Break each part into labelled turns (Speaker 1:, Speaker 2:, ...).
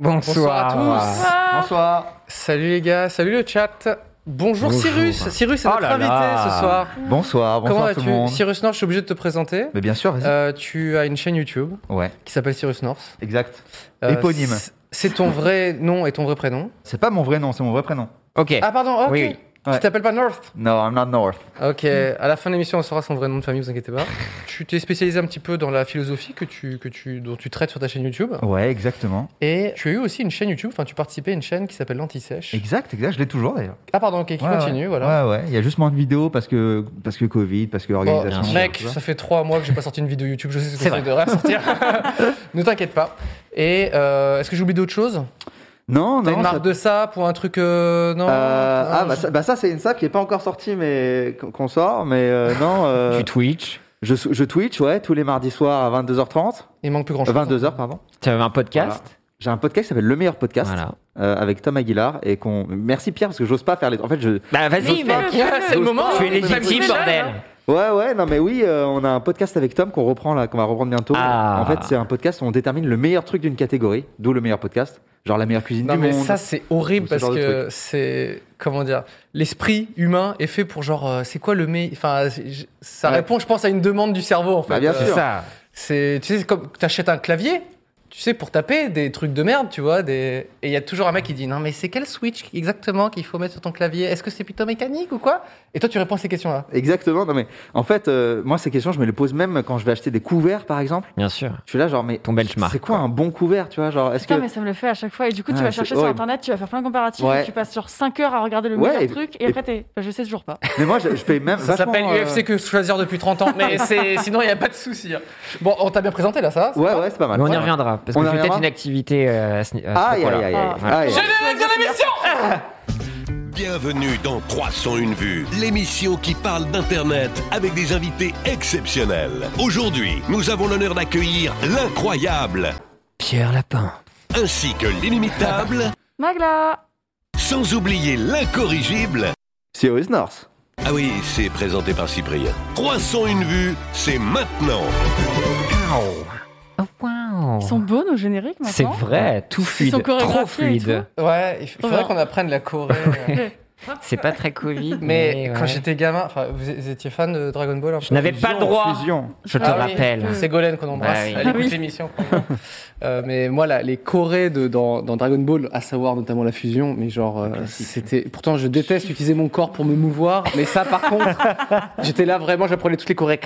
Speaker 1: Bonsoir.
Speaker 2: à tous. Bonsoir.
Speaker 1: Salut les gars, salut le chat. Bonjour,
Speaker 2: Bonjour.
Speaker 1: Cyrus. Cyrus est notre
Speaker 2: Oh là
Speaker 1: invité
Speaker 2: là.
Speaker 1: ce soir.
Speaker 2: Bonsoir,
Speaker 1: Comment
Speaker 2: bonsoir tout le
Speaker 1: vas-tu
Speaker 2: monde.
Speaker 1: Cyrus North, je suis obligé de te présenter.
Speaker 2: Mais bien sûr, vas-y.
Speaker 1: Euh, tu as une chaîne YouTube
Speaker 2: ouais,
Speaker 1: qui s'appelle Cyrus North.
Speaker 2: exact.
Speaker 1: Euh,
Speaker 2: Éponyme.
Speaker 1: c'est- C'est ton vrai nom et ton vrai prénom.
Speaker 2: C'est pas mon vrai nom, c'est mon vrai prénom.
Speaker 3: Ok.
Speaker 1: Ah pardon, ok.
Speaker 3: Oui, oui.
Speaker 1: Tu
Speaker 2: Eh. Ouais. Mm.
Speaker 1: t'appelles pas North
Speaker 2: No, I'm not North.
Speaker 1: Ok, à la fin de l'émission on saura son vrai nom de famille, vous inquiétez pas. Tu t'es spécialisé un petit peu dans la philosophie que tu, que tu, dont tu traites sur ta chaîne YouTube.
Speaker 2: Ouais, exactement.
Speaker 1: Et tu as eu aussi une chaîne YouTube, enfin tu participais à une chaîne qui s'appelle L'Antisèche.
Speaker 2: Exact, exact, je l'ai toujours d'ailleurs.
Speaker 1: Ah pardon, ok, qui
Speaker 2: Ouais,
Speaker 1: continue,
Speaker 2: ouais.
Speaker 1: voilà.
Speaker 2: Ouais, ouais, il y a juste moins de vidéos parce que, parce que Covid, parce que
Speaker 1: Bon,
Speaker 2: organisation.
Speaker 1: Oh, mec,
Speaker 2: tu vois.
Speaker 1: ça fait trois mois que j'ai pas sorti une vidéo YouTube, je sais ce que
Speaker 3: C'est
Speaker 1: c'est
Speaker 3: vrai.
Speaker 1: de rien sortir. ne t'inquiète pas. Et euh, est-ce que j'oublie d'autres choses
Speaker 2: Non,
Speaker 1: T'as
Speaker 2: non,
Speaker 1: une
Speaker 2: ça-
Speaker 1: marque de ça pour un truc euh, non
Speaker 2: Euh,
Speaker 1: non,
Speaker 2: ah,
Speaker 1: je-
Speaker 2: bah ça, bah ça, c'est une salle qui est pas encore sortie, mais qu'on- qu'on sort. Mais euh, non, euh,
Speaker 3: Tu Twitch.
Speaker 2: je, je Twitch, ouais, tous les mardis soirs à 22h30.
Speaker 1: Il manque plus grand chose.
Speaker 2: 22h, Euh, pardon.
Speaker 3: Tu avais un podcast.
Speaker 2: J'ai un podcast qui s'appelle Le meilleur podcast
Speaker 3: Voilà.
Speaker 2: euh, avec Tom Aguilar et qu'on. Merci Pierre parce que j'ose pas faire les. En fait, je.
Speaker 3: Bah vas-y,
Speaker 2: J'ose pas.
Speaker 3: mec.
Speaker 1: C'est le moment.
Speaker 3: Tu es
Speaker 2: Même
Speaker 3: légitime,
Speaker 2: si-
Speaker 4: hein.
Speaker 3: bordel.
Speaker 2: Ouais, ouais, non, mais oui, euh, on a un podcast avec Tom qu'on reprend là, qu'on va reprendre bientôt.
Speaker 3: Ah.
Speaker 2: En fait, c'est un podcast où on détermine le meilleur truc d'une catégorie, d'où le meilleur podcast, genre la meilleure cuisine
Speaker 1: Non
Speaker 2: du
Speaker 1: mais
Speaker 2: monde.
Speaker 1: ça c'est horrible
Speaker 2: Ou ce
Speaker 1: parce
Speaker 2: genre de
Speaker 1: que c'est comment dire l'esprit humain est fait pour genre euh, c'est quoi le meilleur enfin c'est- je- ça
Speaker 2: Ouais.
Speaker 1: répond je pense à une demande du cerveau en fait.
Speaker 2: Bah, bien
Speaker 3: C'est
Speaker 2: sûr.
Speaker 3: ça.
Speaker 1: C'est tu sais c'est comme t'achètes un clavier tu sais pour taper des trucs de merde tu vois des et il y a toujours un mec qui dit non mais c'est quel switch exactement qu'il faut mettre sur ton clavier est-ce que c'est plutôt mécanique ou quoi et toi tu réponds à ces questions là.
Speaker 2: Exactement. Non mais en fait, euh, moi ces questions, je me les pose même quand je vais acheter des couverts, par exemple.
Speaker 3: Bien sûr.
Speaker 2: Je suis là, genre, mais
Speaker 3: Ton benchmark,
Speaker 2: C'est quoi, un bon couvert, tu vois, genre, est-ce que
Speaker 4: Putain, mais ça me le fait à chaque fois. Et du coup,
Speaker 2: Ah,
Speaker 4: tu vas
Speaker 2: c'est
Speaker 4: chercher sur
Speaker 2: horrible.
Speaker 4: internet, tu vas faire plein de comparatifs,
Speaker 2: Ouais.
Speaker 4: et tu passes sur 5 heures à regarder le
Speaker 2: Ouais,
Speaker 4: meilleur
Speaker 2: et-
Speaker 4: truc,
Speaker 2: et-
Speaker 4: et après, t'es. bah, je sais toujours pas.
Speaker 2: mais moi, je, je paye même.
Speaker 1: Ça
Speaker 2: vachement,
Speaker 1: s'appelle
Speaker 2: euh,
Speaker 1: UFC que choisir depuis 30 ans mais c'est sinon il y a pas de souci. hein. Bon on t'a bien présenté là ça. va
Speaker 2: Ouais, ouais, c'est pas mal.
Speaker 3: Mais on y reviendra parce
Speaker 2: On
Speaker 3: que
Speaker 2: y
Speaker 3: j'ai peut-être
Speaker 2: reviendra
Speaker 3: une activité euh, à ce, ni- à ce
Speaker 2: Aïe,
Speaker 3: propos-là.
Speaker 2: aïe, aïe, aïe,
Speaker 4: Ah.
Speaker 2: aïe.
Speaker 1: Générique de l'émission
Speaker 5: Bienvenue dans 301 vues, l'émission qui parle d'Internet avec des invités exceptionnels. Aujourd'hui, nous avons l'honneur d'accueillir l'incroyable
Speaker 3: Pierre Lapin.
Speaker 5: ainsi que l'inimitable,
Speaker 4: Magla
Speaker 5: sans oublier l'incorrigible.
Speaker 2: Cyrus E North.
Speaker 5: Ah oui, c'est présenté par Cyprien. 301 vues, c'est maintenant.
Speaker 3: Oh, wow.
Speaker 4: Ils sont beaux nos génériques maintenant
Speaker 3: C'est vrai, tout
Speaker 4: Ils sont
Speaker 3: fluide, trop
Speaker 4: chorégraphiés et
Speaker 3: fluide.
Speaker 1: Ouais, il f- il faudrait
Speaker 4: Ouais.
Speaker 1: qu'on apprenne la Corée. euh.
Speaker 3: C'est pas très Covid,
Speaker 1: Mais
Speaker 3: mais,
Speaker 1: quand
Speaker 3: ouais.
Speaker 1: j'étais gamin, enfin, vous é- vous étiez fan de Dragon Ball un peu
Speaker 3: je n'avais pas le droit.
Speaker 2: Fusion.
Speaker 3: Je te
Speaker 1: Ah oui.
Speaker 3: rappelle.
Speaker 1: C'est Golène qu'on embrasse,
Speaker 3: Ah oui.
Speaker 1: elle
Speaker 4: Ah
Speaker 1: écoute
Speaker 4: oui.
Speaker 1: l'émission. quoi. Euh, mais moi, là, les Corées de, dans, dans Dragon Ball, à savoir notamment la fusion, mais genre, euh, c'était. Pourtant, je déteste utiliser mon corps pour me mouvoir, mais ça, par contre, j'étais là vraiment, j'apprenais toutes les Corées.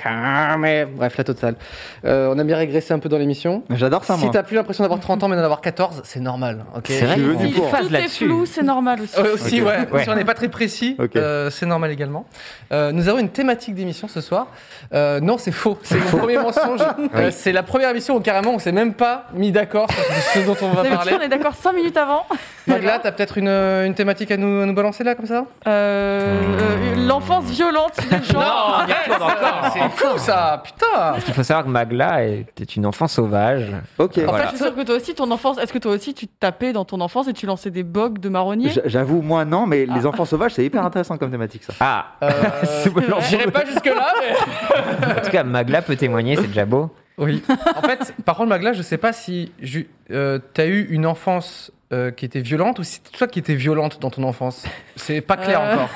Speaker 1: Mais bref, la totale. Euh, on a bien régressé un peu dans l'émission.
Speaker 2: J'adore ça,
Speaker 1: Si
Speaker 2: moi.
Speaker 1: t'as plus l'impression d'avoir 30 ans mais d'en avoir 14, c'est normal. ok
Speaker 3: C'est vrai
Speaker 2: Je suis
Speaker 3: qu'on
Speaker 2: venu
Speaker 3: est
Speaker 2: pour.
Speaker 3: phase
Speaker 4: Tout est
Speaker 3: là-dessus.
Speaker 4: flou, c'est normal aussi.
Speaker 1: Ouais, Euh, aussi,
Speaker 2: Ok.
Speaker 1: ouais.
Speaker 3: Ouais.
Speaker 1: Si on n'est pas très précis,
Speaker 2: Ok.
Speaker 1: euh, c'est normal également. Euh, nous avons une thématique d'émission ce soir. Euh, non, c'est faux. C'est mon premier mensonge. Euh, c'est la première émission où carrément on s'est même pas mis d'accord sur ce dont on va
Speaker 4: D'habitude,
Speaker 1: parler.
Speaker 4: on est d'accord 5 minutes avant.
Speaker 1: Magla, t'as peut-être une, euh, une thématique à nous, à nous balancer là comme ça
Speaker 4: Euh, euh, L'enfance violente des gens.
Speaker 1: ça, C'est fou ça, putain
Speaker 3: Il faut savoir que Magla est est une enfant sauvage.
Speaker 2: Ok.
Speaker 1: En
Speaker 4: Je suis sûre que toi aussi, ton enfance. Est-ce que toi aussi, tu te tapais dans ton enfance et tu lançais des bogues de marronniers
Speaker 2: J- J'avoue, moi non, mais
Speaker 1: Ah.
Speaker 2: les enfants sauvages, c'est hyper intéressant comme thématique, ça.
Speaker 3: Ah,
Speaker 1: Euh,
Speaker 3: C'est bon, alors,
Speaker 1: J'irai pas jusque là.
Speaker 3: en tout cas, Magla peut témoigner, c'est déjà beau.
Speaker 1: Oui. En fait, par contre, Magla, je sais pas si ju- euh, t'as eu une enfance euh, qui était violente ou si c'est toi qui étais violente dans ton enfance. C'est pas clair
Speaker 4: Euh.
Speaker 1: encore.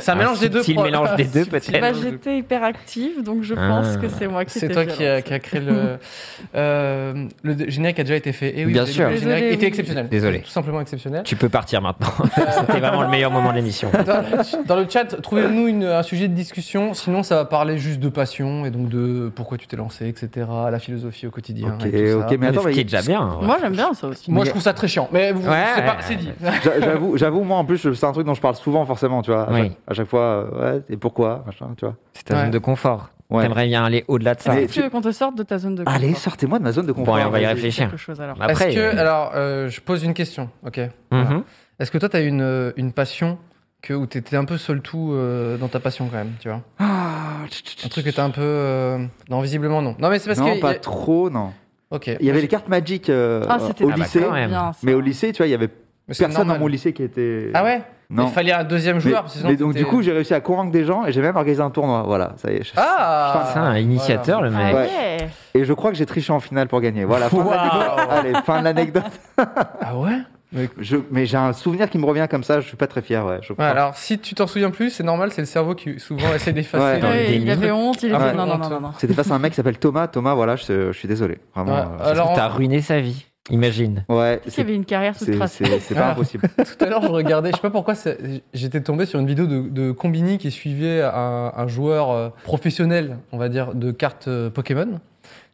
Speaker 1: C'est un mélange des deux.
Speaker 3: subtil
Speaker 1: pro-
Speaker 3: mélange des deux,
Speaker 1: Subtil
Speaker 3: peut-être.
Speaker 4: bah,
Speaker 1: mélange des deux.
Speaker 4: J'étais hyperactive, donc je
Speaker 3: Ah.
Speaker 4: pense que c'est moi qui
Speaker 1: C'est
Speaker 4: étais
Speaker 1: toi qui a,
Speaker 4: violente.
Speaker 1: qui a créé le, euh, le générique a déjà été fait. Et oui,
Speaker 3: Bien
Speaker 1: le-
Speaker 3: sûr.
Speaker 1: Le générique
Speaker 4: Désolé,
Speaker 1: était
Speaker 4: oui.
Speaker 1: exceptionnel.
Speaker 3: Désolé.
Speaker 1: Tout simplement exceptionnel.
Speaker 3: Tu peux partir maintenant. C'était vraiment le meilleur moment de l'émission.
Speaker 1: Dans, dans le chat, trouvez-nous une- un sujet de discussion. Sinon, ça va parler juste de passion et donc de pourquoi tu t'es lancé, etc. La philosophie au quotidien.
Speaker 2: Ok,
Speaker 1: et tout ça.
Speaker 2: ok, mais attends,
Speaker 3: Ce qui est
Speaker 2: mais-
Speaker 3: déjà bien. en vrai.
Speaker 4: Moi, j'aime bien ça aussi.
Speaker 1: Moi, je trouve ça très chiant. Mais vous-
Speaker 3: Ouais,
Speaker 1: c'est pas-
Speaker 3: ouais,
Speaker 1: c'est dit.
Speaker 2: J'a- J'avoue, j'avoue, moi en plus, c'est un truc dont je parle souvent, forcément, tu vois. À,
Speaker 3: Oui.
Speaker 2: chaque, à chaque fois, euh, ouais, et pourquoi, machin, tu vois.
Speaker 3: C'est ta
Speaker 1: Ouais.
Speaker 3: zone de confort.
Speaker 2: Ouais.
Speaker 3: T'aimerais bien aller au-delà de ça.
Speaker 2: Mais-
Speaker 4: Est-ce que tu veux qu'on te sorte de ta zone de confort
Speaker 2: Allez, sortez-moi de ma zone de
Speaker 3: Bon,
Speaker 2: confort.
Speaker 3: allez, on va y
Speaker 2: Vas-y.
Speaker 3: réfléchir.
Speaker 4: Quelque chose alors.
Speaker 3: Après,
Speaker 1: Est-ce que,
Speaker 3: euh,
Speaker 1: alors, euh, je pose une question, ok
Speaker 3: mhm.
Speaker 1: Voilà. Est-ce que toi, t'as une, euh, une passion que, où t'étais un peu seul tout euh, dans ta passion quand même, tu vois
Speaker 2: Ah, tch, tch, tch.
Speaker 1: Un truc que t'as un peu. euh, Non, visiblement non. Non, mais c'est parce
Speaker 2: non,
Speaker 1: que.
Speaker 2: pas trop, non.
Speaker 1: Ok.
Speaker 2: Il y avait les cartes magiques euh,
Speaker 4: Ah, c'était
Speaker 2: au
Speaker 3: Ah bah,
Speaker 2: lycée.
Speaker 3: quand même.
Speaker 4: bien, ça.
Speaker 2: mais au lycée, tu vois, il y avait
Speaker 1: Mais c'est
Speaker 2: personne
Speaker 1: normal.
Speaker 2: dans mon lycée qui était.
Speaker 1: Ah ouais
Speaker 2: Non.
Speaker 1: Il fallait un deuxième
Speaker 2: Mais,
Speaker 1: joueur. parce que sinon
Speaker 2: mais donc,
Speaker 1: t'étais-
Speaker 2: du coup, j'ai réussi à convaincre des gens et j'ai même organisé un tournoi. Voilà, ça y est. je-
Speaker 1: Ah
Speaker 3: C'est un initiateur, le
Speaker 4: Ah
Speaker 3: mec.
Speaker 2: Ouais.
Speaker 4: ouais.
Speaker 2: Et je crois que j'ai triché en finale pour gagner. Voilà, fin de l'anecdote. Allez, fin de l'anecdote.
Speaker 1: Ah ouais
Speaker 2: Je- Mais j'ai un souvenir qui me revient comme ça, je suis pas très fier, ouais. je
Speaker 1: Ouais,
Speaker 2: crois.
Speaker 1: alors, si tu t'en souviens plus, c'est normal, c'est le cerveau qui souvent essaie
Speaker 2: Ouais.
Speaker 1: d'effacer.
Speaker 3: Dans le
Speaker 4: Ouais, il
Speaker 3: déni.
Speaker 4: avait honte, il
Speaker 1: Ah
Speaker 4: était.
Speaker 1: ouais.
Speaker 4: non, non, non, non, non.
Speaker 2: C'était face à un mec qui s'appelle Thomas. Thomas, voilà, je, je suis désolé. Vraiment.
Speaker 1: Ouais,
Speaker 2: euh,
Speaker 1: Ah, alors,
Speaker 3: T'as ruiné sa vie, imagine.
Speaker 2: ouais,
Speaker 4: Est-ce qu'il
Speaker 2: c'est-
Speaker 4: y avait une carrière sous
Speaker 2: c'est
Speaker 4: trace
Speaker 2: c'est- c'est pas
Speaker 1: Ah.
Speaker 2: impossible.
Speaker 1: Tout à l'heure, je regardais, je sais pas pourquoi, c'est- j'étais tombé sur une vidéo de, de Combini qui suivait un, un joueur euh, professionnel, on va dire, de cartes euh, Pokémon.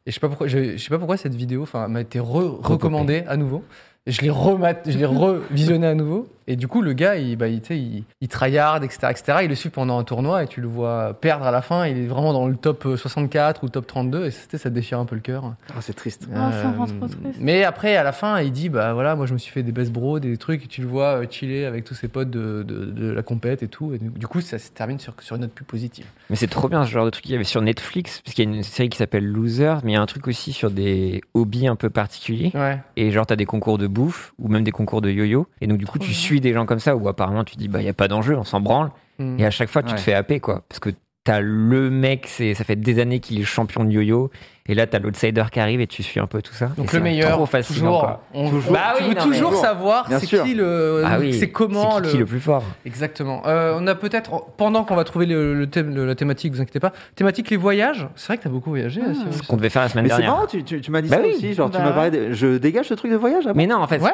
Speaker 1: Et je sais pas pourquoi, je, je sais pas pourquoi cette vidéo, enfin, m'a été re- recommandée à nouveau. Et je l'ai remat- je l'ai revisionné à nouveau. Et du coup, le gars, il, bah, il, tu sais, il, il tryhard, etc., etc. Il le suit pendant un tournoi et tu le vois perdre à la fin. Il est vraiment dans le top 64 ou top 32 et c'était, ça déchire un peu le cœur.
Speaker 2: Ah, c'est triste.
Speaker 4: Ah, ça me rend
Speaker 1: Euh,
Speaker 4: trop triste.
Speaker 1: Mais après, à la fin, il dit Bah voilà, moi je me suis fait des best bros, des trucs, et tu le vois euh, chiller avec tous ses potes de, de- de la compète et tout. Et du du coup, ça se termine sur, sur une note plus positive.
Speaker 3: Mais c'est trop bien ce genre de truc qu'il y avait sur Netflix, parce qu'il y a une série qui s'appelle Losers, mais il y a un truc aussi sur des hobbies un peu particuliers.
Speaker 1: Ouais.
Speaker 3: Et genre, t'as des concours de bouffe, ou même des concours de yo-yo. Et donc, du coup, tu suis des gens comme ça, où apparemment, tu dis, bah, il n'y a pas d'enjeu, on s'en branle.
Speaker 1: Hmm.
Speaker 3: Et à chaque fois, tu
Speaker 2: Ouais.
Speaker 3: te fais happer, quoi. Parce que t'as le mec, c'est, ça fait des années qu'il est champion de yo-yo. Et là, t'as l'outsider qui arrive et tu suis un peu tout ça. Et
Speaker 1: Donc
Speaker 3: c'est
Speaker 1: le meilleur,
Speaker 3: Trop fascinant,
Speaker 1: toujours,
Speaker 3: quoi.
Speaker 1: on
Speaker 3: Toujours. Bah
Speaker 1: tu
Speaker 3: oui,
Speaker 1: veux
Speaker 3: non, mais-
Speaker 1: toujours savoir
Speaker 2: Bien
Speaker 1: c'est
Speaker 2: sûr.
Speaker 1: qui le,
Speaker 3: Ah oui,
Speaker 1: c'est comment
Speaker 3: c'est qui, qui
Speaker 1: le,
Speaker 3: le plus fort
Speaker 1: exactement. Euh, on a peut-être pendant qu'on va trouver le, le thème, le- la thématique, vous inquiétez pas. Thématique les voyages. C'est vrai que t'as beaucoup voyagé.
Speaker 4: Ah.
Speaker 1: Cyrus.
Speaker 3: qu'on devait faire la semaine
Speaker 2: Mais c'est
Speaker 3: dernière.
Speaker 2: marrant, tu, tu- tu m'as dit
Speaker 3: Bah
Speaker 2: ça
Speaker 3: oui.
Speaker 2: aussi. Genre, tu
Speaker 4: Bah
Speaker 2: m'as parlé. de- Je dégage ce truc de voyage hein. là
Speaker 3: Mais non, en fait,
Speaker 1: Ouais.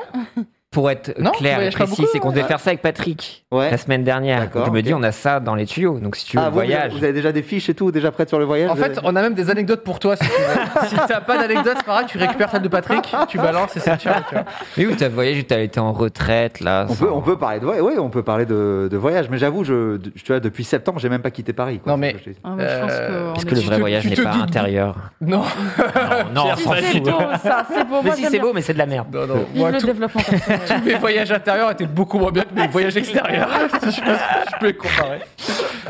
Speaker 3: pour être
Speaker 1: Non,
Speaker 3: clair et
Speaker 1: voyage pas
Speaker 3: précis,
Speaker 1: beaucoup,
Speaker 3: c'est qu'on devait
Speaker 2: ouais.
Speaker 3: faire ça avec Patrick
Speaker 2: Ouais.
Speaker 3: la semaine dernière.
Speaker 2: D'accord,
Speaker 3: Je me
Speaker 2: ok.
Speaker 3: dis, on a ça dans les tuyaux. Donc si tu veux,
Speaker 2: Ah, vous, vous avez-
Speaker 3: voyage.
Speaker 2: vous avez déjà des fiches et tout, déjà prêtes sur le voyage
Speaker 1: En
Speaker 2: vous
Speaker 1: fait,
Speaker 2: avez-
Speaker 1: on a même des anecdotes pour toi. Si tu veux. Si t'as pas d'anecdote, c'est pas grave, tu récupères celle de Patrick, tu balances et c'est ciao, tu vois.
Speaker 3: Mais oui, t'as voyagé, t'as été en retraite, là.
Speaker 2: on
Speaker 3: ça-
Speaker 2: peut, on peut parler de voyage. Oui, on peut parler de, de voyage. Mais j'avoue, je, de- tu vois, depuis septembre, j'ai même pas quitté Paris. quoi.
Speaker 1: Non, mais-
Speaker 2: C'est ce que je
Speaker 4: Ah, mais je pense
Speaker 1: Euh,
Speaker 4: qu'on
Speaker 3: Parce
Speaker 4: est-
Speaker 3: que le
Speaker 1: tu
Speaker 3: vrai
Speaker 1: te-
Speaker 3: voyage
Speaker 1: tu
Speaker 3: n'est
Speaker 1: te
Speaker 3: pas
Speaker 1: dis-
Speaker 3: intérieur.
Speaker 1: Non.
Speaker 3: Non, non, on
Speaker 4: Si,
Speaker 3: s'en
Speaker 4: c'est
Speaker 3: fout.
Speaker 4: beau, ça, c'est beau.
Speaker 3: Mais
Speaker 4: moi,
Speaker 3: si,
Speaker 4: j'aime
Speaker 3: c'est
Speaker 4: bien.
Speaker 3: beau, mais c'est de la merde.
Speaker 1: Non, non.
Speaker 4: Vive
Speaker 1: Moi,
Speaker 4: le
Speaker 1: tout-
Speaker 4: développement personnel.
Speaker 1: tous mes voyages intérieurs étaient beaucoup moins bien que mes voyages extérieurs, si je peux, je peux les comparer.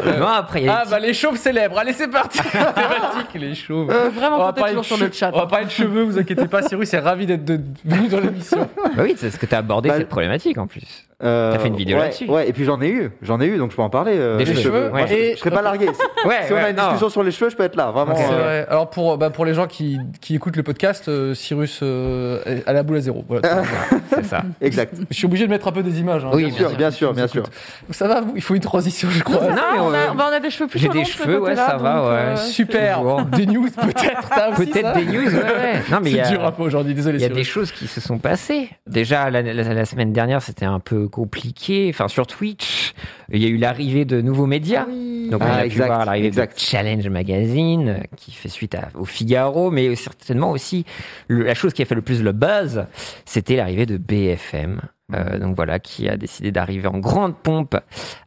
Speaker 1: Euh,
Speaker 3: Non, après, il y a des
Speaker 1: Ah
Speaker 3: petits-
Speaker 1: bah les chauves célèbres, allez c'est parti Thématique, les chauves
Speaker 4: On peut Vraiment, compter
Speaker 1: parler de
Speaker 4: toujours sur le
Speaker 1: cheveux-
Speaker 4: chat.
Speaker 1: on va parler de cheveux, vous inquiétez pas, Cyrus est ravi d'être de- venu dans l'émission.
Speaker 3: Bah oui, c'est ce que t'as abordé,
Speaker 2: Bah,
Speaker 3: cette problématique en plus.
Speaker 2: Euh,
Speaker 3: T'as fait une vidéo
Speaker 2: ouais,
Speaker 3: là-dessus.
Speaker 2: Ouais, et puis j'en ai eu, j'en ai eu, donc je peux en parler. euh,
Speaker 3: Des
Speaker 2: les
Speaker 3: cheveux,
Speaker 2: Moi,
Speaker 3: ouais.
Speaker 2: je-
Speaker 1: Et- Eh,
Speaker 2: je serais pas largué. Si-
Speaker 3: Ouais,
Speaker 2: si on a une discussion sur les cheveux, je peux être là, vraiment.
Speaker 3: Ok.
Speaker 1: C'est
Speaker 2: euh,
Speaker 1: vrai. Alors pour, bah, pour les gens qui, qui écoutent le podcast, euh, Cyrus euh, est à la boule à zéro. Voilà.
Speaker 3: c'est ça.
Speaker 2: exact.
Speaker 1: je suis obligé de mettre un peu des images. hein.
Speaker 3: Oui,
Speaker 2: Bien sûr, bien sûr, bien sûr.
Speaker 1: Ça va, vous il faut une transition je crois.
Speaker 3: Non, mais
Speaker 4: on, a,
Speaker 3: on-
Speaker 4: bah, on a des cheveux plus
Speaker 3: j'ai des
Speaker 4: longs de ce
Speaker 3: cheveux, ouais,
Speaker 4: côté-là,
Speaker 3: ça va,
Speaker 4: donc,
Speaker 3: ouais.
Speaker 4: euh, c'est-
Speaker 1: Super,
Speaker 3: Toujours.
Speaker 1: des news peut-être. t'as aussi ça
Speaker 3: Peut-être des news, ouais, ouais. Non, mais il y
Speaker 1: C'est
Speaker 3: a-
Speaker 1: dur un peu aujourd'hui, désolé.
Speaker 3: Il y a
Speaker 1: Cyrus.
Speaker 3: des choses qui se sont passées. Déjà, la, la- la semaine dernière, c'était un peu compliqué. Enfin, sur Twitch, il y a eu l'arrivée de nouveaux médias. Donc, on
Speaker 2: Ah,
Speaker 3: a pu
Speaker 2: exact,
Speaker 3: voir l'arrivée de
Speaker 2: exact.
Speaker 3: Challenge Magazine, euh, qui fait suite à- au Figaro, mais certainement aussi, le- la chose qui a fait le plus le buzz, c'était l'arrivée de BFM.
Speaker 1: Mm.
Speaker 3: Euh, donc voilà, qui a décidé d'arriver en grande pompe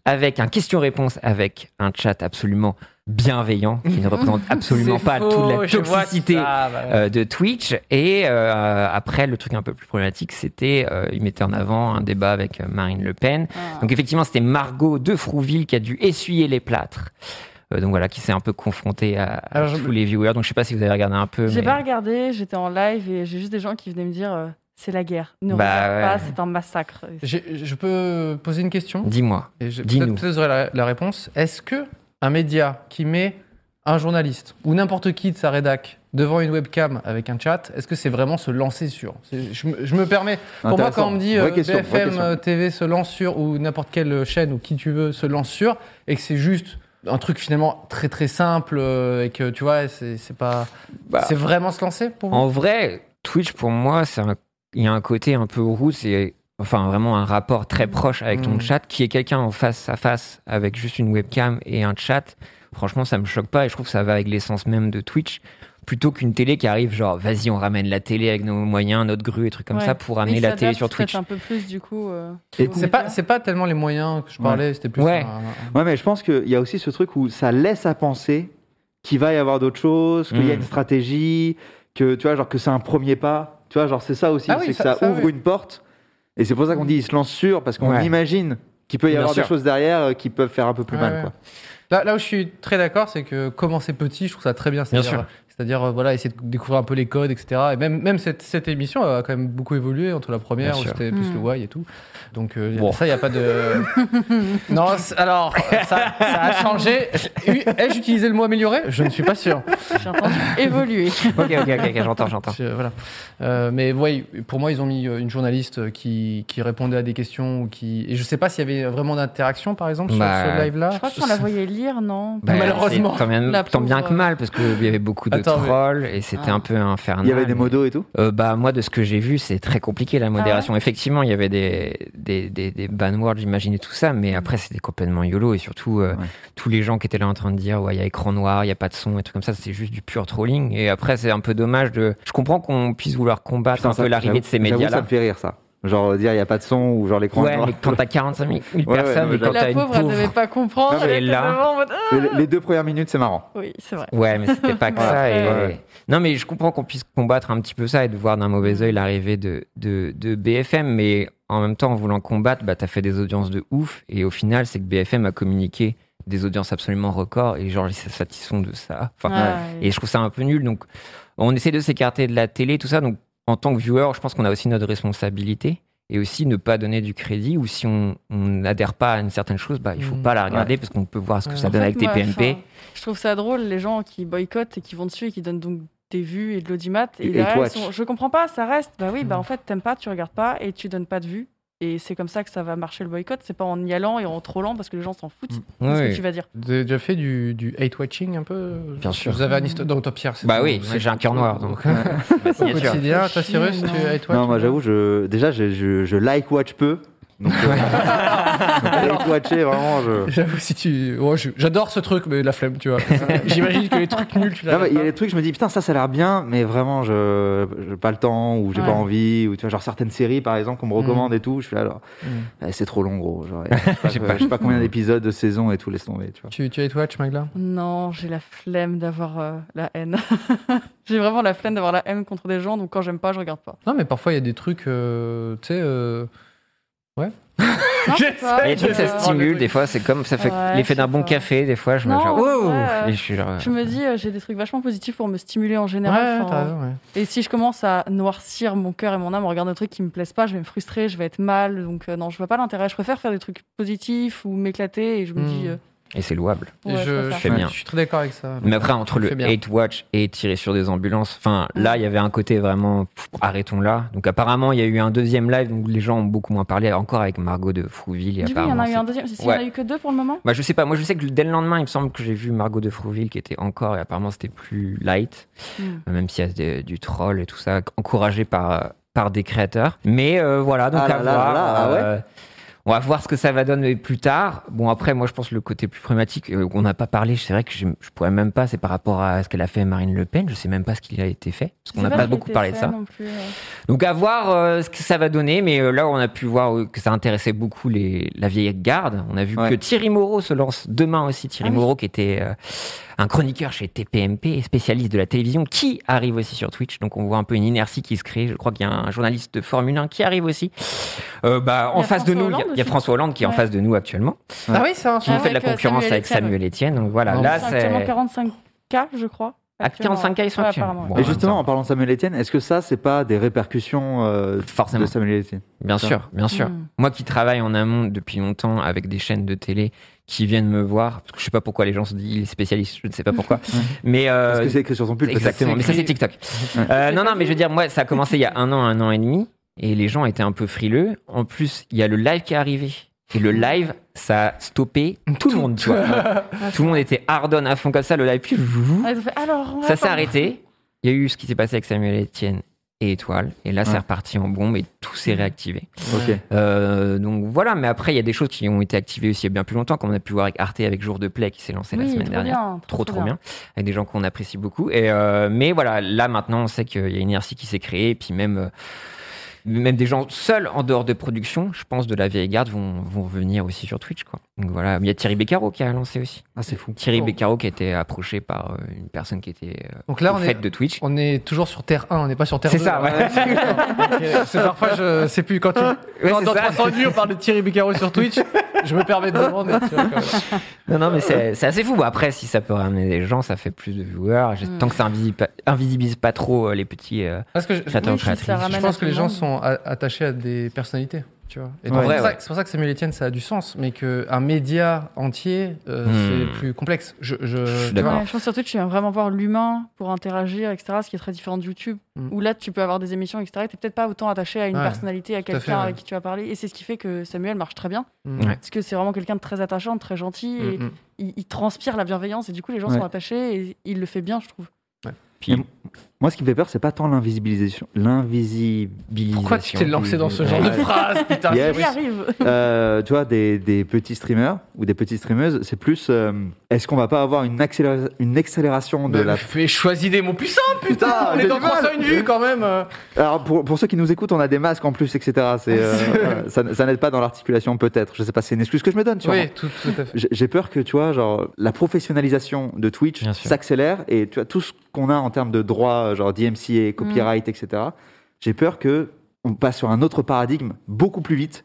Speaker 3: avec un question-réponse, avec un chat absolument bienveillant, qui ne représente absolument
Speaker 1: C'est
Speaker 3: pas
Speaker 1: faux,
Speaker 3: toute la
Speaker 1: je vois
Speaker 3: toxicité
Speaker 1: ça, bah ouais.
Speaker 3: euh, de Twitch. Et euh, après, le truc un peu plus problématique, c'était euh, il mettait en avant un débat avec euh, Marine Le Pen.
Speaker 4: Ah.
Speaker 3: Donc effectivement, c'était Margot de Frouville qui a dû essuyer les plâtres. Euh, donc voilà, qui s'est un peu confrontée à, à
Speaker 1: Alors, je-
Speaker 3: tous les viewers. Donc je sais pas si vous avez regardé un peu.
Speaker 4: J'ai
Speaker 3: mais-
Speaker 4: pas regardé, j'étais en live et j'ai juste des gens qui venaient me dire euh, c'est la guerre. Ne
Speaker 3: Bah
Speaker 4: regarde
Speaker 3: ouais.
Speaker 4: pas, c'est un massacre.
Speaker 1: J'ai- Je peux poser une question
Speaker 3: Dis-moi.
Speaker 1: et je-
Speaker 3: dis-nous.
Speaker 1: Peut-être peut j'aurai la, la réponse. Est-ce que un média qui met un journaliste ou n'importe qui de sa rédac devant une webcam avec un chat, est-ce que c'est vraiment se lancer sur C'est- je, me- je me permets. Pour moi,
Speaker 2: Intéressant.
Speaker 1: quand on me dit euh,
Speaker 2: Vraie question, vraie
Speaker 1: BFM
Speaker 2: question.
Speaker 1: euh, TV se lance sur ou n'importe quelle chaîne ou qui tu veux se lance sur et que c'est juste un truc finalement très très simple euh, et que tu vois, c'est c'est pas,
Speaker 3: Bah.
Speaker 1: c'est vraiment se lancer pour vous.
Speaker 3: En vrai, Twitch pour moi, c'est un- il y a un côté un peu roots et enfin vraiment un rapport très proche avec ton
Speaker 1: Mm.
Speaker 3: chat qui est quelqu'un en face à face avec juste une webcam et un chat. Franchement, ça me choque pas et je trouve que ça va avec l'essence même de Twitch plutôt qu'une télé qui arrive genre vas-y on ramène la télé avec nos moyens, notre grue et trucs comme
Speaker 4: Ouais.
Speaker 3: ça pour ramener
Speaker 4: Ils
Speaker 3: la télé
Speaker 4: s'adaptent
Speaker 3: sur
Speaker 4: peut-être
Speaker 3: Twitch.
Speaker 4: un peu plus du coup. euh,
Speaker 2: Et
Speaker 4: aux
Speaker 1: C'est pas,
Speaker 4: médias.
Speaker 1: c'est pas tellement les moyens que je parlais, c'était plus.
Speaker 3: Ouais.
Speaker 1: un- un-
Speaker 2: Ouais, mais je pense qu'il y a aussi ce truc où ça laisse à penser qu'il va y avoir d'autres choses, qu'il y a
Speaker 3: Mm.
Speaker 2: une stratégie, que tu vois, genre que c'est un premier pas. Tu vois, genre c'est ça aussi,
Speaker 6: Ah oui,
Speaker 2: c'est que
Speaker 6: ça-
Speaker 2: ça,
Speaker 6: ça,
Speaker 2: ouvre
Speaker 6: oui.
Speaker 2: une porte. Et c'est pour ça qu'on dit il se lance sûr parce qu'on
Speaker 3: Ouais.
Speaker 2: imagine qu'il peut y
Speaker 3: Bien
Speaker 2: avoir
Speaker 3: sûr.
Speaker 2: des choses derrière euh, qui peuvent faire un peu plus
Speaker 6: Ouais,
Speaker 2: mal.
Speaker 6: ouais.
Speaker 2: Quoi.
Speaker 1: Là, là où je suis très d'accord, c'est que commencer petit, je trouve ça très bien.
Speaker 3: Bien
Speaker 1: C'est-à-dire, c'est-à-dire euh, voilà, essayer de découvrir un peu les codes, etc. Et même, même cette, cette émission euh, a quand même beaucoup évolué entre la première
Speaker 3: Bien
Speaker 1: où
Speaker 3: sûr.
Speaker 1: c'était plus
Speaker 4: Mm.
Speaker 1: le why et tout. Donc euh, y a-
Speaker 3: Bon.
Speaker 1: ça, il n'y a pas de. non, c'est- alors euh, ça, ça a changé. Eu- Ai-je utilisé le mot amélioré Je ne suis pas sûr.
Speaker 4: J'ai entendu évoluer.
Speaker 3: Ok, ok, ok, ok, j'entends, j'entends.
Speaker 1: Je- voilà. Euh, mais ouais, pour moi, ils ont mis euh, une journaliste qui, qui répondait à des questions ou qui. Et je sais pas s'il y avait vraiment d'interaction, par exemple, sur
Speaker 3: Bah,
Speaker 1: ce live-là.
Speaker 4: Je crois qu'on la voyait lire, non
Speaker 3: Bah,
Speaker 1: Malheureusement.
Speaker 3: c'est Tant bien,
Speaker 4: La
Speaker 3: tant bien
Speaker 4: pauvre.
Speaker 3: que mal, parce qu'il y avait beaucoup de
Speaker 1: Attends, mais-
Speaker 3: trolls et c'était
Speaker 4: Ah.
Speaker 3: un peu infernal.
Speaker 2: Il y avait des modos et tout.
Speaker 3: Euh, bah moi de ce que j'ai vu c'est très compliqué
Speaker 2: Ah
Speaker 3: la modération. Effectivement il y avait des des des, des ban words j'imagine et tout ça mais après c'était complètement yolo et surtout euh,
Speaker 2: Ouais.
Speaker 3: tous les gens qui étaient là en train de dire ouais il y a écran noir il y a pas de son et tout comme ça c'est juste du pur trolling et après c'est un peu dommage de je comprends qu'on puisse vouloir combattre
Speaker 2: Putain,
Speaker 3: un
Speaker 2: ça-
Speaker 3: peu l'arrivée
Speaker 2: j'avoue-
Speaker 3: de ces
Speaker 2: j'avoue,
Speaker 3: médias
Speaker 2: Ça
Speaker 3: là.
Speaker 2: me fait rire ça. Genre euh, dire il n'y a pas de son ou genre l'écran est
Speaker 3: Ouais
Speaker 2: noir.
Speaker 3: mais quand t'as 45 000
Speaker 2: Ouais, ouais,
Speaker 3: personnes
Speaker 2: non,
Speaker 3: et
Speaker 2: mais
Speaker 3: quand
Speaker 4: La
Speaker 3: t'as une
Speaker 4: pauvre, elle devait
Speaker 3: pauvre
Speaker 4: pas comprendre.
Speaker 3: Non, mais
Speaker 4: Elle était
Speaker 3: là-
Speaker 4: devant en mode, Ah
Speaker 2: Les- Les deux premières minutes, c'est marrant.
Speaker 4: Oui, c'est vrai.
Speaker 3: Ouais, mais c'était pas que ça.
Speaker 4: Ouais.
Speaker 3: et-
Speaker 2: Ouais.
Speaker 3: Non, mais je comprends qu'on puisse combattre un petit peu ça et de voir d'un
Speaker 4: Mm.
Speaker 3: mauvais œil l'arrivée de, de, de BFM, mais en même temps, en voulant combattre, bah, t'as fait des audiences de ouf. Et au final, c'est que BFM a communiqué des audiences absolument records et genre, ils se satisfont de ça. Enfin,
Speaker 4: Ouais.
Speaker 3: et je trouve ça un peu nul. Donc, on essaie de s'écarter de la télé, tout ça. Donc, en tant que viewer, je pense qu'on a aussi notre responsabilité et aussi ne pas donner du crédit. Ou si on on n'adhère pas à une certaine chose, bah, il faut
Speaker 1: Mm.
Speaker 3: pas la regarder parce qu'on peut voir ce que
Speaker 1: Ouais.
Speaker 3: ça donne avec
Speaker 4: Moi,
Speaker 3: TPMP.
Speaker 4: enfin, je trouve ça drôle, les gens qui boycottent et qui vont dessus et qui donnent donc des vues et de l'audimat. Et,
Speaker 2: Et- et
Speaker 4: derrière, ils
Speaker 2: Twitch.
Speaker 4: sont, je comprends pas, ça reste. Bah oui,
Speaker 3: Hmm.
Speaker 4: bah en fait, t'aimes pas, tu regardes pas et tu donnes pas de vues. Et c'est comme ça que ça va marcher le boycott. C'est pas en y allant et en trollant parce que les gens s'en foutent. C'est ce
Speaker 3: Oui.
Speaker 4: que tu vas dire.
Speaker 1: Vous avez déjà fait du, du hate watching un peu
Speaker 3: Bien sûr.
Speaker 1: Vous avez un histoire. Donc toi, Pierre, c'est
Speaker 3: Bah
Speaker 1: ton-
Speaker 3: oui,
Speaker 1: c'est
Speaker 3: j'ai un cœur noir, donc. Ma
Speaker 1: ton
Speaker 3: signature.
Speaker 1: quotidien. Toi, Cyrus, tu hate watch
Speaker 2: non, moi j'avoue, je, déjà je, je, je like watch peu. Donc, euh, like watcher vraiment. Je...
Speaker 1: J'avoue, si tu. ouais, je- J'adore ce truc, mais la flemme, tu vois. J'imagine que les trucs nuls, tu
Speaker 2: Non,
Speaker 1: l'as.
Speaker 2: mais il y a des trucs, je me dis putain, ça, ça a l'air bien, mais vraiment, je j'ai pas le temps ou j'ai
Speaker 4: Ouais.
Speaker 2: pas envie ou tu vois, genre certaines séries par exemple qu'on me
Speaker 1: Mm.
Speaker 2: recommande et tout, je suis là, genre, eh, c'est trop long gros. Genre, je sais pas, je sais pas combien d'épisodes de saison et tout, laisse tomber, tu vois.
Speaker 1: Tu, tu hate watch, Magla
Speaker 4: Non, j'ai la flemme d'avoir euh, la haine. j'ai vraiment la flemme d'avoir la haine contre des gens. Donc quand j'aime pas, je regarde pas.
Speaker 1: Non, mais parfois, il y a des trucs, euh, tu sais. euh,
Speaker 4: Non, je sais pas,
Speaker 3: Et les trucs,
Speaker 4: je-
Speaker 3: ça stimule, des fois, c'est comme ça fait
Speaker 4: Ouais,
Speaker 3: l'effet
Speaker 4: je
Speaker 3: d'un
Speaker 4: sais
Speaker 3: bon
Speaker 4: pas.
Speaker 3: café, des fois, je me
Speaker 4: Non,
Speaker 3: genre, wow
Speaker 4: ouais.
Speaker 3: Et je suis genre,
Speaker 4: Je me dis, euh, j'ai des trucs vachement positifs pour me stimuler en
Speaker 1: Ouais,
Speaker 4: général. Enfin,
Speaker 1: t'as raison, ouais.
Speaker 4: Et si je commence à noircir mon cœur et mon âme en regardant des trucs qui me plaisent pas, je vais me frustrer, je vais être mal. Donc euh, non, je vois pas l'intérêt. Je préfère faire des trucs positifs ou m'éclater. Et je me
Speaker 1: Mm.
Speaker 4: dis, euh,
Speaker 3: et c'est louable.
Speaker 1: Et
Speaker 4: ouais, je
Speaker 1: je,
Speaker 4: préfère.
Speaker 1: je
Speaker 3: C'est
Speaker 1: suis-
Speaker 3: bien.
Speaker 1: je suis très d'accord avec ça.
Speaker 3: Mais après, entre
Speaker 1: Fais
Speaker 3: le
Speaker 1: bien.
Speaker 3: hate watch et tirer sur des ambulances, enfin, là, il y avait un côté vraiment, pff, arrêtons là. Donc, apparemment, il y a eu un deuxième live, donc les gens ont beaucoup moins parlé, encore avec Margot de Frouville. Et
Speaker 4: Du coup, il y en
Speaker 3: apparemment,
Speaker 4: a eu un
Speaker 3: c'est-
Speaker 4: deuxième. Il y en a
Speaker 3: Ouais.
Speaker 4: eu que deux pour le moment.
Speaker 3: Bah, je sais pas, moi je sais que dès le lendemain, il me semble que j'ai vu Margot de Frouville qui était encore, et apparemment c'était plus light,
Speaker 4: Mm.
Speaker 3: Euh, même s'il y a des- du troll et tout ça, encouragé par, euh, par des créateurs. Mais euh, voilà, donc
Speaker 2: Ah
Speaker 3: à
Speaker 2: là là là
Speaker 3: voir.
Speaker 2: là, ah ouais.
Speaker 3: euh, on va voir ce que ça va donner plus tard. Bon, après, moi je pense que le côté plus problématique, euh, on n'a pas parlé, c'est vrai que je, je pourrais même pas, c'est par rapport à ce qu'elle a fait Marine Le Pen, je sais même pas ce qu'il a été fait, parce qu'on
Speaker 4: Je sais
Speaker 3: n'a pas,
Speaker 4: ce qui
Speaker 3: beaucoup
Speaker 4: était
Speaker 3: parlé de
Speaker 4: fait
Speaker 3: ça.
Speaker 4: non plus, euh.
Speaker 3: Donc à voir euh, ce que ça va donner, mais euh, là on a pu voir euh, que ça intéressait beaucoup les, la vieille garde. On a vu
Speaker 2: Ouais.
Speaker 3: que Thierry Moreau se lance demain aussi. Thierry
Speaker 4: Ah oui.
Speaker 3: Moreau qui était euh, un chroniqueur chez TPMP, spécialiste de la télévision, qui arrive aussi sur Twitch. Donc on voit un peu une inertie qui se crée. Je crois qu'il y a un journaliste de Formule 1 qui arrive aussi. Euh, bah,
Speaker 4: Il
Speaker 3: en
Speaker 4: y a
Speaker 3: face de nous,
Speaker 4: François
Speaker 3: il y a- il
Speaker 4: Hollande
Speaker 3: y a
Speaker 4: aussi.
Speaker 3: François Hollande qui est en
Speaker 4: Ouais.
Speaker 3: face de nous actuellement,
Speaker 1: Ah oui, c'est un
Speaker 3: qui
Speaker 4: Ah
Speaker 3: nous fait de la
Speaker 4: avec, euh,
Speaker 3: concurrence
Speaker 4: Samuel
Speaker 3: avec
Speaker 4: Etienne.
Speaker 3: Samuel Etienne. Donc voilà,
Speaker 1: Non,
Speaker 3: là
Speaker 4: Ils sont actuellement
Speaker 3: c'est...
Speaker 4: 45K, je crois.
Speaker 3: À 45K, ils sont
Speaker 4: Ouais,
Speaker 3: actuellement.
Speaker 4: apparemment.
Speaker 3: Bon,
Speaker 2: Et
Speaker 3: en
Speaker 2: justement,
Speaker 3: même
Speaker 2: en parlant de Samuel Etienne, est-ce que ça, c'est pas des répercussions euh,
Speaker 3: temps, forcément.
Speaker 2: de Samuel Etienne
Speaker 3: Bien
Speaker 2: Ça.
Speaker 3: sûr, bien sûr.
Speaker 4: Mm.
Speaker 3: Moi qui travaille en amont depuis longtemps avec des chaînes de télé qui viennent me voir, parce que je sais pas pourquoi les gens se disent il est spécialiste, je ne sais pas pourquoi. mais euh,
Speaker 2: Parce que c'est écrit sur son pull, peut-être.
Speaker 3: exactement, mais ça c'est TikTok. Euh, non, non, mais je veux dire, moi ça a commencé il y a un an, un an et demi, et les gens étaient un peu frileux. En plus, il y a le live qui est arrivé. Et le live, ça a stoppé tout le monde. tu vois. tout le monde était hardon à fond comme ça, le live. puis-
Speaker 4: Ah, ils ont fait, Alors, on va
Speaker 3: ça s'est
Speaker 4: pas-
Speaker 3: arrêté. Il y a eu ce qui s'est passé avec Samuel Etienne et Étoile. Et là, c'est
Speaker 2: Ouais.
Speaker 3: reparti en bombe et tout s'est réactivé.
Speaker 2: Ok.
Speaker 3: Euh, donc voilà, mais après, il y a des choses qui ont été activées aussi il y a bien plus longtemps, comme on a pu voir avec Arte, avec Jour de Play qui s'est lancé
Speaker 4: Oui,
Speaker 3: la semaine
Speaker 4: trop
Speaker 3: dernière.
Speaker 4: bien,
Speaker 3: Trop, trop bien. Avec des gens qu'on apprécie beaucoup. Et, euh, mais voilà, là maintenant, on sait qu'il y a une inertie qui s'est créée, et puis même. euh, même des gens seuls en dehors de production, je pense, de la vieille garde vont, vont venir aussi sur Twitch. Quoi. Donc voilà, il y a Thierry Beccaro qui a lancé aussi.
Speaker 2: Ah, c'est fou.
Speaker 3: Thierry
Speaker 1: Oh.
Speaker 3: Beccaro qui a été approché par euh, une personne qui était euh,
Speaker 1: Donc là,
Speaker 3: au
Speaker 1: on
Speaker 3: fait
Speaker 1: est-
Speaker 3: de Twitch.
Speaker 1: On est toujours sur Terre 1, on n'est pas sur Terre 2.
Speaker 3: C'est ça, ouais.
Speaker 1: Ok, C'est parfois, je sais plus, quand tu...
Speaker 3: Ouais,
Speaker 1: dans
Speaker 3: c'est
Speaker 1: dans
Speaker 3: ça.
Speaker 1: 300 vues, on parle de Thierry Beccaro sur Twitch, je me permets de demander. tu vois, quand même.
Speaker 3: Non, non, mais c'est c'est assez fou. Bon, après, si ça peut ramener des gens, ça fait plus de viewers. J'ai-
Speaker 4: Mm.
Speaker 3: Tant que ça invisi- pas- invisibilise pas trop euh, les petits. euh,
Speaker 1: Parce que je,
Speaker 3: J'attends,
Speaker 4: Oui, puis
Speaker 3: créatrice.
Speaker 4: ça
Speaker 3: Je
Speaker 4: ramène
Speaker 1: je
Speaker 4: à
Speaker 1: pense
Speaker 4: tout
Speaker 1: que les
Speaker 4: le
Speaker 1: gens
Speaker 4: monde.
Speaker 1: sont a- attachés à des personnalités, tu vois. Et
Speaker 3: Ouais.
Speaker 1: donc, c'est
Speaker 3: Ouais,
Speaker 1: pour ça-
Speaker 3: ouais.
Speaker 1: c'est pour ça que Samuel Etienne, ça a du sens, mais qu'un média entier, euh,
Speaker 3: Hmm.
Speaker 1: c'est plus complexe. Je,
Speaker 3: Je suis
Speaker 1: tu
Speaker 3: d'accord.
Speaker 1: vois.
Speaker 4: Ouais, je pense surtout que tu viens vraiment voir l'humain pour interagir, etc. Ce qui est très différent de YouTube,
Speaker 1: Mm.
Speaker 4: où là tu peux avoir des émissions, etc. Et t'es peut-être pas autant attaché à une
Speaker 1: Ouais,
Speaker 4: personnalité, à
Speaker 1: tout à fait,
Speaker 4: quelqu'un
Speaker 1: ouais.
Speaker 4: avec qui tu vas parler. Et c'est ce qui fait que Samuel marche très bien,
Speaker 1: Hmm.
Speaker 3: Ouais.
Speaker 4: parce que c'est vraiment quelqu'un de très attachant, de très gentil, et
Speaker 1: Hmm, hmm.
Speaker 4: il, il transpire la bienveillance. Et du coup, les gens
Speaker 2: Ouais.
Speaker 4: sont attachés et il le fait bien, je trouve.
Speaker 3: Puis,
Speaker 2: Mais Moi, ce qui me fait peur, c'est pas tant l'invisibilisation. L'invisibilisation.
Speaker 1: Pourquoi tu t'es lancé dans ce genre de
Speaker 2: Ouais.
Speaker 1: phrase, putain
Speaker 2: Yeah. Eh
Speaker 4: il
Speaker 2: oui.
Speaker 4: y arrive.
Speaker 2: Euh, tu vois, des, des petits streamers ou des petites streameuses, c'est plus euh, est-ce qu'on va pas avoir une, accéléra- une accélération de
Speaker 1: Mais
Speaker 2: la.
Speaker 1: fais- choisis des mots plus simples, putain On
Speaker 2: j'ai
Speaker 1: est dans
Speaker 2: du mal.
Speaker 1: 300 une vue, quand même euh.
Speaker 2: Alors, pour, pour ceux qui nous écoutent, on a des masques en plus, etc. C'est, euh, voilà, ça ça n'aide pas dans l'articulation, peut-être. Je sais pas, c'est une excuse que je me donne, tu vois.
Speaker 1: Oui, tout, tout à fait.
Speaker 2: J'ai j'ai peur que, tu vois, genre, la professionnalisation de Twitch
Speaker 3: Bien sûr.
Speaker 2: s'accélère et tu vois, tout ce qu'on a en termes de droits, genre
Speaker 4: Mm.
Speaker 2: DMCA, copyright, etc., j'ai peur que on passe sur un autre paradigme beaucoup plus vite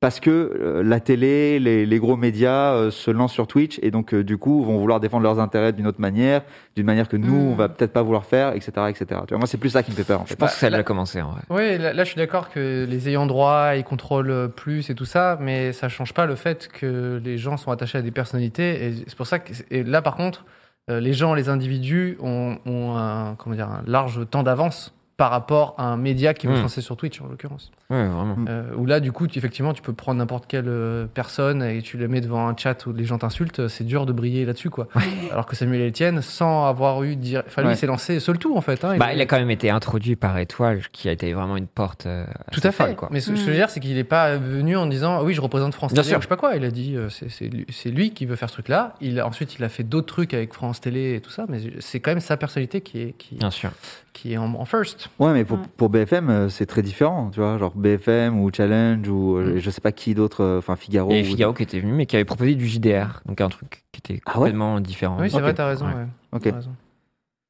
Speaker 2: parce que euh, la télé, les, les gros médias euh, se lancent sur Twitch et donc, euh, du coup, vont vouloir défendre leurs intérêts d'une autre manière, d'une manière que nous,
Speaker 4: Mm.
Speaker 2: on va peut-être pas vouloir faire, etc., etc. Tu vois, moi, c'est plus ça qui me fait peur, en
Speaker 3: je
Speaker 2: fait.
Speaker 3: pense que ça a
Speaker 1: là-
Speaker 3: déjà commencé en vrai.
Speaker 1: Oui, là, là, je suis d'accord que les ayants droit, ils contrôlent euh, plus et tout ça, mais ça change pas le fait que les gens sont attachés à des personnalités. Et c'est pour ça que et là, par contre, euh, les gens, les individus ont, ont un, comment dire, un large temps d'avance par rapport à un média qui veut
Speaker 3: Mm.
Speaker 1: se lancer sur Twitch, en l'occurrence.
Speaker 3: Ouais, vraiment.
Speaker 1: Euh, où là, du coup, tu- effectivement, tu peux prendre n'importe quelle euh, personne et tu la mets devant un chat où les gens t'insultent, c'est dur de briller là-dessus, quoi. Alors que Samuel Etienne, sans avoir eu... dire- Enfin, lui,
Speaker 2: Ouais.
Speaker 1: il s'est lancé seul tout, en fait. hein.
Speaker 3: Bah, il a quand même été introduit par Étoile, qui a été vraiment une porte. euh,
Speaker 1: Tout
Speaker 3: assez
Speaker 1: à fait.
Speaker 3: folle, quoi.
Speaker 1: Mais ce
Speaker 4: Mm.
Speaker 1: que je veux dire, c'est qu'il n'est pas venu en disant Ah oui, je représente France
Speaker 3: Bien
Speaker 1: Télé.
Speaker 3: sûr.
Speaker 1: ou Je sais pas quoi. Il a dit euh, c'est- c'est lui- c'est lui qui veut faire ce truc-là. Il a- ensuite, il a fait d'autres trucs avec France Télé et tout ça. Mais c'est quand même sa personnalité qui est qui,
Speaker 3: Bien sûr.
Speaker 1: qui est en, en first.
Speaker 2: Ouais, mais pour,
Speaker 4: Ouais.
Speaker 2: pour BFM, euh, c'est très différent, tu vois, genre BFM ou Challenge ou euh, je sais pas qui d'autre, euh, enfin Figaro.
Speaker 3: Mm. Et
Speaker 2: ou-
Speaker 3: Figaro qui était venu, mais qui avait proposé du JDR, donc un truc qui était
Speaker 2: Ah ouais
Speaker 3: complètement différent.
Speaker 1: Oui, c'est
Speaker 2: Ok.
Speaker 1: vrai, t'as raison.
Speaker 3: Ouais.
Speaker 1: ouais.
Speaker 2: Ok.
Speaker 1: T'as raison.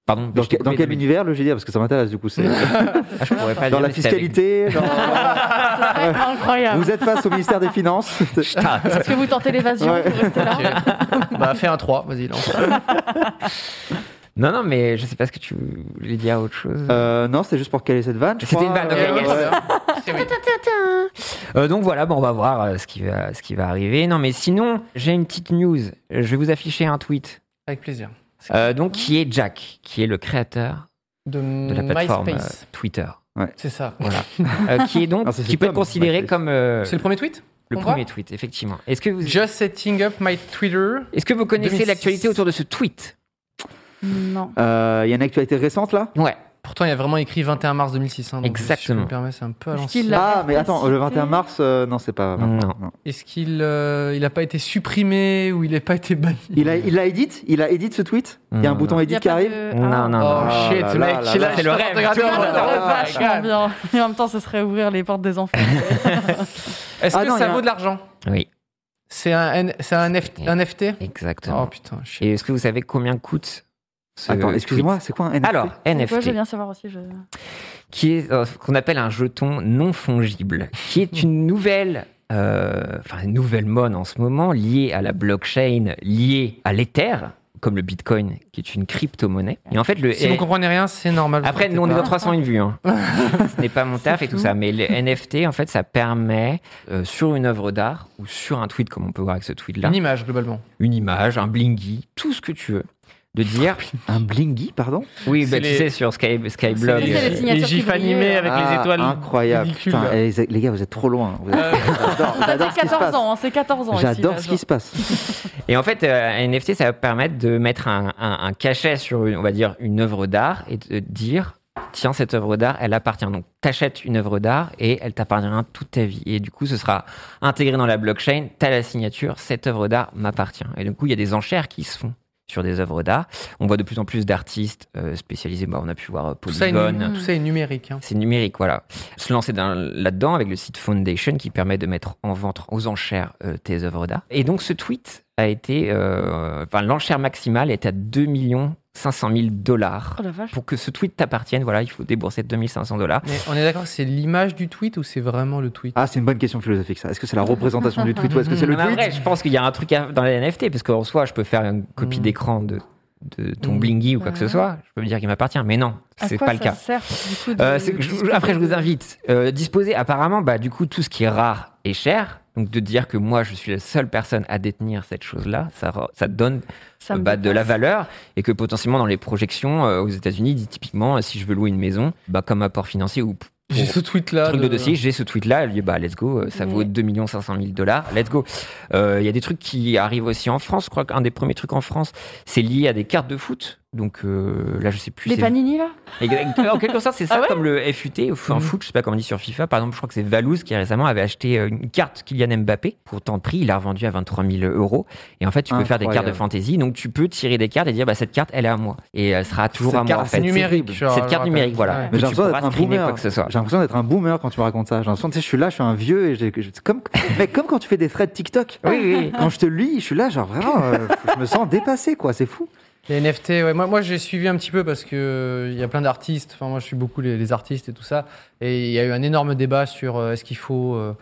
Speaker 3: Pardon. mais
Speaker 2: Dans,
Speaker 3: je t'ai
Speaker 2: que- dans
Speaker 3: coupé,
Speaker 2: quel
Speaker 3: Louis.
Speaker 2: univers le GDR Parce que ça m'intéresse du coup. C'est
Speaker 3: Ah, je pourrais pas
Speaker 2: dans
Speaker 3: dire,
Speaker 2: la
Speaker 3: mais c'était avec-
Speaker 2: fiscalité. dans-
Speaker 4: Ce serait incroyable.
Speaker 2: Vous êtes face au ministère des Finances.
Speaker 4: Est-ce que vous tentez l'évasion
Speaker 2: Ouais.
Speaker 4: pour rester là
Speaker 1: Ok. bah, fais un 3, vas-y, lance.
Speaker 3: Non, non, mais je sais pas ce que tu voulais dire autre chose.
Speaker 2: Euh, non, c'était juste pour caler cette vanne. je
Speaker 3: C'était
Speaker 2: crois.
Speaker 3: une vanne, ok,
Speaker 2: Euh,
Speaker 3: yes.
Speaker 2: ouais.
Speaker 1: C'est oui.
Speaker 3: Euh, donc voilà, bon, on va voir euh, ce, qui va, ce qui va arriver. Non, mais sinon, j'ai une petite news. Je vais vous afficher un tweet.
Speaker 1: Avec plaisir.
Speaker 3: Euh, donc, qui est Jack, qui est le créateur
Speaker 1: De,
Speaker 3: de la plateforme euh,
Speaker 1: MySpace.
Speaker 3: Twitter.
Speaker 1: C'est ça.
Speaker 3: Euh, qui est donc,
Speaker 2: Ah, ça, c'est
Speaker 3: qui peut être
Speaker 2: Tom,
Speaker 3: considéré
Speaker 2: MySpace.
Speaker 3: comme euh,
Speaker 1: C'est le premier tweet
Speaker 3: le
Speaker 1: qu'on
Speaker 3: premier
Speaker 1: voit
Speaker 3: tweet, effectivement. Est-ce que vous,
Speaker 1: Just setting up my Twitter.
Speaker 3: est-ce que vous connaissez
Speaker 1: 2006.
Speaker 3: l'actualité autour de ce tweet
Speaker 4: Non.
Speaker 2: Euh, Il y a une actualité récente là
Speaker 3: Ouais.
Speaker 1: Pourtant, il y a vraiment écrit 21 mars 2006. hein, donc, Si je
Speaker 3: Exactement.
Speaker 1: me permets, c'est un peu à
Speaker 4: Est-ce qu'il
Speaker 1: l'ancienne.
Speaker 4: La
Speaker 2: Ah, mais attends, le 21
Speaker 4: capacité.
Speaker 2: mars, euh, non, c'est pas. vingt-
Speaker 3: Non.
Speaker 1: Est-ce qu'il euh, il a pas été supprimé ou il n'a pas été banni
Speaker 2: Il a, il a edit Il a edit ce tweet Il y a un
Speaker 3: Non,
Speaker 2: bouton
Speaker 3: non.
Speaker 4: Il y a
Speaker 2: edit qui
Speaker 4: pas
Speaker 2: arrive
Speaker 4: de-
Speaker 3: Non,
Speaker 4: Ah.
Speaker 3: non,
Speaker 1: Oh
Speaker 3: non.
Speaker 2: Ah,
Speaker 1: shit,
Speaker 2: là,
Speaker 1: mec,
Speaker 2: là,
Speaker 1: c'est
Speaker 2: là,
Speaker 1: là,
Speaker 3: c'est le
Speaker 1: je suis en train de
Speaker 3: rêve, tu vois,
Speaker 1: regarder
Speaker 4: Ça
Speaker 2: Oh,
Speaker 1: un
Speaker 4: serait
Speaker 1: endroit.
Speaker 4: vachement bien. Et en même temps, ce serait ouvrir les portes des enfants.
Speaker 1: Est-ce
Speaker 2: Ah
Speaker 1: que
Speaker 2: non, il y
Speaker 1: ça
Speaker 2: a
Speaker 1: vaut
Speaker 2: un-
Speaker 1: de l'argent
Speaker 3: Oui,
Speaker 1: C'est un, N- c'est un, F- un FT
Speaker 3: exactement.
Speaker 1: Oh putain, shit.
Speaker 3: Et est-ce que vous savez combien coûte ce
Speaker 2: Attends,
Speaker 3: tweet
Speaker 2: excusez-moi, c'est quoi un NFT
Speaker 3: Alors,
Speaker 4: Moi,
Speaker 3: NFT.
Speaker 4: je veux bien savoir aussi. je-
Speaker 3: qui est euh, ce qu'on appelle un jeton non fongible, qui est une nouvelle, euh, enfin une nouvelle mode en ce moment liée à la blockchain, liée à l'Ether, comme le Bitcoin, qui est une crypto-monnaie. Et en fait, le
Speaker 1: Si vous comprenez rien, c'est normal. vous
Speaker 3: après,
Speaker 1: inquiétez
Speaker 3: nous, on est
Speaker 1: pas.
Speaker 3: dans 301 vues. Hein. Ce n'est pas mon taf et tout ça. Mais le NFT, en fait, ça permet, euh, sur une œuvre d'art ou sur un tweet, comme on peut voir avec ce tweet-là,
Speaker 1: Une image, globalement.
Speaker 3: une image, un blingy, tout ce que tu veux, de dire...
Speaker 2: Un blingy, pardon
Speaker 3: Oui, bah,
Speaker 1: C'est
Speaker 3: tu
Speaker 1: les-
Speaker 3: sais, sur Sky, Skyblog...
Speaker 4: les- c'est
Speaker 3: euh,
Speaker 4: les signatures qui
Speaker 1: gifs
Speaker 4: brillaient,
Speaker 1: animés
Speaker 4: là.
Speaker 1: avec les
Speaker 2: Ah,
Speaker 1: étoiles.
Speaker 2: Incroyable.
Speaker 1: ridicules, Euh,
Speaker 2: Putain,
Speaker 1: là.
Speaker 2: eh, les, les gars, vous êtes trop loin. Vous êtes- J'adore
Speaker 4: Ça,
Speaker 2: j'adore ce
Speaker 4: c'est
Speaker 2: qui se
Speaker 4: 14
Speaker 2: passe.
Speaker 4: ans, hein, c'est 14 ans. ici, là,
Speaker 2: J'adore ce
Speaker 4: genre.
Speaker 2: qui se passe.
Speaker 3: Et en fait, euh, un NFT, ça va permettre de mettre un, un- un cachet sur, une, on va dire, une œuvre d'art et de dire, tiens, cette œuvre d'art, elle appartient. Donc, t'achètes une œuvre d'art et elle t'appartiendra toute ta vie. Et du coup, ce sera intégré dans la blockchain, t'as la signature, cette œuvre d'art m'appartient. Et du coup, il y a des enchères qui se font sur des œuvres d'art. On voit de plus en plus d'artistes euh, spécialisés. Bah, on a pu voir euh,
Speaker 1: Tout ça, est nu-
Speaker 3: Polygon.
Speaker 1: tout ça est numérique. hein.
Speaker 3: C'est numérique, voilà. Se lancer dans- là-dedans avec le site Foundation qui permet de mettre en vente aux enchères euh, tes œuvres d'art. Et donc ce tweet a été, euh, enfin l'enchère maximale est à 2 500 000 dollars.
Speaker 4: Oh la vache.
Speaker 3: Pour que ce tweet t'appartienne, voilà, il faut débourser 2500 dollars.
Speaker 1: Mais on est d'accord, c'est l'image du tweet ou c'est vraiment le tweet
Speaker 2: Ah, c'est une bonne question philosophique ça. Est-ce que c'est la représentation du tweet ou est-ce que c'est le
Speaker 3: Non, mais en
Speaker 2: tweet
Speaker 3: vrai, je pense qu'il y a un truc à- dans les NFT, parce qu'en soi, je peux faire une copie
Speaker 1: Mm.
Speaker 3: d'écran de, de ton
Speaker 1: Mm.
Speaker 3: Blingy ou quoi que ce
Speaker 4: Ouais.
Speaker 3: soit. Je peux me dire qu'il m'appartient, mais non,
Speaker 4: À
Speaker 3: c'est
Speaker 4: quoi
Speaker 3: pas le
Speaker 4: ça
Speaker 3: cas.
Speaker 4: sert, du coup, de-
Speaker 3: Euh, c'est que je- je- après, je vous invite. Euh, disposer, apparemment, bah, du coup, tout ce qui est rare et cher. Donc, de dire que moi, je suis la seule personne à détenir cette chose-là, ça, re- ça donne
Speaker 4: Ça me
Speaker 3: bah, de la
Speaker 4: dépasse.
Speaker 3: valeur. Et que potentiellement, dans les projections euh, aux États-Unis, dit typiquement, euh, si je veux louer une maison, bah, comme apport financier ou p-
Speaker 1: J'ai
Speaker 3: pour-
Speaker 1: ce tweet-là.
Speaker 3: truc de dossier, j'ai ce tweet-là, elle dit, bah, let's go, euh, ça vaut
Speaker 4: Ouais.
Speaker 3: 2 500 000 dollars, let's go. Euh, Il y a des trucs qui arrivent aussi en France, je crois qu'un des premiers trucs en France, c'est lié à des cartes de foot. Donc euh, là, je sais plus.
Speaker 4: Les
Speaker 3: c'est-
Speaker 4: panini, là
Speaker 3: et que- en quelque sorte, c'est ça,
Speaker 4: Ah ouais
Speaker 3: comme le FUT, ou en
Speaker 1: Mhm.
Speaker 3: foot, je sais pas comment on dit sur FIFA. Par exemple, je crois que c'est Valouz qui récemment avait acheté euh, une carte Kylian Mbappé pour tant de prix. Il l'a revendue à 23 000 euros. Et en fait, tu peux faire des cartes
Speaker 2: Incroyable.
Speaker 3: de fantasy. Donc, tu peux tirer des cartes et dire, bah, cette carte, elle est à moi. Et elle sera toujours
Speaker 2: Cette
Speaker 3: à moi,
Speaker 2: carte,
Speaker 3: en
Speaker 1: C'est
Speaker 3: fait.
Speaker 1: numérique.
Speaker 2: terrible.
Speaker 1: je le
Speaker 3: Cette carte
Speaker 1: rappelle.
Speaker 3: numérique,
Speaker 1: Ouais.
Speaker 2: Mais
Speaker 3: voilà. Où
Speaker 2: j'ai
Speaker 3: tu
Speaker 2: l'impression
Speaker 3: pourras
Speaker 2: d'être un
Speaker 3: screener
Speaker 2: boomer.
Speaker 3: quoi que ce soit.
Speaker 2: J'ai l'impression d'être un boomer quand tu me racontes ça. J'ai l'impression, tu sais, je suis là, je suis un vieux et j'ai- c'est comme, mec, comme quand tu fais des threads TikTok.
Speaker 3: Oui, oui.
Speaker 2: Quand je te lis, je suis là, genre vraiment, euh, je me sens dépassé, quoi. C'est fou.
Speaker 1: Les NFT, ouais, moi, moi j'ai suivi un petit peu parce que euh, il y a plein d'artistes, enfin moi je suis beaucoup les, les artistes et tout ça, et il y a eu un énorme débat sur euh, est-ce qu'il faut euh,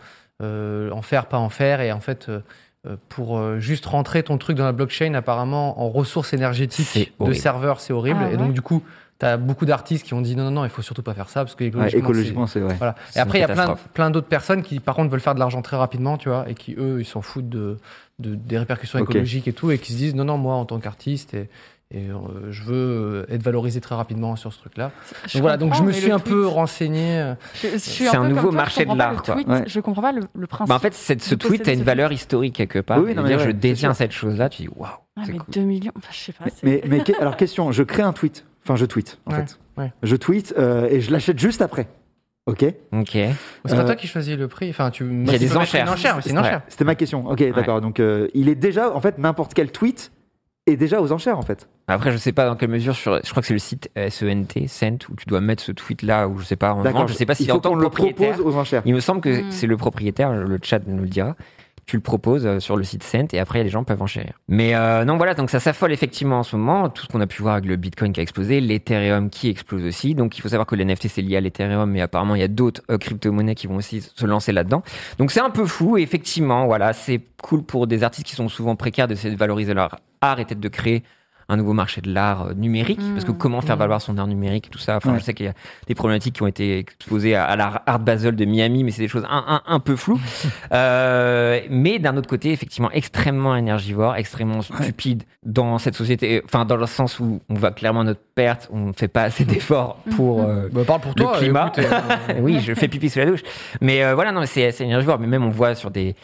Speaker 1: euh, en faire, pas en faire, et en fait euh, euh, pour euh, juste rentrer ton truc dans la blockchain apparemment en ressources
Speaker 3: C'est
Speaker 1: énergétiques de
Speaker 3: horrible.
Speaker 1: serveurs c'est horrible,
Speaker 4: Ah
Speaker 1: et donc
Speaker 4: ouais
Speaker 1: du coup tu as beaucoup d'artistes qui ont dit non non non il faut surtout pas faire ça parce que
Speaker 2: Ouais,
Speaker 1: écologiquement, c'est-
Speaker 2: écologiquement, c'est vrai.
Speaker 1: Voilà.
Speaker 3: C'est
Speaker 1: Et après, il
Speaker 3: une
Speaker 1: y a plein,
Speaker 3: catastrophe.
Speaker 1: plein d'autres personnes qui, par contre, veulent faire de l'argent très rapidement, tu vois, et qui, eux, ils s'en foutent de, de- des répercussions
Speaker 2: Ok.
Speaker 1: écologiques et tout, et qui se disent, non, non, moi, en tant qu'artiste, et, et, euh, je veux euh, être valorisé très rapidement sur ce truc-là.
Speaker 4: Je
Speaker 1: Donc voilà, donc je me
Speaker 4: comprends, mais
Speaker 1: suis
Speaker 4: le
Speaker 1: un
Speaker 4: tweet,
Speaker 1: peu renseigné. euh,
Speaker 4: je- je suis
Speaker 3: C'est un
Speaker 4: peu comme
Speaker 3: nouveau
Speaker 4: toi, je
Speaker 3: marché de
Speaker 4: comprends pas
Speaker 3: l'art,
Speaker 4: le
Speaker 3: quoi.
Speaker 4: tweet,
Speaker 2: Ouais.
Speaker 4: Je comprends pas le, le principe.
Speaker 3: Bah, en fait, cette- ce
Speaker 4: Vous
Speaker 3: tweet a
Speaker 4: possédez
Speaker 3: une
Speaker 4: ce
Speaker 3: valeur historique quelque part.
Speaker 2: Oui, oui, non,
Speaker 3: Et
Speaker 2: mais
Speaker 3: dire,
Speaker 2: ouais,
Speaker 3: je
Speaker 2: c'est
Speaker 3: détiens
Speaker 2: sûr.
Speaker 3: cette chose-là, tu dis, waouh.
Speaker 4: Ah,
Speaker 3: c'est
Speaker 4: mais
Speaker 3: cool.
Speaker 4: 2 millions, enfin, je sais pas. c'est-
Speaker 2: Mais, mais que- alors, question, je crée un tweet. Enfin, je tweet, en
Speaker 1: Ouais,
Speaker 2: fait.
Speaker 1: ouais.
Speaker 2: Je tweet euh, et je l'achète juste après. Ok
Speaker 3: Ok.
Speaker 1: C'est pas
Speaker 2: Euh,
Speaker 1: toi qui choisis le prix. Enfin, tu.
Speaker 3: y a des enchères.
Speaker 1: Une enchère, mais c'est une
Speaker 3: Ouais.
Speaker 1: enchère.
Speaker 2: C'était ma question. Ok, d'accord. Donc, euh, il est déjà, en fait, n'importe quel tweet est déjà aux enchères, en fait.
Speaker 3: Après, je sais pas dans quelle mesure, sur, je crois que c'est le site euh, SENT, Sent, où tu dois mettre ce tweet-là, ou je sais pas, en vente. Je sais pas
Speaker 2: il
Speaker 3: si
Speaker 2: faut
Speaker 3: en tant
Speaker 2: qu'on
Speaker 3: que
Speaker 2: le
Speaker 3: propriétaire.
Speaker 2: propose aux enchères.
Speaker 3: Il me semble que
Speaker 4: Hmm.
Speaker 3: c'est le propriétaire, le chat nous le dira. Tu le proposes euh, sur le site Cent et après les gens peuvent enchérir. Mais euh, non, voilà, donc ça s'affole effectivement en ce moment. Tout ce qu'on a pu voir avec le Bitcoin qui a explosé, l'Ethereum qui explose aussi. Donc il faut savoir que les NFT c'est lié à l'Ethereum, mais apparemment il y a d'autres euh, crypto-monnaies qui vont aussi se lancer là-dedans. Donc c'est un peu fou. Et effectivement, voilà, c'est cool pour des artistes qui sont souvent précaires d'essayer de valoriser leur art et peut-être de créer un nouveau marché de l'art euh, numérique.
Speaker 4: Hmm.
Speaker 3: Parce que comment faire
Speaker 1: Hmm.
Speaker 3: valoir son art numérique, tout ça. Enfin,
Speaker 2: Ouais.
Speaker 3: je sais qu'il y a des problématiques qui ont été exposées à, à la Art Basel de Miami, mais c'est des choses un, un, un peu floues. Euh, mais d'un autre côté, effectivement, extrêmement énergivore, extrêmement stupide dans cette société, enfin dans le sens où on va clairement à notre perte, on ne fait pas assez d'efforts pour... euh,
Speaker 1: Bah, parle pour
Speaker 3: le
Speaker 1: toi.
Speaker 3: climat.
Speaker 1: écoute, euh,
Speaker 3: oui, je fais pipi sous la douche. Mais euh, voilà, non, c'est assez énergivore. Mais même on voit sur des.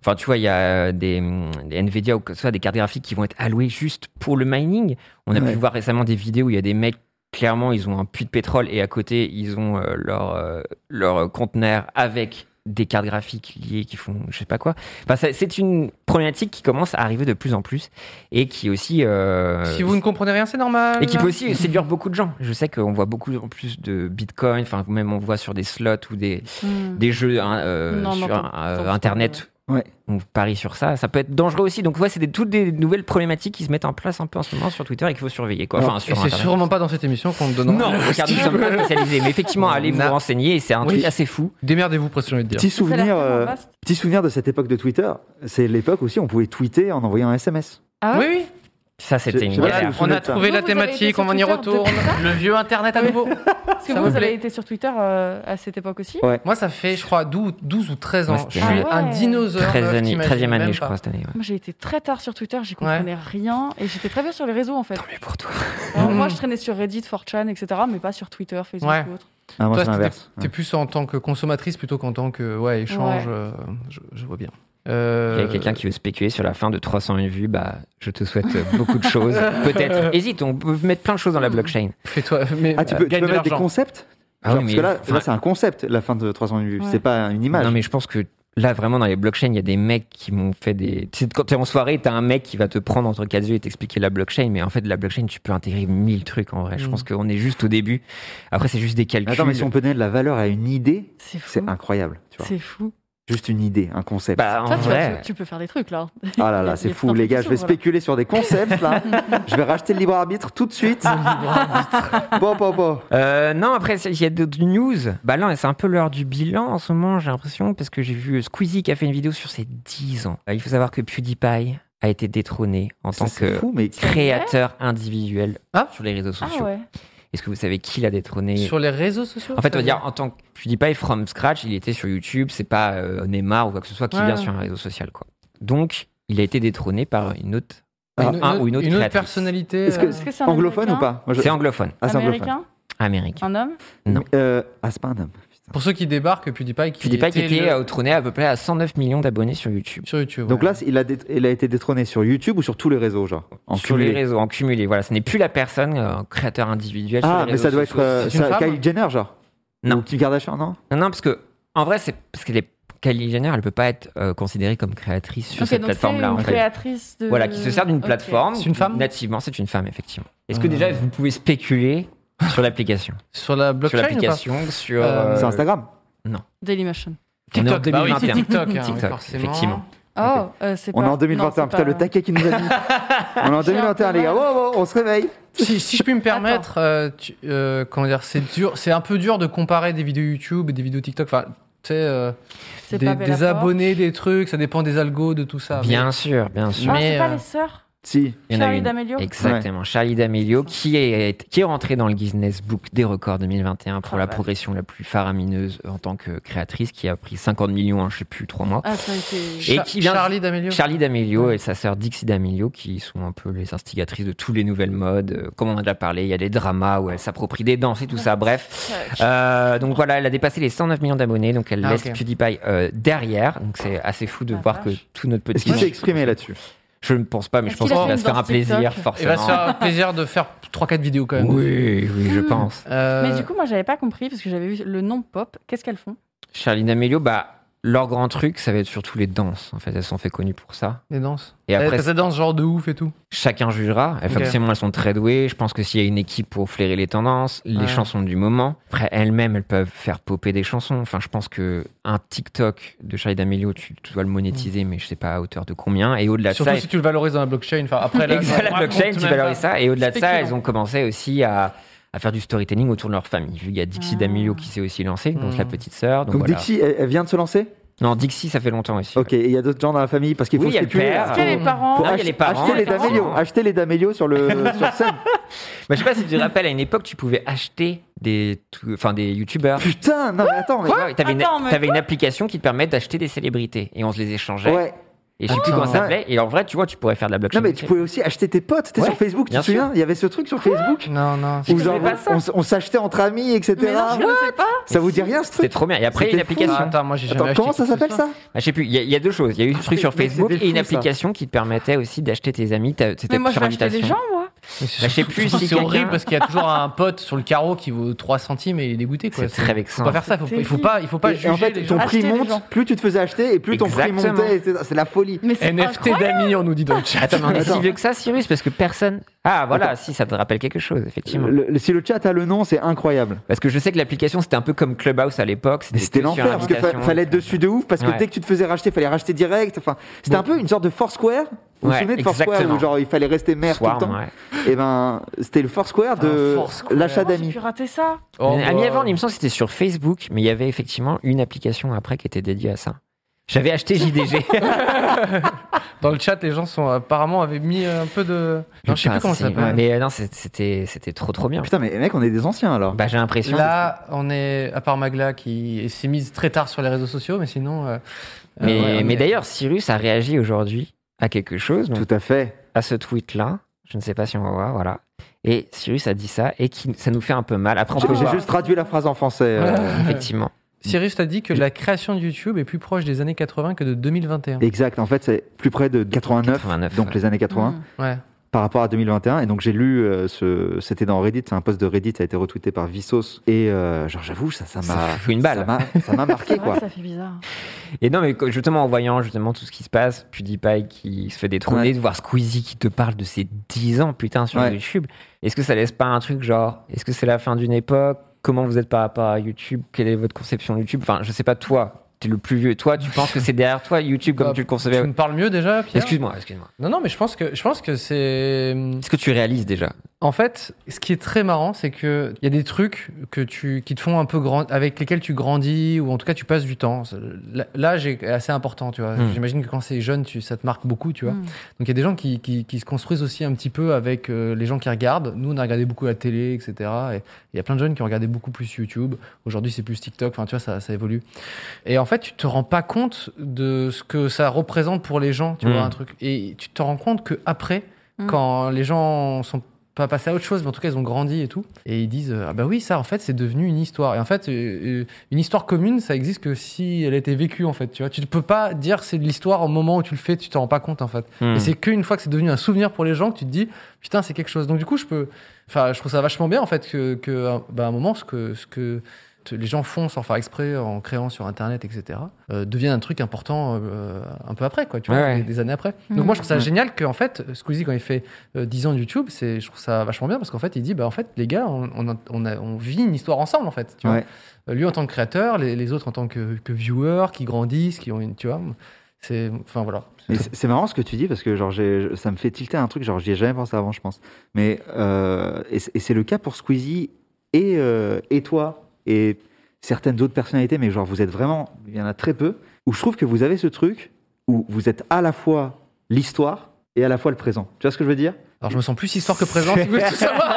Speaker 3: Enfin, tu vois, il y a euh, des, hum, des Nvidia ou que ce soit des cartes graphiques qui vont être allouées juste pour le mining. On a
Speaker 2: Ouais.
Speaker 3: pu voir récemment des vidéos où il y a des mecs. Clairement, ils ont un puits de pétrole et à côté, ils ont euh, leur, euh, leur euh, conteneur avec des cartes graphiques liées qui font je sais pas quoi. Enfin, ça- c'est une problématique qui commence à arriver de plus en plus et qui aussi. euh,
Speaker 1: si vous ne comprenez rien, c'est normal.
Speaker 4: Ah.
Speaker 3: et qui peut aussi séduire beaucoup de gens. Je sais qu'on voit beaucoup en plus de Bitcoin, enfin même on voit sur des slots ou des,
Speaker 4: Hmm.
Speaker 3: des jeux hein, euh,
Speaker 4: Non,
Speaker 3: sur
Speaker 4: non,
Speaker 3: euh,
Speaker 4: tant- tant-
Speaker 3: Internet.
Speaker 2: ouais. Ouais.
Speaker 3: On parie sur ça, ça peut être dangereux aussi. Donc, ouais, c'est des- toutes des nouvelles problématiques qui se mettent en place un peu en ce moment sur Twitter et qu'il faut surveiller. Quoi. Enfin,
Speaker 1: Et
Speaker 3: sur
Speaker 1: c'est
Speaker 3: Internet.
Speaker 1: sûrement pas dans cette émission qu'on te donnera.
Speaker 3: Non, car nous sommes pas spécialisés. Mais effectivement,
Speaker 1: On
Speaker 3: allez vous
Speaker 1: a-
Speaker 3: renseigner et c'est un
Speaker 1: Oui.
Speaker 3: truc assez fou.
Speaker 1: Démerdez-vous, presque j'ai envie de dire.
Speaker 2: Petit
Speaker 4: Ça a l'air
Speaker 2: souvenir,
Speaker 4: tellement
Speaker 2: euh,
Speaker 4: vaste.
Speaker 2: petit souvenir de cette époque de Twitter, c'est l'époque aussi où on pouvait tweeter en envoyant un SMS.
Speaker 4: Ah
Speaker 1: Oui,
Speaker 4: ouais
Speaker 1: oui.
Speaker 3: Ça, c'était
Speaker 2: Je-
Speaker 3: une
Speaker 2: je-
Speaker 1: Voilà,
Speaker 2: si
Speaker 3: galère.
Speaker 2: vous
Speaker 1: on
Speaker 2: souvenez
Speaker 1: a
Speaker 2: de ça.
Speaker 1: trouvé
Speaker 4: Vous,
Speaker 1: la
Speaker 4: vous avez été
Speaker 1: thématique,
Speaker 4: sur
Speaker 1: on y
Speaker 4: Twitter
Speaker 1: retourne.
Speaker 4: depuis ça
Speaker 1: Le vieux Internet à nouveau.
Speaker 4: Parce que
Speaker 1: Ça
Speaker 4: vous,
Speaker 1: me
Speaker 4: vous
Speaker 1: plaît.
Speaker 4: avez été sur Twitter euh, à cette époque aussi
Speaker 2: Ouais.
Speaker 1: Moi, ça fait, je crois, 12, 12 ou 13 ans.
Speaker 3: Moi,
Speaker 1: je
Speaker 3: c'était
Speaker 1: suis
Speaker 4: Ah ouais.
Speaker 1: un dinosaure.
Speaker 3: 13
Speaker 1: meuf,
Speaker 3: année,
Speaker 1: t'imagines
Speaker 3: 13e année,
Speaker 1: même
Speaker 3: je
Speaker 1: pas.
Speaker 3: crois, cette année. ouais.
Speaker 4: Moi, j'ai été très tard sur Twitter, j'y comprenais rien et j'étais très bien sur les réseaux en fait.
Speaker 3: Tant mieux pour toi.
Speaker 4: Alors,
Speaker 1: Mhm.
Speaker 4: Moi, je traînais sur Reddit, 4chan, etc., mais pas sur Twitter, Facebook
Speaker 1: Ouais.
Speaker 4: ou autre.
Speaker 2: Ah, moi,
Speaker 1: Toi,
Speaker 2: c'est
Speaker 1: c'était-
Speaker 2: l'inverse.
Speaker 1: T'es plus en tant que consommatrice plutôt qu'en tant que ouais, échange.
Speaker 4: Ouais.
Speaker 1: euh, je, je vois bien.
Speaker 3: Il
Speaker 1: Euh,
Speaker 3: y a quelqu'un qui veut spéculer sur la fin de 301 vues, bah, je te souhaite euh, beaucoup de choses. Peut-être. Hésite, on peut mettre plein de choses dans la blockchain.
Speaker 1: Fais-toi. Mais
Speaker 4: euh,
Speaker 2: Ah, tu peux, tu
Speaker 1: gagne
Speaker 2: peux
Speaker 1: de
Speaker 2: mettre des
Speaker 1: l'argent.
Speaker 2: concepts
Speaker 3: Ah
Speaker 2: Genre,
Speaker 3: oui,
Speaker 2: Parce
Speaker 3: mais-
Speaker 2: que là,
Speaker 3: enfin-
Speaker 2: là, c'est un concept, la fin de 300 vues.
Speaker 4: Ouais.
Speaker 2: C'est pas une image.
Speaker 3: Non, mais je pense que Là, vraiment, dans les blockchains, il y a des mecs qui m'ont fait des. Tu sais, quand t'es en soirée, t'as un mec qui va te prendre entre quatre yeux et t'expliquer la blockchain. Mais en fait, la blockchain, tu peux intégrer mille trucs en vrai. Je
Speaker 1: Mm.
Speaker 3: pense qu'on est juste au début. Après, c'est juste des calculs.
Speaker 2: Attends, mais si on peut donner de la valeur à une idée,
Speaker 4: C'est fou.
Speaker 2: c'est incroyable. Tu vois.
Speaker 4: C'est fou.
Speaker 2: Juste une idée, un concept.
Speaker 3: Bah, en
Speaker 4: Toi, tu, vas-
Speaker 3: vrai.
Speaker 4: tu peux faire des trucs là.
Speaker 2: ah là
Speaker 4: il y
Speaker 2: là,
Speaker 4: a- il
Speaker 2: c'est
Speaker 4: y a
Speaker 2: fou,
Speaker 4: plein de
Speaker 2: les gars. Je vais
Speaker 4: trucs qui s'ouvrent,
Speaker 2: spéculer sur des concepts là. je vais racheter le libre arbitre tout de suite. bon, bon, bon.
Speaker 3: Euh, non, après, c'est- il y a d'autres news. Bah là, c'est un peu l'heure du bilan en ce moment, j'ai l'impression, parce que j'ai vu Squeezie qui a fait une vidéo sur ses 10 ans. Euh, Il faut savoir que PewDiePie a été détrôné en
Speaker 2: Ça,
Speaker 3: tant
Speaker 2: C'est
Speaker 3: que
Speaker 2: fou, mais
Speaker 3: créateur individuel
Speaker 1: Ah.
Speaker 3: sur les réseaux
Speaker 4: Ah
Speaker 3: sociaux.
Speaker 4: ouais.
Speaker 3: Est-ce que vous savez qui l'a détrôné
Speaker 1: Sur les réseaux sociaux
Speaker 3: En fait, on
Speaker 1: ça
Speaker 3: va dire, en tant que PewDiePie from scratch, il était sur YouTube, c'est pas euh, Neymar ou quoi que ce soit qui
Speaker 1: Ouais.
Speaker 3: vient sur un réseau social, quoi. Donc, il a été détrôné par une autre.
Speaker 1: Une,
Speaker 3: un ou une autre créatrice.
Speaker 1: personnalité.
Speaker 2: Est-ce que
Speaker 1: euh,
Speaker 4: Est-ce que c'est
Speaker 2: c'est
Speaker 4: un
Speaker 2: anglophone ou
Speaker 4: Américain
Speaker 2: pas Moi, je-
Speaker 3: C'est anglophone,
Speaker 2: Ah, c'est anglophone.
Speaker 4: Américain
Speaker 3: américain.
Speaker 4: Un homme
Speaker 3: Non.
Speaker 2: Euh, ah, c'est pas un homme. putain.
Speaker 1: Pour ceux qui débarquent, PewDiePie qui
Speaker 3: PewDiePie qui était
Speaker 1: le-
Speaker 3: euh, trôné à peu près à 109 millions d'abonnés sur YouTube.
Speaker 1: sur YouTube.
Speaker 2: Donc
Speaker 1: ouais.
Speaker 2: là, il a, dé- il a été détrôné sur YouTube ou sur tous les réseaux, genre en
Speaker 3: sur les
Speaker 2: cumulé
Speaker 3: réseaux, en cumulé. Voilà, ce n'est plus la personne, euh, créateur individuel. sur
Speaker 2: Ah,
Speaker 3: les
Speaker 2: mais ça
Speaker 3: réseaux
Speaker 2: doit être
Speaker 3: sociaux.
Speaker 2: euh,
Speaker 1: C'est une
Speaker 2: ça-
Speaker 1: femme
Speaker 2: Kylie Jenner, genre
Speaker 3: hein? Non.
Speaker 2: Ou Kim Kardashian, non
Speaker 3: Non, non, parce que, en vrai, c'est parce que les Kylie Jenner, elle peut pas être euh, considérée comme créatrice sur
Speaker 4: Ok,
Speaker 3: cette
Speaker 4: donc c'est
Speaker 3: plateforme-là.
Speaker 4: une
Speaker 3: en fait.
Speaker 4: créatrice de.
Speaker 3: Voilà, qui se sert d'une
Speaker 4: Ok.
Speaker 3: plateforme.
Speaker 1: C'est une femme
Speaker 3: Nativement, c'est une femme, effectivement. Est-ce que
Speaker 1: Euh.
Speaker 3: déjà, vous pouvez spéculer sur l'application
Speaker 1: Sur la
Speaker 3: Sur
Speaker 1: blockchain ou pas
Speaker 3: l'application, sur.
Speaker 1: Euh,
Speaker 3: euh,
Speaker 2: C'est Instagram.
Speaker 4: Dailymotion.
Speaker 3: On est en
Speaker 1: TikTok, bah oui,
Speaker 2: ah,
Speaker 1: c'est
Speaker 3: 2021.
Speaker 1: TikTok, hein, oui,
Speaker 3: TikTok,
Speaker 1: forcément.
Speaker 3: effectivement.
Speaker 4: Oh, euh, c'est pas.
Speaker 2: On est en
Speaker 4: non,
Speaker 2: 2021,
Speaker 4: c'est
Speaker 2: putain,
Speaker 4: pas-
Speaker 2: le taquet qui nous a mis. on est en
Speaker 4: J'ai un
Speaker 2: 2021,
Speaker 4: peu
Speaker 2: les gars.
Speaker 4: mal.
Speaker 2: Wow, wow, on se réveille.
Speaker 1: Si, si je puis me permettre, euh, tu- euh, comment dire, c'est dur, c'est un peu dur de comparer des vidéos YouTube et des vidéos TikTok. Enfin, tu sais, euh,
Speaker 4: C'est
Speaker 1: des,
Speaker 4: pas
Speaker 1: des
Speaker 4: Bellator.
Speaker 1: abonnés, des trucs, ça dépend des algos, de tout ça. mais-
Speaker 3: Bien sûr, bien sûr.
Speaker 4: Ah,
Speaker 1: Mais,
Speaker 4: c'est pas
Speaker 1: euh,
Speaker 4: les sœurs
Speaker 2: Si.
Speaker 3: Il y en a
Speaker 4: Charlie
Speaker 3: une.
Speaker 4: D'Amelio
Speaker 3: Exactement. Charlie D'Amelio, qui est, qui est rentrée dans le Guinness Book des records 2021 pour
Speaker 4: Ah,
Speaker 3: la
Speaker 4: bah.
Speaker 3: progression la plus faramineuse en tant que créatrice, qui a pris 50 millions en, je sais plus, 3 mois.
Speaker 4: Ah, ça a été.
Speaker 3: Et
Speaker 1: Cha-
Speaker 3: qui vient-
Speaker 1: Charlie D'Amelio.
Speaker 3: Charlie D'Amelio et sa sœur Dixie D'Amelio, qui sont un peu les instigatrices de tous les nouvelles modes. Euh, Comme on en a déjà parlé, il y a des dramas où elle s'approprie des danses et tout ça. Bref. Euh, donc voilà, elle a dépassé les 109 millions d'abonnés, donc elle
Speaker 1: Ah,
Speaker 3: laisse
Speaker 1: ok.
Speaker 3: PewDiePie euh, derrière. Donc c'est assez fou de
Speaker 4: La
Speaker 3: voir que
Speaker 4: vache.
Speaker 3: tout notre
Speaker 2: Est-ce
Speaker 3: petit.
Speaker 2: qu'il
Speaker 3: monde-
Speaker 2: s'est exprimé là-dessus
Speaker 3: Je ne pense pas, mais je
Speaker 4: Est-ce
Speaker 3: pense
Speaker 4: qu'il a
Speaker 3: qu'il
Speaker 4: fait
Speaker 3: va
Speaker 4: une
Speaker 3: se faire un
Speaker 4: danse
Speaker 3: plaisir,
Speaker 4: TikTok
Speaker 1: Il va se
Speaker 3: forcément.
Speaker 1: faire euh, plaisir de faire 3-4 vidéos quand même.
Speaker 3: Oui, oui,
Speaker 4: Hmm.
Speaker 3: je pense.
Speaker 1: Euh,
Speaker 4: Mais du coup, moi, j'avais pas compris parce que j'avais vu le nom pop. Qu'est-ce qu'elles font
Speaker 3: Charline D'Amelio, bah, leur grand truc, ça va être surtout les danses. En fait, elles sont fait connues pour ça.
Speaker 1: les danses.
Speaker 3: Et après,
Speaker 1: Après, ça danse genre de ouf et tout.
Speaker 3: chacun jugera. Elles,
Speaker 1: Ok.
Speaker 3: forcément, elles sont très douées. Je pense que s'il y a une équipe pour flairer les tendances, les
Speaker 1: Ouais.
Speaker 3: chansons du moment. Après, elles-mêmes, elles peuvent faire popper des chansons. Enfin, je pense que un TikTok de Charlie D'Amelio, tu, tu dois le monétiser, mais je sais pas à hauteur de combien. Et au-delà de
Speaker 1: Mm. Surtout
Speaker 3: ça,
Speaker 1: si tu le valorises dans la blockchain. Enfin, après, là,
Speaker 3: Exact,
Speaker 1: je-
Speaker 3: la blockchain,
Speaker 1: raconte
Speaker 3: tu
Speaker 1: même
Speaker 3: valorises
Speaker 1: pas.
Speaker 3: ça. Et au-delà de ça,
Speaker 1: Spéculant.
Speaker 3: elles ont commencé aussi à, à faire du storytelling autour de leur famille. Il y a Dixie
Speaker 4: Ah.
Speaker 3: D'Amelio qui s'est aussi lancée, donc
Speaker 1: Hmm.
Speaker 3: la petite sœur. Donc,
Speaker 2: Donc
Speaker 3: voilà.
Speaker 2: Dixie, elle, elle vient de se lancer
Speaker 3: Non, Dixie, ça fait longtemps aussi.
Speaker 2: Ok, et il y a d'autres gens dans la famille parce qu'il
Speaker 3: Oui,
Speaker 2: faut
Speaker 3: il y a le
Speaker 2: spéculer.
Speaker 3: père.
Speaker 4: Est-ce qu'il y a
Speaker 1: Oh.
Speaker 4: les parents
Speaker 3: Pour- Ah, il y a les parents,
Speaker 2: Acheter les
Speaker 4: les parents.
Speaker 2: D'Amelio, acheter les D'Amelio sur le sur scène.
Speaker 3: Bah, je sais pas si tu te rappelles, à une époque, tu pouvais acheter des, tout- enfin, des youtubeurs.
Speaker 2: Ah, Putain, non mais attends, mais-
Speaker 3: Ouais, ouais, T'avais une,
Speaker 4: Attends, mais
Speaker 3: t'avais une application qui te permet d'acheter des célébrités et on se les échangeait.
Speaker 2: ouais.
Speaker 3: Et je
Speaker 4: Ah,
Speaker 3: sais plus
Speaker 1: Putain.
Speaker 3: comment ça s'appelait. Et en vrai, tu vois, tu pourrais faire de la blockchain.
Speaker 2: Non mais tu pouvais aussi acheter tes potes. T'es
Speaker 3: Ouais,
Speaker 2: sur Facebook, tu
Speaker 3: bien
Speaker 2: te souviens Il y avait ce truc sur Facebook
Speaker 1: Non, non.
Speaker 2: où
Speaker 3: Je
Speaker 2: genre
Speaker 3: savais pas ça.
Speaker 2: on, s- on s'achetait entre amis, etc.
Speaker 4: Mais non, je ne sais pas.
Speaker 2: Ça vous dit rien ce
Speaker 3: C'était
Speaker 2: truc
Speaker 3: trop bien. Et après, il y a une
Speaker 2: C'était fou.
Speaker 3: application.
Speaker 1: Ah, attends, moi j'ai jamais
Speaker 2: Attends,
Speaker 1: acheté
Speaker 2: comment
Speaker 1: quoi
Speaker 2: ça
Speaker 1: que ce
Speaker 2: s'appelle ça
Speaker 3: Ah, je sais plus. Il y, a- il y a deux choses. Il y a eu le truc
Speaker 2: c'est-
Speaker 3: sur
Speaker 2: mais
Speaker 3: Facebook
Speaker 2: c'était
Speaker 3: et une
Speaker 2: fou, ça.
Speaker 3: application qui te permettait aussi d'acheter tes amis. T'as- C'était
Speaker 4: Mais moi, je
Speaker 3: sur
Speaker 4: vais acheter des
Speaker 3: invitation.
Speaker 4: gens, moi.
Speaker 1: Mais
Speaker 3: Bah,
Speaker 1: c'est-
Speaker 3: je sais plus si
Speaker 1: C'est
Speaker 3: quelqu'un-
Speaker 1: horrible parce qu'il y a toujours un pote sur le carreau qui vaut 3 centimes et il est dégoûté. quoi.
Speaker 3: C'est très vexant.
Speaker 1: Faut pas faire ça, faut,
Speaker 4: C'est
Speaker 1: pas- il faut
Speaker 4: qui
Speaker 1: pas, il faut pas
Speaker 2: Et-
Speaker 1: juger
Speaker 2: et en fait,
Speaker 1: les
Speaker 2: ton
Speaker 1: gens.
Speaker 2: prix
Speaker 4: Acheter les gens.
Speaker 2: monte, plus tu te faisais acheter et plus ton prix
Speaker 3: Exactement.
Speaker 2: montait. etc. C'est la folie.
Speaker 4: Mais c'est
Speaker 1: NFT
Speaker 4: incroyable.
Speaker 1: d'amis, on nous dit dans le chat.
Speaker 3: Attends, mais on est si
Speaker 2: Attends.
Speaker 3: vieux que ça, Cyrus, parce que personne. Ah, voilà, si, ça te rappelle quelque chose, effectivement.
Speaker 2: Le- le- si le chat a le nom, c'est incroyable.
Speaker 3: Parce que je sais que l'application, c'était un peu comme Clubhouse à l'époque.
Speaker 2: Mais c'était
Speaker 3: que sur
Speaker 2: l'enfer parce que fa-
Speaker 3: invitation.
Speaker 2: fallait être dessus de ouf parce que
Speaker 3: Ouais.
Speaker 2: dès que tu te faisais racheter, fallait racheter direct. Enfin, c'était un peu une sorte de Foursquare. Vous
Speaker 3: Ouais,
Speaker 2: vous souvenez de Foursquare
Speaker 3: exactement.
Speaker 2: où genre il fallait rester maire
Speaker 3: Swarm,
Speaker 2: tout le temps
Speaker 3: ouais.
Speaker 2: Et ben, c'était le Foursquare de
Speaker 1: Un Foursquare.
Speaker 2: l'achat
Speaker 4: Comment j'ai
Speaker 2: d'amis.
Speaker 4: pu rater ça
Speaker 1: Oh,
Speaker 3: Mais Ami
Speaker 1: bah.
Speaker 3: avant, il me semble que c'était sur Facebook, mais il y avait effectivement une application après qui était dédiée à ça. J'avais acheté JDG.
Speaker 1: Dans le chat, les gens sont apparemment avaient mis un peu de. Non, je sais plus comment ça
Speaker 3: C'est-
Speaker 1: s'appelle.
Speaker 3: Mais euh, non, c'est- c'était c'était trop trop bien.
Speaker 2: Putain, mais mec, on est des anciens alors.
Speaker 3: Bah, j'ai l'impression.
Speaker 1: Là, on est à part Magla qui s'est mise très tard sur les réseaux sociaux, mais sinon. euh,
Speaker 3: mais
Speaker 1: euh, ouais, on
Speaker 3: mais
Speaker 1: est-
Speaker 3: d'ailleurs, Cyrus a réagi aujourd'hui à quelque chose, donc
Speaker 2: Tout à fait.
Speaker 3: à ce tweet-là. Je ne sais pas si on va voir, voilà. Et Cyrus a dit ça et qui, ça nous fait un peu mal. Après, on peut
Speaker 2: J'ai j'ai
Speaker 3: voir.
Speaker 2: juste traduit la phrase en français. euh,
Speaker 3: Effectivement.
Speaker 1: Cyrus t'a dit que la création de YouTube est plus proche des années 80 que de 2021.
Speaker 2: Exact. En fait, c'est plus près de 89,
Speaker 3: 89,
Speaker 2: donc
Speaker 3: ouais. Mm.
Speaker 2: les années 80,
Speaker 4: Mmh.
Speaker 1: Ouais.
Speaker 2: par rapport à 2021. Et donc j'ai lu, euh, ce, c'était dans Reddit, c'est un post de Reddit, ça a été retweeté par Vissos. Et euh, genre, j'avoue, ça, ça
Speaker 3: Ça
Speaker 2: m'a,
Speaker 3: fout une balle.
Speaker 2: ça m'a, ça m'a
Speaker 4: C'est
Speaker 2: marqué
Speaker 4: vrai
Speaker 2: quoi.
Speaker 4: que ça fait bizarre.
Speaker 3: Et non, mais justement, en voyant justement tout ce qui se passe, PewDiePie qui se fait détrôner,
Speaker 2: Ouais.
Speaker 3: de voir Squeezie qui te parle de ses 10 ans, putain, sur
Speaker 2: Ouais.
Speaker 3: YouTube, est-ce que ça laisse pas un truc genre, est-ce que c'est la fin d'une époque Comment vous êtes par rapport à YouTube Quelle est votre conception de YouTube Enfin, je sais pas, toi, t'es le plus vieux. Toi, tu penses que c'est derrière toi YouTube comme
Speaker 1: Bah,
Speaker 3: tu le
Speaker 1: Tu
Speaker 3: concevais
Speaker 1: me parles mieux déjà, Pierre
Speaker 3: Excuse-moi, excuse-moi.
Speaker 1: Non, non, mais je pense que, je pense que c'est.
Speaker 3: Est-ce que tu réalises déjà
Speaker 1: En fait, ce qui est très marrant, c'est que il y a des trucs que tu, qui te font un peu grand, avec lesquels tu grandis ou en tout cas tu passes du temps. L- L'âge est assez important, tu vois.
Speaker 3: Mm.
Speaker 1: J'imagine que quand c'est jeune, tu, ça te marque beaucoup, tu vois.
Speaker 4: Mm.
Speaker 1: Donc il y a des gens qui, qui, qui se construisent aussi un petit peu avec euh, les gens qui regardent. Nous, on a regardé beaucoup la télé, etc. Et il y a plein de jeunes qui ont regardé beaucoup plus YouTube. Aujourd'hui, c'est plus TikTok. Enfin, tu vois, ça, ça évolue. Et en fait, tu te rends pas compte de ce que ça représente pour les gens, tu
Speaker 3: Mm.
Speaker 1: vois, un truc. Et tu te rends compte que après,
Speaker 4: Mm.
Speaker 1: quand les gens sont pas passés à autre chose, mais en tout cas ils ont grandi et tout, et ils disent euh, ah bah oui ça en fait c'est devenu une histoire. Et en fait euh, euh, une histoire commune ça existe que si elle a été vécue en fait. Tu vois, tu ne peux pas dire c'est de l'histoire au moment où tu le fais, tu t'en rends pas compte en fait.
Speaker 3: Hmm.
Speaker 1: Et c'est qu'une fois que c'est devenu un souvenir pour les gens que tu te dis putain c'est quelque chose. Donc du coup je peux, enfin je trouve ça vachement bien en fait que, que bah, à un moment ce que ce que te- les gens font sans faire exprès en créant sur internet etc euh, devient un truc important euh, un peu après quoi tu vois
Speaker 3: Ouais, Hmm. ouais.
Speaker 1: des, des années après
Speaker 4: Mhm.
Speaker 1: donc moi je trouve ça génial qu'en fait Squeezie quand il fait euh, 10 ans de YouTube c'est je trouve ça vachement bien parce qu'en fait il dit bah en fait les gars on, on, a- on a- on vit une histoire ensemble en fait tu vois.
Speaker 2: Ouais.
Speaker 1: Euh, lui en tant que créateur les, les autres en tant que, que viewers qui grandissent qui ont une tu vois c'est enfin voilà
Speaker 2: Mais c'est c'est marrant ce que tu dis parce que genre j'ai- ça me fait tilter un truc genre j'y ai jamais pensé avant je pense. Mais euh, et c'est- et c'est le cas pour Squeezie et euh, et toi et certaines autres personnalités mais genre vous êtes vraiment il y en a très peu où je trouve que vous avez ce truc où vous êtes à la fois l'histoire et à la fois le présent. Tu vois ce que je veux dire
Speaker 1: alors je me sens plus histoire que présent si vous voulez tout savoir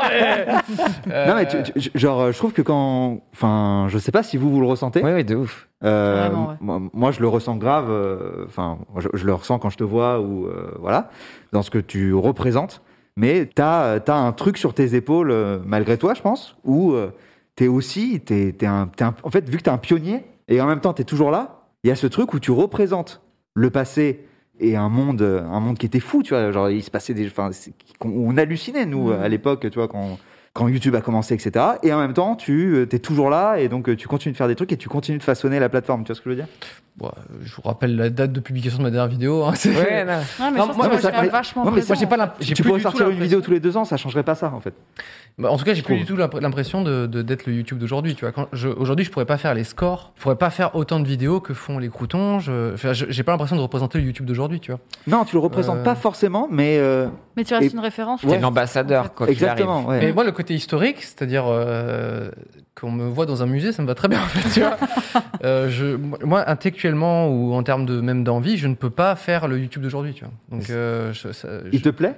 Speaker 1: mais-
Speaker 2: Non mais tu- tu- genre euh, je trouve que quand enfin je sais pas si vous vous le ressentez.
Speaker 3: Ouais, ouais, de ouf.
Speaker 2: Euh,
Speaker 4: Vraiment, ouais.
Speaker 2: moi, moi, je le ressens grave. euh, Enfin, je, je le ressens quand je te vois ou euh, voilà, dans ce que tu représentes. Mais t'as euh, t'as un truc sur tes épaules euh, malgré toi, je pense. Où euh, t'es aussi, t'es t'es un, t'es un- en fait, vu que t'es un pionnier et en même temps t'es toujours là. Il y a ce truc où tu représentes le passé et un monde, euh, un monde qui était fou, tu vois. Genre il se passait des, enfin, c'est- qu'on- on hallucinait
Speaker 1: Mm.
Speaker 2: nous
Speaker 4: Mhm.
Speaker 2: à l'époque, tu vois, quand quand YouTube a commencé, etc. Et en même temps, tu es toujours là et donc euh, tu continues de faire des trucs et tu continues de façonner la plateforme. Tu vois ce que je veux dire
Speaker 1: Bon, euh, je vous rappelle la date de publication de ma dernière vidéo hein, c'est-
Speaker 3: Ouais, non.
Speaker 1: Non,
Speaker 4: Ouais, mais je pense
Speaker 1: moi,
Speaker 4: que
Speaker 1: mais
Speaker 4: moi,
Speaker 1: ça-
Speaker 4: je serais
Speaker 2: mais-
Speaker 4: vachement
Speaker 2: moi, mais
Speaker 4: présent.
Speaker 1: moi, j'ai pas l'imp- j'ai
Speaker 2: Tu
Speaker 1: plus
Speaker 2: pourrais
Speaker 1: du tout
Speaker 2: sortir une vidéo
Speaker 1: l'impression-
Speaker 2: tous les deux ans, ça changerait pas ça en fait.
Speaker 1: Bah, en tout cas, j'ai
Speaker 2: Je
Speaker 1: plus du
Speaker 2: trouve.
Speaker 1: tout l'impr- l'impression de de- d'être le YouTube d'aujourd'hui. Tu vois, quand je- aujourd'hui, je pourrais pas faire les scores, je pourrais pas faire autant de vidéos que font les croutons. Je, enfin, je- j'ai pas l'impression de représenter le YouTube d'aujourd'hui, tu vois.
Speaker 2: Non, tu le représentes
Speaker 1: Euh.
Speaker 2: pas forcément, mais euh,
Speaker 4: Mais tu restes
Speaker 2: Et-
Speaker 4: une référence. je
Speaker 3: T'es
Speaker 4: pense.
Speaker 3: l'ambassadeur, quoi. qu'il
Speaker 2: exactement.
Speaker 3: arrive.
Speaker 2: ouais.
Speaker 1: Mais moi, le côté historique, c'est-à-dire euh, qu'on me voit dans un musée, ça me va très bien. En fait, tu vois. Euh, je, moi, intellectuellement ou en termes de même d'envie, je ne peux pas faire le YouTube d'aujourd'hui, tu vois. Donc, euh, je, ça-
Speaker 2: Il
Speaker 1: je-
Speaker 2: te plaît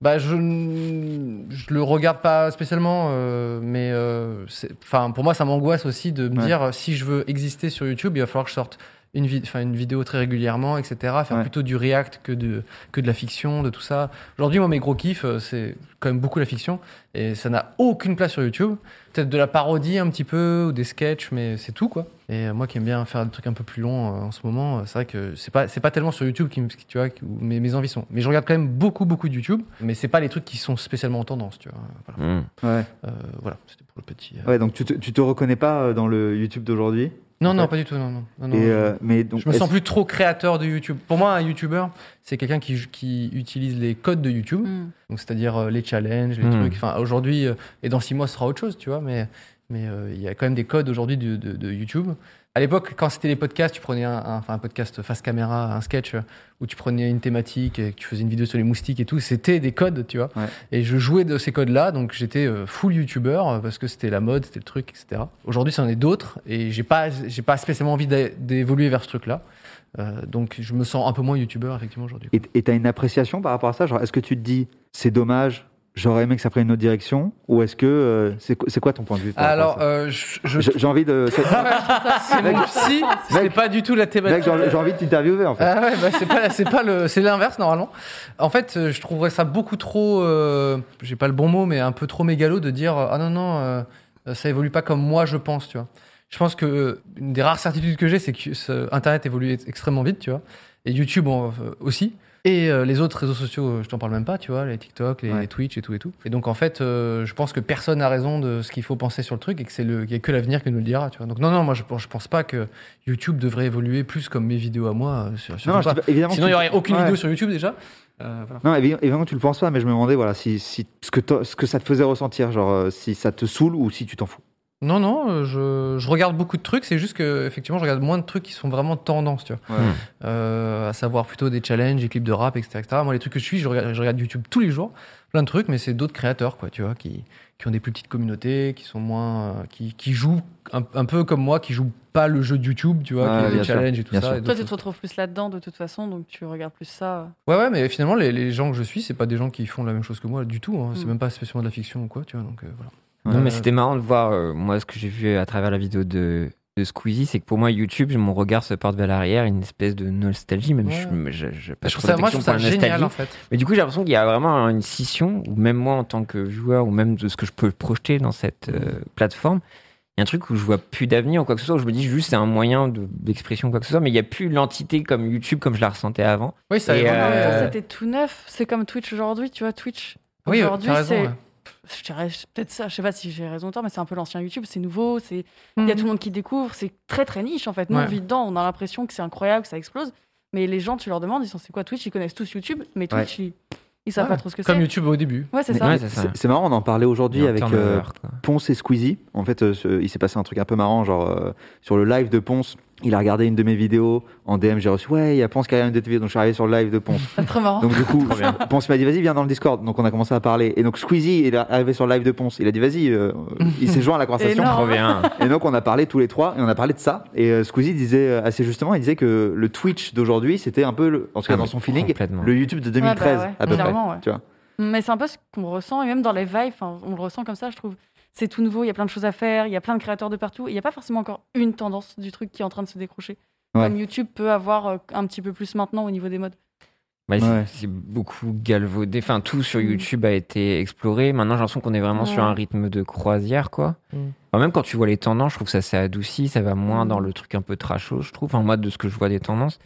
Speaker 1: Bah, je, n- je le regarde pas spécialement, euh, mais euh, c'est- enfin pour moi, ça m'angoisse aussi de me
Speaker 2: Ouais.
Speaker 1: dire euh, si je veux exister sur YouTube, il va falloir que je sorte une, vid- enfin, une vidéo très régulièrement, etc. Faire
Speaker 2: Ouais.
Speaker 1: plutôt du react que de, que de la fiction, de tout ça. Aujourd'hui, moi, mes gros kiffs, euh, c'est quand même beaucoup la fiction, et ça n'a aucune place sur YouTube. Peut-être de la parodie un petit peu, ou des sketchs, mais c'est tout, quoi. Et euh, moi qui aime bien faire des trucs un peu plus longs euh, en ce moment, euh, c'est vrai que c'est pas, c'est pas tellement sur YouTube qui, me- qui- tu vois, qui- où mes, mes envies sont. Mais je regarde quand même beaucoup, beaucoup de YouTube, mais c'est pas les trucs qui sont spécialement en tendance, tu vois. Voilà,
Speaker 3: Hmm.
Speaker 2: ouais.
Speaker 1: Euh, voilà, c'était pour le petit. euh.
Speaker 2: ouais. Donc tu te, tu te reconnais pas euh, dans le YouTube d'aujourd'hui.
Speaker 1: Non, non,
Speaker 2: Ouais.
Speaker 1: pas du tout, non, non. non, non,
Speaker 2: Et
Speaker 1: je-
Speaker 2: euh, mais donc
Speaker 1: je me
Speaker 2: est-ce-
Speaker 1: sens plus trop créateur de YouTube. Pour moi, un YouTuber, c'est quelqu'un qui, qui utilise les codes de YouTube.
Speaker 4: Mm.
Speaker 1: Donc c'est-à-dire euh, les challenges, les
Speaker 3: Hmm.
Speaker 1: trucs. Enfin aujourd'hui euh, et dans six mois ce sera autre chose, tu vois. Mais mais euh, il y a quand même des codes aujourd'hui de, de- de YouTube. À l'époque, quand c'était les podcasts, tu prenais un, un- enfin, un podcast face caméra, un sketch euh, où tu prenais une thématique et que tu faisais une vidéo sur les moustiques et tout. C'était des codes, tu vois.
Speaker 2: Ouais.
Speaker 1: Et je jouais de ces codes-là, donc j'étais euh, full YouTuber euh, parce que c'était la mode, c'était le truc, etc. Aujourd'hui, c'en est d'autres et j'ai pas j'ai pas spécialement envie d'é- d'évoluer vers ce truc-là. Euh, donc je me sens un peu moins YouTuber effectivement aujourd'hui.
Speaker 2: Et et t'as une appréciation par rapport à ça Genre, est-ce que tu te dis c'est dommage, j'aurais aimé que ça prenne une autre direction Ou est-ce que euh, c'est quoi- c'est quoi ton point de vue par rapport à
Speaker 1: Alors
Speaker 2: ça
Speaker 1: euh, je, je-
Speaker 2: J'ai- J'ai envie de c'est-
Speaker 1: C'est mon psy, c'est
Speaker 2: Mec.
Speaker 1: pas du tout la
Speaker 2: mec,
Speaker 1: thématique.
Speaker 2: j'ai j'ai envie de t'interviewer en fait.
Speaker 1: Ah ouais, bah c'est pas, c'est pas le, c'est l'inverse normalement. En fait, euh, je trouverais ça beaucoup trop, euh, j'ai pas le bon mot, mais un peu trop mégalo de dire euh, ah non non, euh, ça évolue pas comme moi je pense, tu vois. Je pense que euh, une des rares certitudes que j'ai, c'est que ce- Internet évolue ex- extrêmement vite, tu vois, et YouTube en- euh, aussi. Et euh, les autres réseaux sociaux, euh, je t'en parle même pas, tu vois, les TikTok, les
Speaker 2: Ouais.
Speaker 1: Twitch et tout et tout. Et donc en fait, euh, je pense que personne n'a raison de ce qu'il faut penser sur le truc et que c'est le, qu'il y a que l'avenir qui nous le dira, tu vois. Donc non, non, moi je, pense- je pense pas que YouTube devrait évoluer plus comme mes vidéos à moi. euh, sur, sur
Speaker 2: Non, je
Speaker 1: pas.
Speaker 2: dis pas- évidemment.
Speaker 1: Sinon, il
Speaker 2: tu-
Speaker 1: y aurait aucune
Speaker 2: Ouais.
Speaker 1: vidéo sur YouTube déjà. Euh, voilà.
Speaker 2: Non, évi- évidemment, tu le penses pas, mais je me demandais voilà, si, si- ce, que t'en- ce que ça te faisait ressentir, genre euh, si ça te saoule ou si tu t'en fous.
Speaker 1: Non, non, euh, je, je regarde beaucoup de trucs. C'est juste que, effectivement, je regarde moins de trucs qui sont vraiment tendance, tu vois.
Speaker 2: Ouais.
Speaker 3: Hmm.
Speaker 1: Euh, à savoir plutôt des challenges, des clips de rap, etc., etc. Moi, les trucs que je suis, je regarde, je regarde YouTube tous les jours, plein de trucs, mais c'est d'autres créateurs, quoi, tu vois, qui, qui ont des plus petites communautés, qui sont moins, euh, qui, qui jouent un, un peu comme moi, qui jouent pas le jeu de YouTube, tu vois,
Speaker 2: Ouais,
Speaker 1: qui ont
Speaker 2: bien
Speaker 1: des
Speaker 2: sûr,
Speaker 1: challenges et tout
Speaker 2: bien
Speaker 1: ça.
Speaker 2: sûr.
Speaker 1: et
Speaker 4: Toi,
Speaker 1: d'autres
Speaker 4: tu te
Speaker 1: choses.
Speaker 4: retrouves plus là-dedans de toute façon, donc tu regardes plus ça.
Speaker 1: Ouais, ouais, mais finalement, les, les gens que je suis, c'est pas des gens qui font la même chose que moi du tout. hein. C'est
Speaker 4: Hmm.
Speaker 1: même pas spécialement de la fiction ou quoi, tu vois. Donc euh, voilà.
Speaker 3: Non, mais
Speaker 1: Euh,
Speaker 3: c'était marrant de voir, euh, moi, ce que j'ai vu à travers la vidéo de, de Squeezie, c'est que pour moi, YouTube, mon regard se porte vers l'arrière, une espèce de nostalgie, même
Speaker 1: Ouais.
Speaker 3: je, je, je
Speaker 1: Je
Speaker 3: passe
Speaker 1: trouve
Speaker 3: trop
Speaker 1: ça, moi, je
Speaker 3: d'affection
Speaker 1: trouve ça
Speaker 3: pour la
Speaker 1: génial hein.
Speaker 3: nostalgie.
Speaker 1: en fait.
Speaker 3: Mais du coup, j'ai l'impression qu'il y a vraiment une scission, ou même moi, en tant que viewer, ou même de ce que je peux projeter dans cette euh, plateforme, il y a un truc où je vois plus d'avenir ou quoi que ce soit, où je me dis juste c'est un moyen de- d'expression ou quoi que ce soit, mais il n'y a plus l'entité comme YouTube comme je la ressentais avant.
Speaker 1: Oui, ça
Speaker 3: Et,
Speaker 1: évolue.
Speaker 4: En même temps,
Speaker 3: Euh,
Speaker 4: C'était tout neuf. C'est comme Twitch aujourd'hui, tu vois. Twitch,
Speaker 1: Oui, euh,
Speaker 4: aujourd'hui,
Speaker 1: t'as raison.
Speaker 4: c'est-
Speaker 1: ouais.
Speaker 4: je dirais peut-être ça. Je sais pas si j'ai raison ou tort, mais c'est un peu l'ancien YouTube. C'est nouveau. C'est il y a tout le monde qui découvre. C'est très très niche en fait. Nous
Speaker 1: Mm. Ouais.
Speaker 4: on vit dedans. On a l'impression que c'est incroyable, que ça explose. Mais les gens, tu leur demandes, ils sont c'est quoi Twitch Ils connaissent tous YouTube, mais Twitch, ils, ils savent
Speaker 1: Ouais,
Speaker 4: pas trop ce que c'est.
Speaker 1: Comme YouTube au début.
Speaker 4: Ouais, c'est
Speaker 2: Mais-
Speaker 4: ça.
Speaker 3: Ouais, c'est ça.
Speaker 2: C'est marrant, on en parlait aujourd'hui
Speaker 3: Et en
Speaker 2: avec
Speaker 3: termes
Speaker 2: euh,
Speaker 3: d'heures, quoi.
Speaker 2: Ponce et Squeezie. En fait, euh, ce- il s'est passé un truc un peu marrant, genre euh, sur le live de Ponce. Il a regardé une de mes vidéos en DM, j'ai reçu ouais, il y a Ponce qui a regardé une de tes vidéos, donc je suis arrivé sur le live de Ponce.
Speaker 4: C'est très marrant.
Speaker 2: Donc du coup, Ponce m'a dit vas-y viens dans le Discord. Donc on a commencé à parler. Et donc Squeezie il est arrivé sur le live de Ponce. Il a dit vas-y, euh, il s'est joint à la conversation.
Speaker 4: Énorme.
Speaker 3: Trop bien.
Speaker 2: Et donc on a parlé tous les trois et on a parlé de ça. Et euh, Squeezie disait euh, assez justement, il disait que le Twitch d'aujourd'hui c'était un peu, le, en tout cas
Speaker 3: Ah,
Speaker 2: dans
Speaker 3: mais
Speaker 2: son feeling,
Speaker 3: complètement.
Speaker 2: le YouTube de 2013
Speaker 4: Ouais, bah ouais,
Speaker 2: à peu près.
Speaker 4: clairement, ouais.
Speaker 2: Tu vois.
Speaker 4: Mais c'est un peu ce qu'on ressent, et même dans les vibes, enfin, on le ressent comme ça, je trouve. C'est tout nouveau, il y a plein de choses à faire, il y a plein de créateurs de partout, et il n'y a pas forcément encore une tendance du truc qui est en train de se décrocher.
Speaker 2: Ouais.
Speaker 4: Comme YouTube peut avoir euh, un petit peu plus maintenant au niveau des modes.
Speaker 3: Bah, c'est-
Speaker 2: Ouais.
Speaker 3: C'est beaucoup galvaudé. Enfin, tout sur
Speaker 4: Mm.
Speaker 3: YouTube a été exploré. Maintenant, j'ai l'impression qu'on est vraiment sur
Speaker 4: Ouais.
Speaker 3: un rythme de croisière, quoi.
Speaker 1: Mm.
Speaker 3: Enfin, même quand tu vois les tendances, je trouve que ça s'est adouci. Ça va moins
Speaker 4: Mm.
Speaker 3: dans le truc un peu trashos, je trouve. Enfin, moi, de ce que je vois des tendances.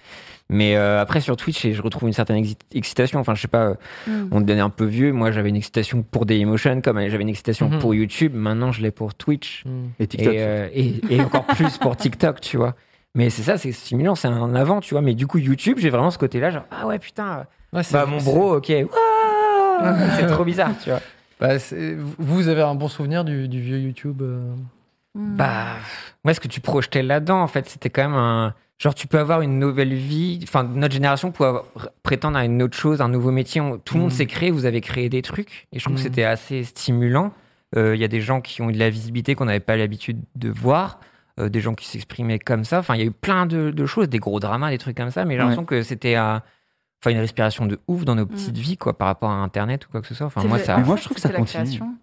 Speaker 3: Mais euh, après, sur Twitch, et je retrouve une certaine exi- excitation. Enfin, je sais pas, euh,
Speaker 4: Mm.
Speaker 3: on devenait un peu vieux. Moi, j'avais une excitation pour Dailymotion, comme euh, j'avais une excitation
Speaker 4: Mm-hmm.
Speaker 1: Mhm.
Speaker 3: pour YouTube. Maintenant, je l'ai pour Twitch.
Speaker 1: Hmm.
Speaker 2: Et TikTok.
Speaker 3: Et, euh, et- et encore plus pour TikTok, tu vois. Mais c'est ça, c'est stimulant, c'est un avant, tu vois. Mais du coup, YouTube, j'ai vraiment ce côté-là, genre, ah ouais, putain,
Speaker 1: Ouais, c'est-
Speaker 3: bah, mon bro, ok. Waouh c'est trop bizarre, tu vois.
Speaker 1: c'est- bah, c'est- vous avez un bon souvenir du, du vieux YouTube euh,
Speaker 4: Mm.
Speaker 3: Bah, moi, ce que tu projetais là-dedans, en fait, c'était quand même un. Genre, tu peux avoir une nouvelle vie. Enfin, notre génération peut avoir- prétendre à une autre chose, un nouveau métier. On- Tout le monde
Speaker 1: Mm.
Speaker 3: s'est créé, vous avez créé des trucs. Et je trouve que
Speaker 1: Mm.
Speaker 3: c'était assez stimulant. Euh, Il y a des gens qui ont eu de la visibilité qu'on n'avait pas l'habitude de voir. euh, des gens qui s'exprimaient comme ça. Enfin, il y a eu plein de, de choses, des gros dramas, des trucs comme ça. Mais j'ai
Speaker 2: Ouais.
Speaker 3: l'impression que c'était euh, enfin, une respiration de ouf dans
Speaker 1: Mm.
Speaker 3: nos petites vies, quoi, par rapport à Internet ou quoi que ce soit. Enfin,
Speaker 4: C'est
Speaker 3: moi,
Speaker 4: le-
Speaker 3: ça.
Speaker 2: Mais moi, je trouve que ça
Speaker 4: c'était la
Speaker 2: continue.
Speaker 4: création.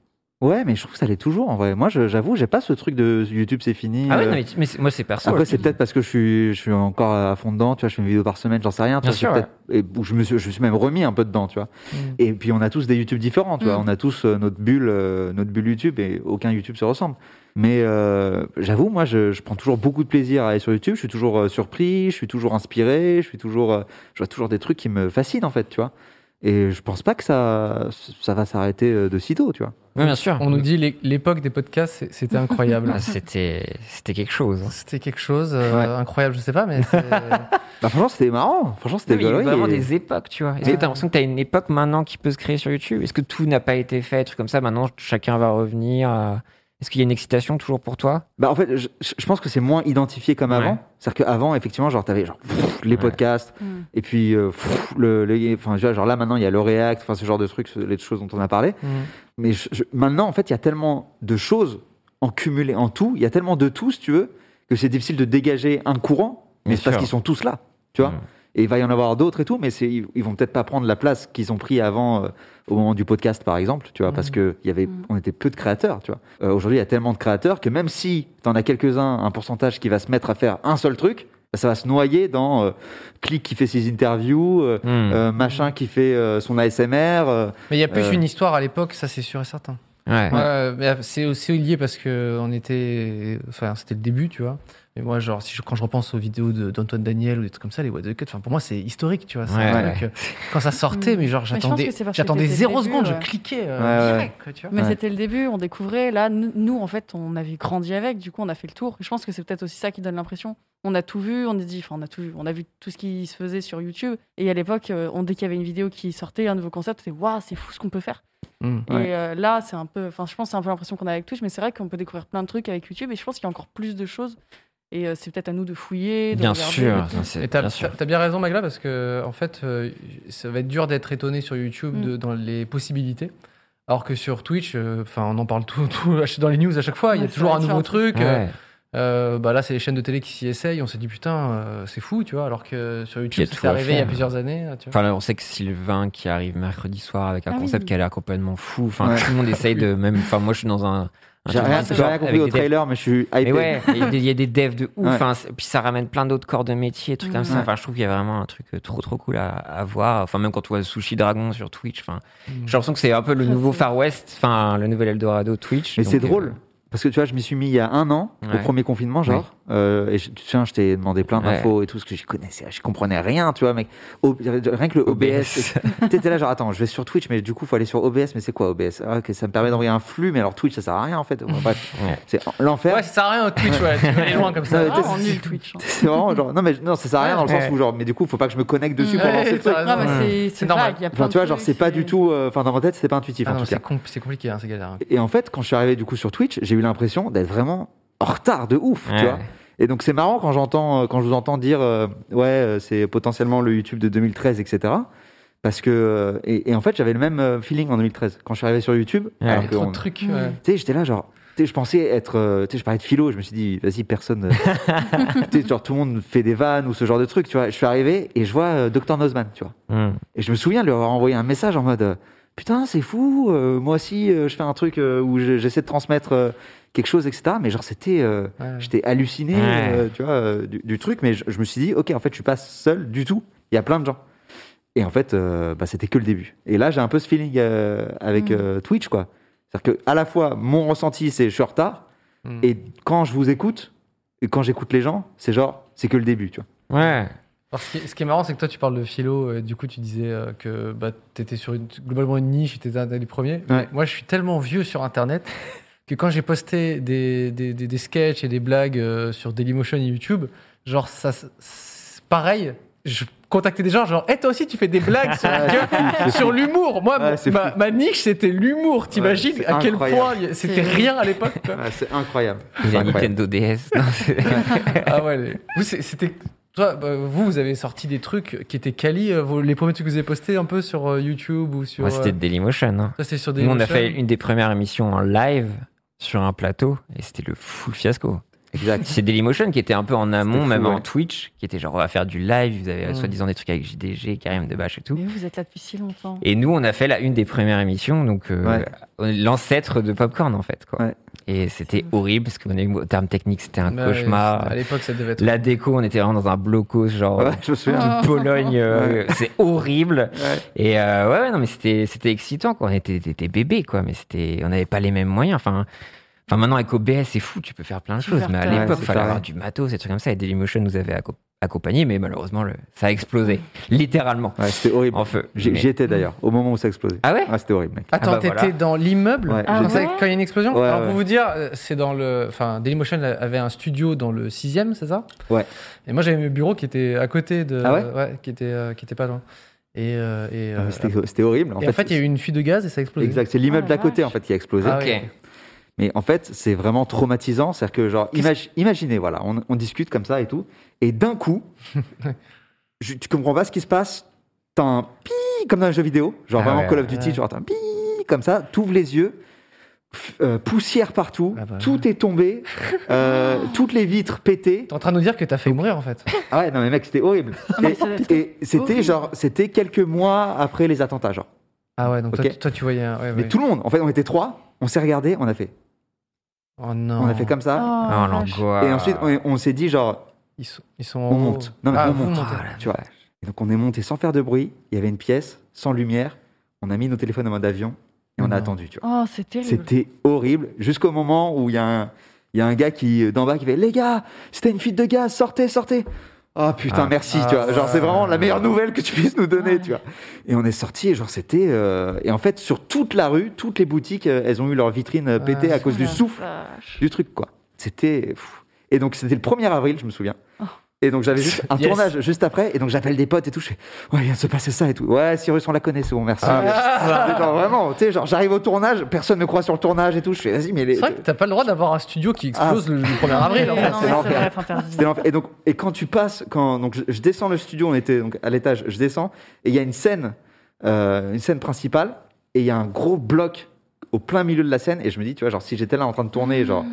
Speaker 2: Ouais, mais je trouve que ça l'est toujours en vrai. Moi, je- j'avoue, j'ai pas ce truc de YouTube, c'est fini.
Speaker 3: Ah ouais,
Speaker 2: euh,
Speaker 3: non, mais, mais c'est- moi, c'est perso. hein.
Speaker 2: Après,
Speaker 3: là.
Speaker 2: c'est peut-être parce que je suis, je suis encore à fond dedans, tu vois, je fais une vidéo par semaine, j'en sais rien, tu
Speaker 3: Bien
Speaker 2: vois,
Speaker 3: sûr,
Speaker 2: c'est peut-être- et où je me suis, je me suis même remis un peu dedans, tu vois.
Speaker 1: Mm.
Speaker 2: Et puis, on a tous des YouTube différents, tu vois,
Speaker 4: Mm.
Speaker 2: on a tous euh, notre bulle, euh, notre bulle YouTube et aucun YouTube se ressemble. Mais euh, j'avoue, moi, je, je prends toujours beaucoup de plaisir à aller sur YouTube, je suis toujours euh, surpris, je suis toujours inspiré, je suis toujours, euh, je vois toujours des trucs qui me fascinent, en fait, tu vois. Et je pense pas que ça, ça va s'arrêter euh, de sitôt, tu vois.
Speaker 3: Ouais, bien sûr.
Speaker 1: On nous dit l'é- l'époque des podcasts, c'est- c'était incroyable.
Speaker 3: Ah, c'était, c'était quelque chose. hein.
Speaker 1: c'était quelque chose euh,
Speaker 2: Ouais.
Speaker 1: incroyable, je sais pas, mais c'est-
Speaker 2: Bah, franchement, c'était marrant, franchement, c'était
Speaker 3: Non, mais il y a
Speaker 2: gaulerie
Speaker 3: vraiment
Speaker 2: et-
Speaker 3: des époques, tu vois. Est-ce que
Speaker 1: Ouais.
Speaker 3: t'as l'impression que t'as une époque maintenant qui peut se créer sur YouTube Est-ce que tout n'a pas été fait, trucs comme ça Maintenant, chacun va revenir. à- Est-ce qu'il y a une excitation toujours pour toi
Speaker 2: Bah en fait, je, je pense que c'est moins identifié comme avant.
Speaker 3: Ouais.
Speaker 2: C'est-à-dire qu'avant, effectivement, genre t'avais genre pff, les
Speaker 3: Ouais.
Speaker 2: podcasts
Speaker 4: Mm.
Speaker 2: et puis euh, pff, le, le- enfin tu vois, genre là maintenant il y a le React, enfin ce genre de trucs, ce- les choses dont on a parlé.
Speaker 1: Mm.
Speaker 2: Mais je- je- maintenant en fait, il y a tellement de choses en cumulé en tout, il y a tellement de tout si tu veux que c'est difficile de dégager un courant. Mais
Speaker 3: Bien
Speaker 2: c'est parce
Speaker 3: sûr.
Speaker 2: qu'ils sont tous là, tu vois.
Speaker 3: Mm.
Speaker 2: Et il va y en avoir d'autres et tout, mais c'est ils, ils vont peut-être pas prendre la place qu'ils ont pris avant euh, au moment du podcast par exemple, tu vois,
Speaker 1: Mm.
Speaker 2: parce que il y avait,
Speaker 4: Mm.
Speaker 2: on était peu de créateurs, tu vois. Euh, Aujourd'hui, il y a tellement de créateurs que même si tu en as quelques-uns, un pourcentage qui va se mettre à faire un seul truc, bah, ça va se noyer dans euh, Click qui fait ses interviews, euh,
Speaker 3: Hmm.
Speaker 2: euh, machin qui fait euh, son ASMR. euh,
Speaker 1: Mais il y a plus
Speaker 2: Euh.
Speaker 1: une histoire à l'époque, ça c'est sûr et certain.
Speaker 3: Ouais.
Speaker 1: Ouais, mais c'est aussi lié parce que on était, enfin c'était le début, tu vois. Mais moi, genre, si je- quand je repense aux vidéos de- d'Antoine Daniel ou des trucs comme ça, les What the Cut, enfin, pour moi, c'est historique, tu vois. c'est un
Speaker 3: Ouais,
Speaker 1: truc, euh, Quand ça sortait,
Speaker 4: Mm.
Speaker 1: mais genre,
Speaker 4: je pense
Speaker 1: j'attendais
Speaker 4: que c'est parce que
Speaker 1: j'attendais
Speaker 4: c'était
Speaker 1: zéro
Speaker 4: prévu,
Speaker 1: seconde,
Speaker 4: ouais.
Speaker 1: je cliquais
Speaker 2: Ouais,
Speaker 1: euh,
Speaker 2: ouais.
Speaker 1: direct, quoi, tu vois.
Speaker 4: Mais
Speaker 2: Ouais.
Speaker 4: c'était le début, on découvrait. Là, nous, nous, en fait, on avait grandi avec. Du coup, on a fait le tour. Je pense que c'est peut-être aussi ça qui donne l'impression. On a tout vu. On a dit, enfin, on a tout vu. On a vu tout ce qui se faisait sur YouTube. Et à l'époque, euh, on dès qu'il y avait une vidéo qui sortait, un nouveau concept, on était waouh, c'est fou ce qu'on peut faire.
Speaker 1: Mm.
Speaker 2: Ouais.
Speaker 4: Et euh, là, c'est un peu. Enfin, je pense que c'est un peu l'impression qu'on a avec Twitch, mais c'est vrai qu'on peut découvrir plein de trucs avec YouTube. Et je pense qu'il y a encore plus de choses. Et euh, c'est peut-être à nous de fouiller. De
Speaker 3: Bien
Speaker 4: regarder.
Speaker 3: sûr. non, c'est-
Speaker 1: Et t'as
Speaker 3: bien
Speaker 1: t'as-
Speaker 3: sûr.
Speaker 1: t'as bien raison, Magla, parce que en fait, euh, ça va être dur d'être étonné sur
Speaker 4: Mm.
Speaker 1: YouTube de- dans les possibilités. Alors que sur Twitch, euh, enfin, on en parle tout, tout à chaque- dans les news à chaque fois. Il y
Speaker 4: Ouais,
Speaker 1: a
Speaker 4: ça
Speaker 1: toujours
Speaker 4: va
Speaker 1: un
Speaker 4: être
Speaker 1: nouveau
Speaker 4: sur un
Speaker 1: truc.
Speaker 3: Ouais.
Speaker 1: Euh, bah là, c'est les chaînes de télé qui s'y essayent. On s'est dit putain, euh, c'est fou, tu vois. Alors que sur
Speaker 3: Il y
Speaker 1: YouTube,
Speaker 3: a tout
Speaker 1: c'est
Speaker 3: à
Speaker 1: arrivé il y a
Speaker 3: faire.
Speaker 1: plusieurs années. Tu vois.
Speaker 3: Enfin, là, on sait que Sylvain qui arrive mercredi soir avec un
Speaker 4: Ah
Speaker 3: concept
Speaker 4: oui.
Speaker 3: qui a l'air complètement fou. Enfin,
Speaker 2: Ouais.
Speaker 3: tout le monde essaye de même. Enfin, moi, je suis dans un. un
Speaker 2: J'ai
Speaker 3: truc
Speaker 2: rien,
Speaker 3: de ce
Speaker 2: j'ai
Speaker 3: genre
Speaker 2: rien compris
Speaker 3: avec
Speaker 2: au
Speaker 3: des devs.
Speaker 2: trailer, mais je suis hypé.
Speaker 3: Mais ouais, il y a des- il y, a des devs de ouf.
Speaker 2: Ouais.
Speaker 3: Enfin, c'est- puis ça ramène plein d'autres corps de métier, trucs comme ça.
Speaker 4: Ouais.
Speaker 3: Enfin, je trouve qu'il y a vraiment un truc euh, trop trop cool à, à voir. Enfin, même quand tu vois Sushi Dragon sur Twitch, enfin, j'ai l'impression que c'est un peu le
Speaker 4: Très
Speaker 3: nouveau
Speaker 4: cool.
Speaker 3: Far West, enfin, le nouvel Eldorado Twitch.
Speaker 2: Mais
Speaker 3: Donc,
Speaker 2: c'est
Speaker 3: euh,
Speaker 2: drôle. Parce que tu vois, je m'y suis mis il y a un an, au
Speaker 3: Ouais.
Speaker 2: premier confinement, genre. euh, et je, tu sais, je t'ai demandé plein d'infos et tout, ce que je connaissais, je comprenais rien, tu vois, mec. O- rien que le OBS. T'étais là, genre, attends, je vais sur Twitch, mais du coup, faut aller sur OBS, mais c'est quoi OBS Ah, Ok, ça me permet d'envoyer un flux, mais alors Twitch, ça sert à rien, en fait. Bon, bref,
Speaker 3: Ouais.
Speaker 2: c'est l'enfer.
Speaker 1: Ouais, ça sert à rien au Twitch, ouais. tu vas aller loin comme ça.
Speaker 2: Ouais,
Speaker 4: Ah, on nul Twitch. hein.
Speaker 2: C'est vraiment genre, non, mais non, ça sert à rien dans le sens
Speaker 3: Ouais.
Speaker 2: où, genre, mais du coup, faut pas que je me connecte dessus pour
Speaker 1: Ouais,
Speaker 2: lancer le
Speaker 1: t'as
Speaker 2: truc.
Speaker 1: raison.
Speaker 4: Non, mais c'est-
Speaker 1: C'est
Speaker 4: c'est
Speaker 1: normal.
Speaker 4: vague, il y a plein
Speaker 2: Enfin,
Speaker 4: de
Speaker 2: tu vois, genre,
Speaker 4: trucs,
Speaker 2: c'est pas du tout, euh, enfin, dans ma tête, c'est pas intuitif,
Speaker 1: Ah
Speaker 2: en
Speaker 1: non,
Speaker 2: tout cas.
Speaker 1: c'est com- c'est compliqué, hein, c'est galère. hein.
Speaker 2: Et en fait, quand je suis arrivé du coup sur Twitch, j'ai eu l'impression d'être vraiment en retard de ouf,
Speaker 3: Ouais.
Speaker 2: tu vois. Et donc c'est marrant quand j'entends, euh, quand je vous entends dire, euh, ouais, euh, c'est potentiellement le YouTube de 2013, etc. Parce que euh, et, et en fait, j'avais le même euh, feeling en 2013 quand je suis arrivé sur YouTube.
Speaker 3: Ouais.
Speaker 1: Il
Speaker 2: alors
Speaker 1: y a
Speaker 2: que
Speaker 1: trop
Speaker 2: on-
Speaker 1: de trucs.
Speaker 4: Mm.
Speaker 1: ouais.
Speaker 2: tu sais, j'étais là genre. tu sais, Je pensais être. euh, tu sais, je parlais de philo, je me suis dit, vas-y, personne. euh, tu sais, genre, tout le monde fait des vannes ou ce genre de truc, tu vois. Je suis arrivé et je vois euh, Dr. Nozman, tu vois.
Speaker 3: Hum.
Speaker 2: Et je me souviens de lui avoir envoyé un message en mode euh, Putain, c'est fou, euh, moi aussi euh, je fais un truc euh, où je- j'essaie de transmettre euh, quelque chose, etc. Mais genre, c'était. euh,
Speaker 1: Ouais.
Speaker 2: J'étais halluciné,
Speaker 3: Ouais.
Speaker 2: euh, tu vois, euh, du, du truc, mais je, je me suis dit, ok, en fait, je suis pas seul du tout. Il y a plein de gens. Et en fait, euh, bah, c'était que le début. Et là, j'ai un peu ce feeling euh, avec
Speaker 4: Mm.
Speaker 2: euh, Twitch, quoi. C'est-à-dire que à la fois, mon ressenti, c'est je suis en retard,
Speaker 1: Mm.
Speaker 2: et quand je vous écoute, et quand j'écoute les gens, c'est genre, c'est que le début, tu vois.
Speaker 3: Ouais.
Speaker 1: Alors, ce, qui est, ce qui est marrant, c'est que toi, tu parles de philo. euh, du coup, tu disais euh, que bah, tu étais sur une, globalement une niche, tu étais un des premiers. Mais
Speaker 2: Ouais.
Speaker 1: Moi, je suis tellement vieux sur Internet que quand j'ai posté des, des, des- des sketchs et des blagues euh, sur Dailymotion et YouTube, genre, ça, c'est pareil, je contactais des gens, genre, hé, toi aussi, tu fais des blagues sur,
Speaker 2: Ouais,
Speaker 1: que- sur l'humour. Moi,
Speaker 2: Ouais, c'est
Speaker 1: ma,
Speaker 2: fou.
Speaker 1: ma niche, c'était l'humour. T'imagines
Speaker 2: c'est
Speaker 1: à quel
Speaker 2: incroyable.
Speaker 1: point il y a- c'était
Speaker 4: C'est-
Speaker 1: rien à l'époque. quoi.
Speaker 2: Ah, c'est incroyable.
Speaker 3: Il y a
Speaker 2: Incroyable.
Speaker 3: Nintendo DS. Non, c'est-
Speaker 1: Ah ouais, les- vous, c'est- c'était. Toi, bah, vous, vous avez sorti des trucs qui étaient quali. euh, vos- les premiers trucs que vous avez postés un peu sur euh, YouTube ou sur.
Speaker 3: Moi,
Speaker 1: euh,
Speaker 3: c'était Dailymotion. hein.
Speaker 1: ça, c'est sur des.
Speaker 3: Nous, on a
Speaker 1: chaînes.
Speaker 3: fait une des premières émissions en live sur un plateau et c'était le full fiasco.
Speaker 2: Exact.
Speaker 3: C'est Dailymotion qui était un peu en amont,
Speaker 2: fou,
Speaker 3: même
Speaker 2: ouais.
Speaker 3: en Twitch, qui était genre on va faire du live, vous avez euh,
Speaker 1: Mm.
Speaker 3: soi-disant des trucs avec JDG, Karim Debache et tout.
Speaker 4: Mais vous êtes là depuis si longtemps.
Speaker 3: Et nous, on a fait la une des premières émissions, donc euh,
Speaker 2: Ouais.
Speaker 3: on est l'ancêtre de Popcorn en fait. Quoi.
Speaker 2: Ouais.
Speaker 3: Et c'était horrible parce que au terme technique, c'était un
Speaker 1: Bah ouais, c'était-
Speaker 3: cauchemar.
Speaker 1: à l'époque, ça devait être.
Speaker 3: La déco, on était vraiment dans un blocos genre
Speaker 2: Ouais, je me souviens.
Speaker 3: de Pologne, euh, c'est horrible.
Speaker 2: Ouais.
Speaker 3: Et euh, ouais, ouais, non, mais c'était c'était excitant, quoi. On était des, des bébés, quoi, mais c'était, on n'avait pas les mêmes moyens. Enfin, enfin, maintenant avec OBS, c'est fou, tu peux faire plein de
Speaker 4: Tu
Speaker 3: choses.
Speaker 4: peux
Speaker 3: Mais à
Speaker 4: faire plein.
Speaker 2: Ouais,
Speaker 3: l'époque, il
Speaker 2: c'est
Speaker 3: fallait
Speaker 2: pareil.
Speaker 3: avoir du matos, des trucs comme ça. Et Dailymotion nous avait acco- accompagnés, mais malheureusement, le- ça a explosé,
Speaker 1: Oh.
Speaker 3: littéralement,
Speaker 2: Ouais, c'était horrible.
Speaker 3: en feu.
Speaker 2: J'y
Speaker 3: Mais-
Speaker 2: j'y étais d'ailleurs, au moment où ça explosait.
Speaker 3: Ah ouais
Speaker 2: Ah, c'était horrible, mec.
Speaker 1: Attends,
Speaker 3: Ah bah
Speaker 1: t'étais
Speaker 3: voilà.
Speaker 1: dans l'immeuble
Speaker 2: Ouais,
Speaker 4: Ah
Speaker 1: Vous savez,
Speaker 4: ouais
Speaker 1: quand il y a une explosion
Speaker 2: Ouais,
Speaker 1: Alors,
Speaker 2: ouais.
Speaker 1: pour vous dire, euh, c'est dans le. Enfin, Dailymotion avait un studio dans le 6 c'est ça
Speaker 2: Ouais.
Speaker 1: Et moi, j'avais mes bureaux qui étaient à côté de.
Speaker 2: Ah ouais
Speaker 1: qui était, euh, qui était pas loin. Et. euh, et,
Speaker 2: Ah,
Speaker 1: euh,
Speaker 2: mais C'était c'était horrible.
Speaker 1: et en fait, il y a eu une fuite de gaz et ça a explosé.
Speaker 2: Exact, c'est l'immeuble
Speaker 4: Oh la
Speaker 2: d'à côté en fait qui a explosé.
Speaker 1: Ah
Speaker 3: Ok.
Speaker 1: ouais.
Speaker 2: Mais en fait, c'est vraiment traumatisant. C'est-à-dire que, genre, imagi- imaginez, voilà, on, on discute comme ça et tout, et d'un coup, je- tu comprends pas ce qui se passe, t'as un pi comme dans un jeu vidéo, genre
Speaker 3: Ah
Speaker 2: vraiment
Speaker 3: ouais,
Speaker 2: Call of Duty,
Speaker 1: ouais.
Speaker 2: genre t'as un pi comme ça, t'ouvres les yeux, f- euh, poussière partout,
Speaker 1: Ah bah.
Speaker 2: tout est tombé, euh, toutes les vitres pétées.
Speaker 1: T'es en train de nous dire que t'as fait mourir en fait.
Speaker 2: Ah ouais, non mais mec, c'était horrible.
Speaker 1: Ah
Speaker 4: mais
Speaker 2: Et-
Speaker 4: ça doit être
Speaker 2: et c'était
Speaker 4: horrible.
Speaker 2: genre, c'était quelques mois après les attentats, genre.
Speaker 1: Ah ouais, donc toi,
Speaker 2: Ok.
Speaker 1: tu- toi, tu voyais. un- ouais,
Speaker 2: Mais
Speaker 1: ouais.
Speaker 2: tout le monde, en fait, on était trois, on s'est regardé, on a fait,
Speaker 1: Oh Ah. non.
Speaker 2: on a fait comme ça.
Speaker 3: Oh,
Speaker 4: la vache.
Speaker 3: l'angoisse.
Speaker 2: Et ensuite, on, on s'est dit genre,
Speaker 1: Ils sont, ils sont
Speaker 2: on monte. Non, mais
Speaker 1: Ah,
Speaker 2: on
Speaker 1: vous
Speaker 2: monte.
Speaker 1: montez.
Speaker 3: Ah, la
Speaker 2: tu vois. Et donc on est monté sans faire de bruit. Il y avait une pièce sans lumière. On a mis nos téléphones en mode avion et on
Speaker 1: Oh Non.
Speaker 2: a attendu. Tu vois.
Speaker 4: Oh, c'est terrible.
Speaker 2: C'était horrible jusqu'au moment où il y a un, Il y a un gars qui d'en bas qui fait les gars, c'était une fuite de gaz, sortez, sortez. Ah putain,
Speaker 3: Ah.
Speaker 2: merci,
Speaker 1: Ah,
Speaker 2: tu vois. Genre
Speaker 1: ouais.
Speaker 2: c'est vraiment la meilleure nouvelle que tu puisses nous donner,
Speaker 4: Ouais.
Speaker 2: tu vois. Et on est sorti et genre c'était euh, et en fait sur toute la rue, toutes les boutiques, euh, elles ont eu leurs vitrines euh, pétées
Speaker 1: Ah,
Speaker 2: à cause du
Speaker 4: la
Speaker 2: souffle
Speaker 4: vache.
Speaker 2: du truc quoi. C'était pff. et donc c'était le 1er avril, je me souviens.
Speaker 4: Oh.
Speaker 2: Et donc j'avais juste un
Speaker 1: Yes.
Speaker 2: tournage juste après et donc j'appelle des potes et tout, je fais ouais, il vient de se passer ça et tout. Ouais, Cyrus, on la connaît, c'est bon, merci.
Speaker 1: Ah,
Speaker 2: Mais non, vraiment, tu sais, genre j'arrive au tournage, personne ne croit sur le tournage et tout, je fais vas-y mais les
Speaker 1: C'est vrai que t'as pas le droit d'avoir un studio qui
Speaker 2: Ah.
Speaker 1: explose le, le 1er avril. en fait.
Speaker 4: Non, mais
Speaker 2: c'est
Speaker 4: ça
Speaker 2: l'enfer.
Speaker 4: devrait être interdit.
Speaker 2: C'était l'enfer. Et donc, et quand tu passes, quand donc je, je descends le studio, on était donc à l'étage, je descends et il y a une scène, euh, une scène principale et il y a un gros bloc au plein milieu de la scène et je me dis, tu vois, genre si j'étais là en train de tourner, genre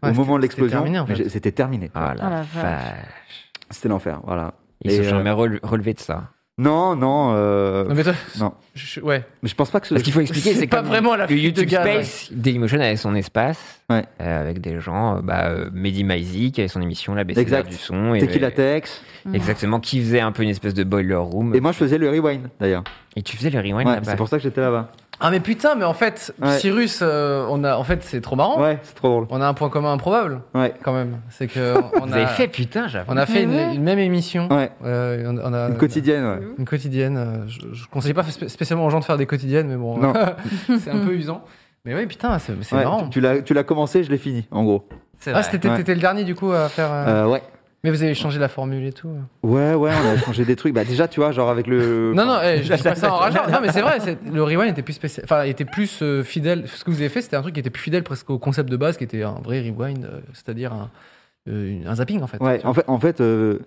Speaker 1: Ouais,
Speaker 2: au
Speaker 1: Ah, c'était-
Speaker 2: moment de
Speaker 1: c'était
Speaker 2: l'explosion,
Speaker 1: terminé, en fait.
Speaker 2: mais j'ai- c'était terminé.
Speaker 3: Ah la,
Speaker 4: Ah, la vache.
Speaker 3: vache.
Speaker 2: C'était l'enfer, voilà.
Speaker 3: Ils
Speaker 2: Et,
Speaker 3: se sont
Speaker 2: euh,
Speaker 3: jamais rele- relevés de ça.
Speaker 2: Non, non, euh,
Speaker 1: Non, mais toi,
Speaker 2: Non.
Speaker 1: je- je- ouais.
Speaker 2: mais je pense pas que ce.
Speaker 3: Parce qu'il faut expliquer,
Speaker 1: C'est
Speaker 3: c'est
Speaker 1: pas
Speaker 3: comme
Speaker 1: vraiment la
Speaker 3: le
Speaker 1: fuite de
Speaker 3: YouTube
Speaker 1: gaz,
Speaker 3: Space, Dailymotion avait son espace
Speaker 2: Ouais.
Speaker 3: euh, avec des gens, euh, bah, euh, Mehdi Maizi qui avait son émission La BCR
Speaker 2: Exact.
Speaker 3: du son, et euh,
Speaker 2: T'es qui la Tex
Speaker 3: exactement, qui faisait un peu une espèce de boiler room.
Speaker 2: Et moi, je faisais le rewind d'ailleurs.
Speaker 3: Et tu faisais le rewind
Speaker 2: Ouais,
Speaker 3: là-bas.
Speaker 2: c'est pour ça que j'étais là-bas.
Speaker 1: Ah mais putain, mais en fait,
Speaker 2: Ouais.
Speaker 1: Cyrus, euh, on a, en fait, c'est trop marrant.
Speaker 2: Ouais, c'est trop drôle.
Speaker 1: On a un point commun improbable,
Speaker 2: Ouais,
Speaker 1: quand même. C'est que on
Speaker 3: Vous
Speaker 1: a
Speaker 3: avez fait putain, j'avoue.
Speaker 1: on a fait
Speaker 4: Mais
Speaker 1: une,
Speaker 4: ouais.
Speaker 1: une même émission.
Speaker 2: ouais.
Speaker 1: Euh, on, on a
Speaker 2: Une quotidienne. ouais.
Speaker 1: Une quotidienne. euh, Je, je conseille pas spé- spécialement aux gens de faire des quotidiennes, mais bon,
Speaker 2: Non.
Speaker 1: c'est un peu usant. Mais oui, putain, c'est c'est
Speaker 2: Ouais,
Speaker 1: marrant.
Speaker 2: tu- tu l'as, tu l'as commencé, je l'ai fini, en gros.
Speaker 3: C'est
Speaker 1: Ah,
Speaker 3: vrai.
Speaker 1: c'était
Speaker 2: Ouais.
Speaker 1: t'étais le dernier du coup à faire. euh,
Speaker 2: Euh, ouais.
Speaker 1: Mais vous avez changé la formule et tout.
Speaker 2: Ouais, ouais, on a changé des trucs. Bah, déjà, tu vois, genre avec le.
Speaker 1: Non, non, eh, je dis pas ça en rageant. Non, mais c'est vrai, c'est- le rewind était plus spécial. Enfin, était plus euh, fidèle. Ce que vous avez fait, c'était un truc qui était plus fidèle presque au concept de base, qui était un vrai rewind, euh, c'est-à-dire un, euh, une- un zapping en fait.
Speaker 2: Ouais, en fait, en fait euh,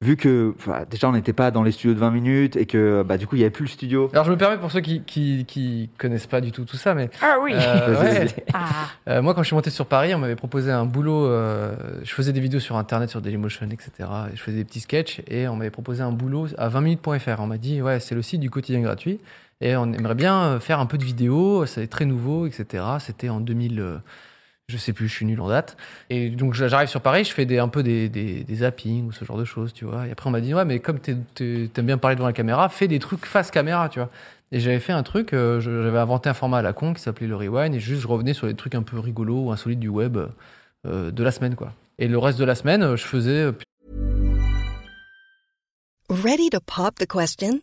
Speaker 2: vu que. enfin, Déjà, on n'était pas dans les studios de 20 minutes et que, bah, du coup, il n'y avait plus le studio.
Speaker 1: Alors, je me permets pour ceux qui, qui, qui connaissent pas du tout tout ça, mais
Speaker 3: Ah oui.
Speaker 1: euh, ouais,
Speaker 4: Ah,
Speaker 1: Euh, moi, quand je suis monté sur Paris, on m'avait proposé un boulot. euh, je faisais des vidéos sur Internet, sur Dailymotion, etc. Et je faisais des petits sketchs et on m'avait proposé un boulot à 20minutes.fr. On m'a dit, ouais, c'est le site du quotidien gratuit et on aimerait bien euh, faire un peu de vidéos. C'est très nouveau, etc. C'était en 2000. euh, je sais plus, je suis nul en date. Et donc j'a- j'arrive sur Paris, je fais des, un peu des, des, des zappings ou ce genre de choses, tu vois. Et après on m'a dit, ouais, mais comme t'es- t'es- t'aimes bien parler devant la caméra, fais des trucs face caméra, tu vois. Et j'avais fait un truc, euh, je- j'avais inventé un format à la con qui s'appelait le Rewind, et juste je revenais sur les trucs un peu rigolos ou insolites du web euh, de la semaine, quoi. Et le reste de la semaine, euh, je faisais euh,
Speaker 7: Ready to pop the question?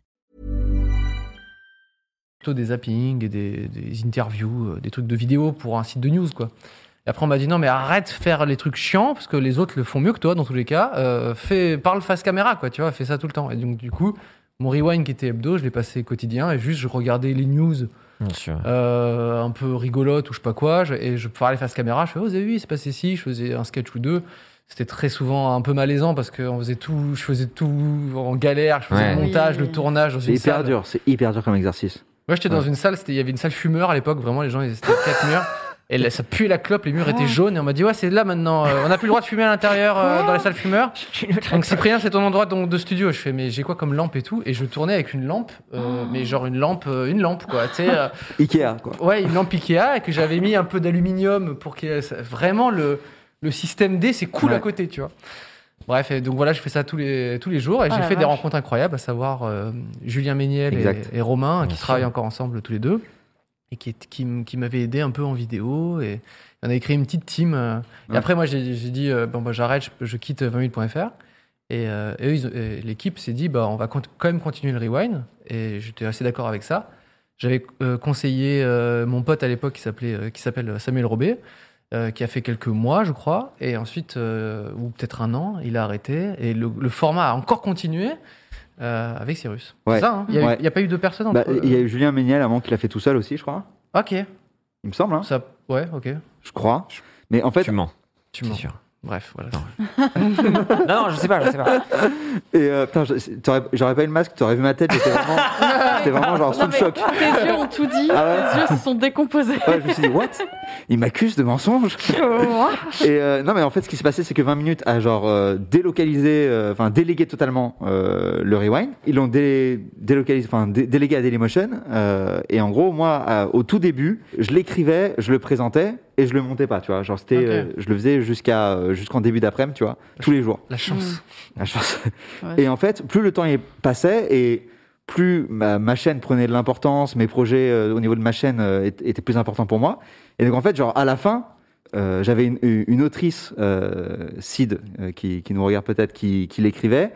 Speaker 1: plutôt des zappings et des, des interviews, euh, des trucs de vidéo pour un site de news, quoi. Et après, on m'a dit non, mais arrête de faire les trucs chiants parce que les autres le font mieux que toi dans tous les cas. Euh, fais, parle face caméra, quoi, tu vois, fais ça tout le temps. Et donc, du coup, mon rewind qui était hebdo, je l'ai passé quotidien et juste je regardais les news
Speaker 3: Bien sûr.
Speaker 1: euh, un peu rigolotes ou je sais pas quoi. Je- et je parlais face caméra, je fais, oh, vous avez vu, il s'est passé ci, je faisais un sketch ou deux. C'était très souvent un peu malaisant parce que on faisait tout, je faisais tout en galère, je faisais
Speaker 3: Ouais.
Speaker 1: le montage,
Speaker 4: Oui.
Speaker 1: le tournage dans
Speaker 2: C'est
Speaker 1: une
Speaker 2: hyper
Speaker 1: salle.
Speaker 2: dur, c'est hyper dur comme exercice.
Speaker 1: Moi, j'étais dans
Speaker 2: Ouais.
Speaker 1: une salle, c'était- il y avait une salle fumeur à l'époque, vraiment, les gens, ils étaient quatre murs. Et là, ça puait la clope, les murs étaient jaunes, et on m'a dit, ouais, c'est là maintenant, euh, on n'a plus le droit de fumer à l'intérieur euh, dans les salles fumeurs. Donc, Cyprien, c'est ton endroit donc, de studio. Je fais, mais j'ai quoi comme lampe et tout Et je tournais avec une lampe, euh, mais genre une lampe, euh, une lampe, quoi, tu sais. euh,
Speaker 2: Ikea, quoi.
Speaker 1: ouais, une lampe Ikea, et que j'avais mis un peu d'aluminium pour qu'il y ait- ça- Vraiment, le, le système D, c'est cool à
Speaker 2: Ouais.
Speaker 1: côté, tu vois. Bref, et donc voilà, je fais ça tous les, tous les jours et
Speaker 4: Ah,
Speaker 1: j'ai
Speaker 4: la
Speaker 1: fait des
Speaker 4: vache.
Speaker 1: rencontres incroyables, à savoir euh, Julien Méniel
Speaker 2: Exact.
Speaker 1: et, et Romain, qui
Speaker 3: sûr.
Speaker 1: travaillent encore ensemble tous les deux et qui, est- qui, m- qui m'avait aidé un peu en vidéo. Et on avait créé une petite team. euh, Et
Speaker 2: Ouais.
Speaker 1: après, moi, j'ai j'ai dit, euh, bon, bah, j'arrête, je, je quitte 20.fr. Et, euh, et eux, ils ont- et l'équipe s'est dit, bah, on va cont- quand même continuer le rewind. Et j'étais assez d'accord avec ça. J'avais euh, conseillé euh, mon pote à l'époque qui s'appelait euh, qui s'appelle Samuel Robé, euh, qui a fait quelques mois, je crois, et ensuite euh, ou peut-être un an, il a arrêté et le, le format a encore continué euh, avec Cyrus.
Speaker 2: Ouais.
Speaker 1: C'est ça. hein Il n'y a,
Speaker 2: Ouais.
Speaker 1: il y a pas eu deux personnes. Entre euh,
Speaker 2: Bah, il y a eu Julien Méniel avant qui l'a fait tout seul aussi, je crois.
Speaker 1: Ok.
Speaker 2: Il me semble, hein.
Speaker 1: Ça. Ouais. Ok.
Speaker 2: Je crois. Mais en fait,
Speaker 3: tu mens,
Speaker 1: Tu
Speaker 3: c'est
Speaker 1: mens.
Speaker 3: sûr.
Speaker 1: Bref, voilà.
Speaker 3: Non, non, je sais pas, je sais pas.
Speaker 2: Et euh, putain, je- t'aurais- j'aurais pas eu le masque, t'aurais vu ma tête, j'étais vraiment, j'étais vraiment genre sous
Speaker 4: Non,
Speaker 2: le
Speaker 4: mais
Speaker 2: choc.
Speaker 4: Tes yeux ont tout dit,
Speaker 2: Ah ouais.
Speaker 4: tes yeux se sont décomposés.
Speaker 2: Ouais, je me suis dit, what Il m'accuse de mensonge
Speaker 4: Moi,
Speaker 2: Et euh, non, mais en fait, ce qui s'est passé, c'est que 20 minutes a genre euh, délocalisé, euh, enfin délégué totalement euh, le rewind. Ils l'ont dé- délocalisé, enfin dé- délégué à Dailymotion. euh, et en gros, moi, à- au tout début, je l'écrivais, je le présentais et je le montais pas, tu vois. Genre, c'était,
Speaker 1: Ok.
Speaker 2: euh, je le faisais jusqu'à euh, jusqu'en début d'après-midi, tu vois, tous les jours.
Speaker 1: La chance.
Speaker 2: Ah, je pense.
Speaker 4: Ouais.
Speaker 2: Et en fait, plus le temps y passait et plus ma, ma chaîne prenait de l'importance, mes projets euh, au niveau de ma chaîne euh, étaient étaient plus importants pour moi. Et donc en fait, genre à la fin, euh, j'avais une, une autrice, euh, Sid, euh, qui, qui nous regarde peut-être, qui, qui l'écrivait.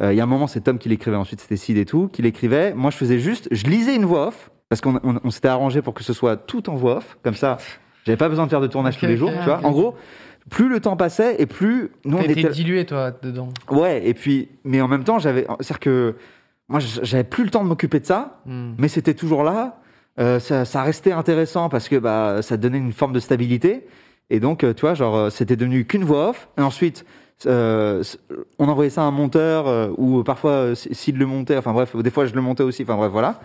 Speaker 2: Euh, Il y a un moment, c'est Tom qui l'écrivait, ensuite c'était Sid et tout, qui l'écrivait. Moi, je faisais juste, je lisais une voix off, parce qu'on on- on s'était arrangé pour que ce soit tout en voix off, comme ça, j'avais pas besoin de faire de tournage
Speaker 1: Ok,
Speaker 2: tous les
Speaker 1: ok,
Speaker 2: jours, tu vois.
Speaker 1: ok.
Speaker 2: En gros, plus le temps passait et plus nous on
Speaker 1: T'as été
Speaker 2: était.
Speaker 1: dilué, toi, dedans.
Speaker 2: Ouais, et puis, mais en même temps, j'avais, c'est-à-dire que moi, j- j'avais plus le temps de m'occuper de ça,
Speaker 1: Hmm.
Speaker 2: mais c'était toujours là. Euh, ça, ça restait intéressant parce que bah, ça donnait une forme de stabilité. Et donc, euh, tu vois, genre, euh, c'était devenu qu'une voix off. Et ensuite, euh, c- on envoyait ça à un monteur euh, ou parfois euh, s- s'il le montait, enfin bref, des fois je le montais aussi, enfin bref, voilà.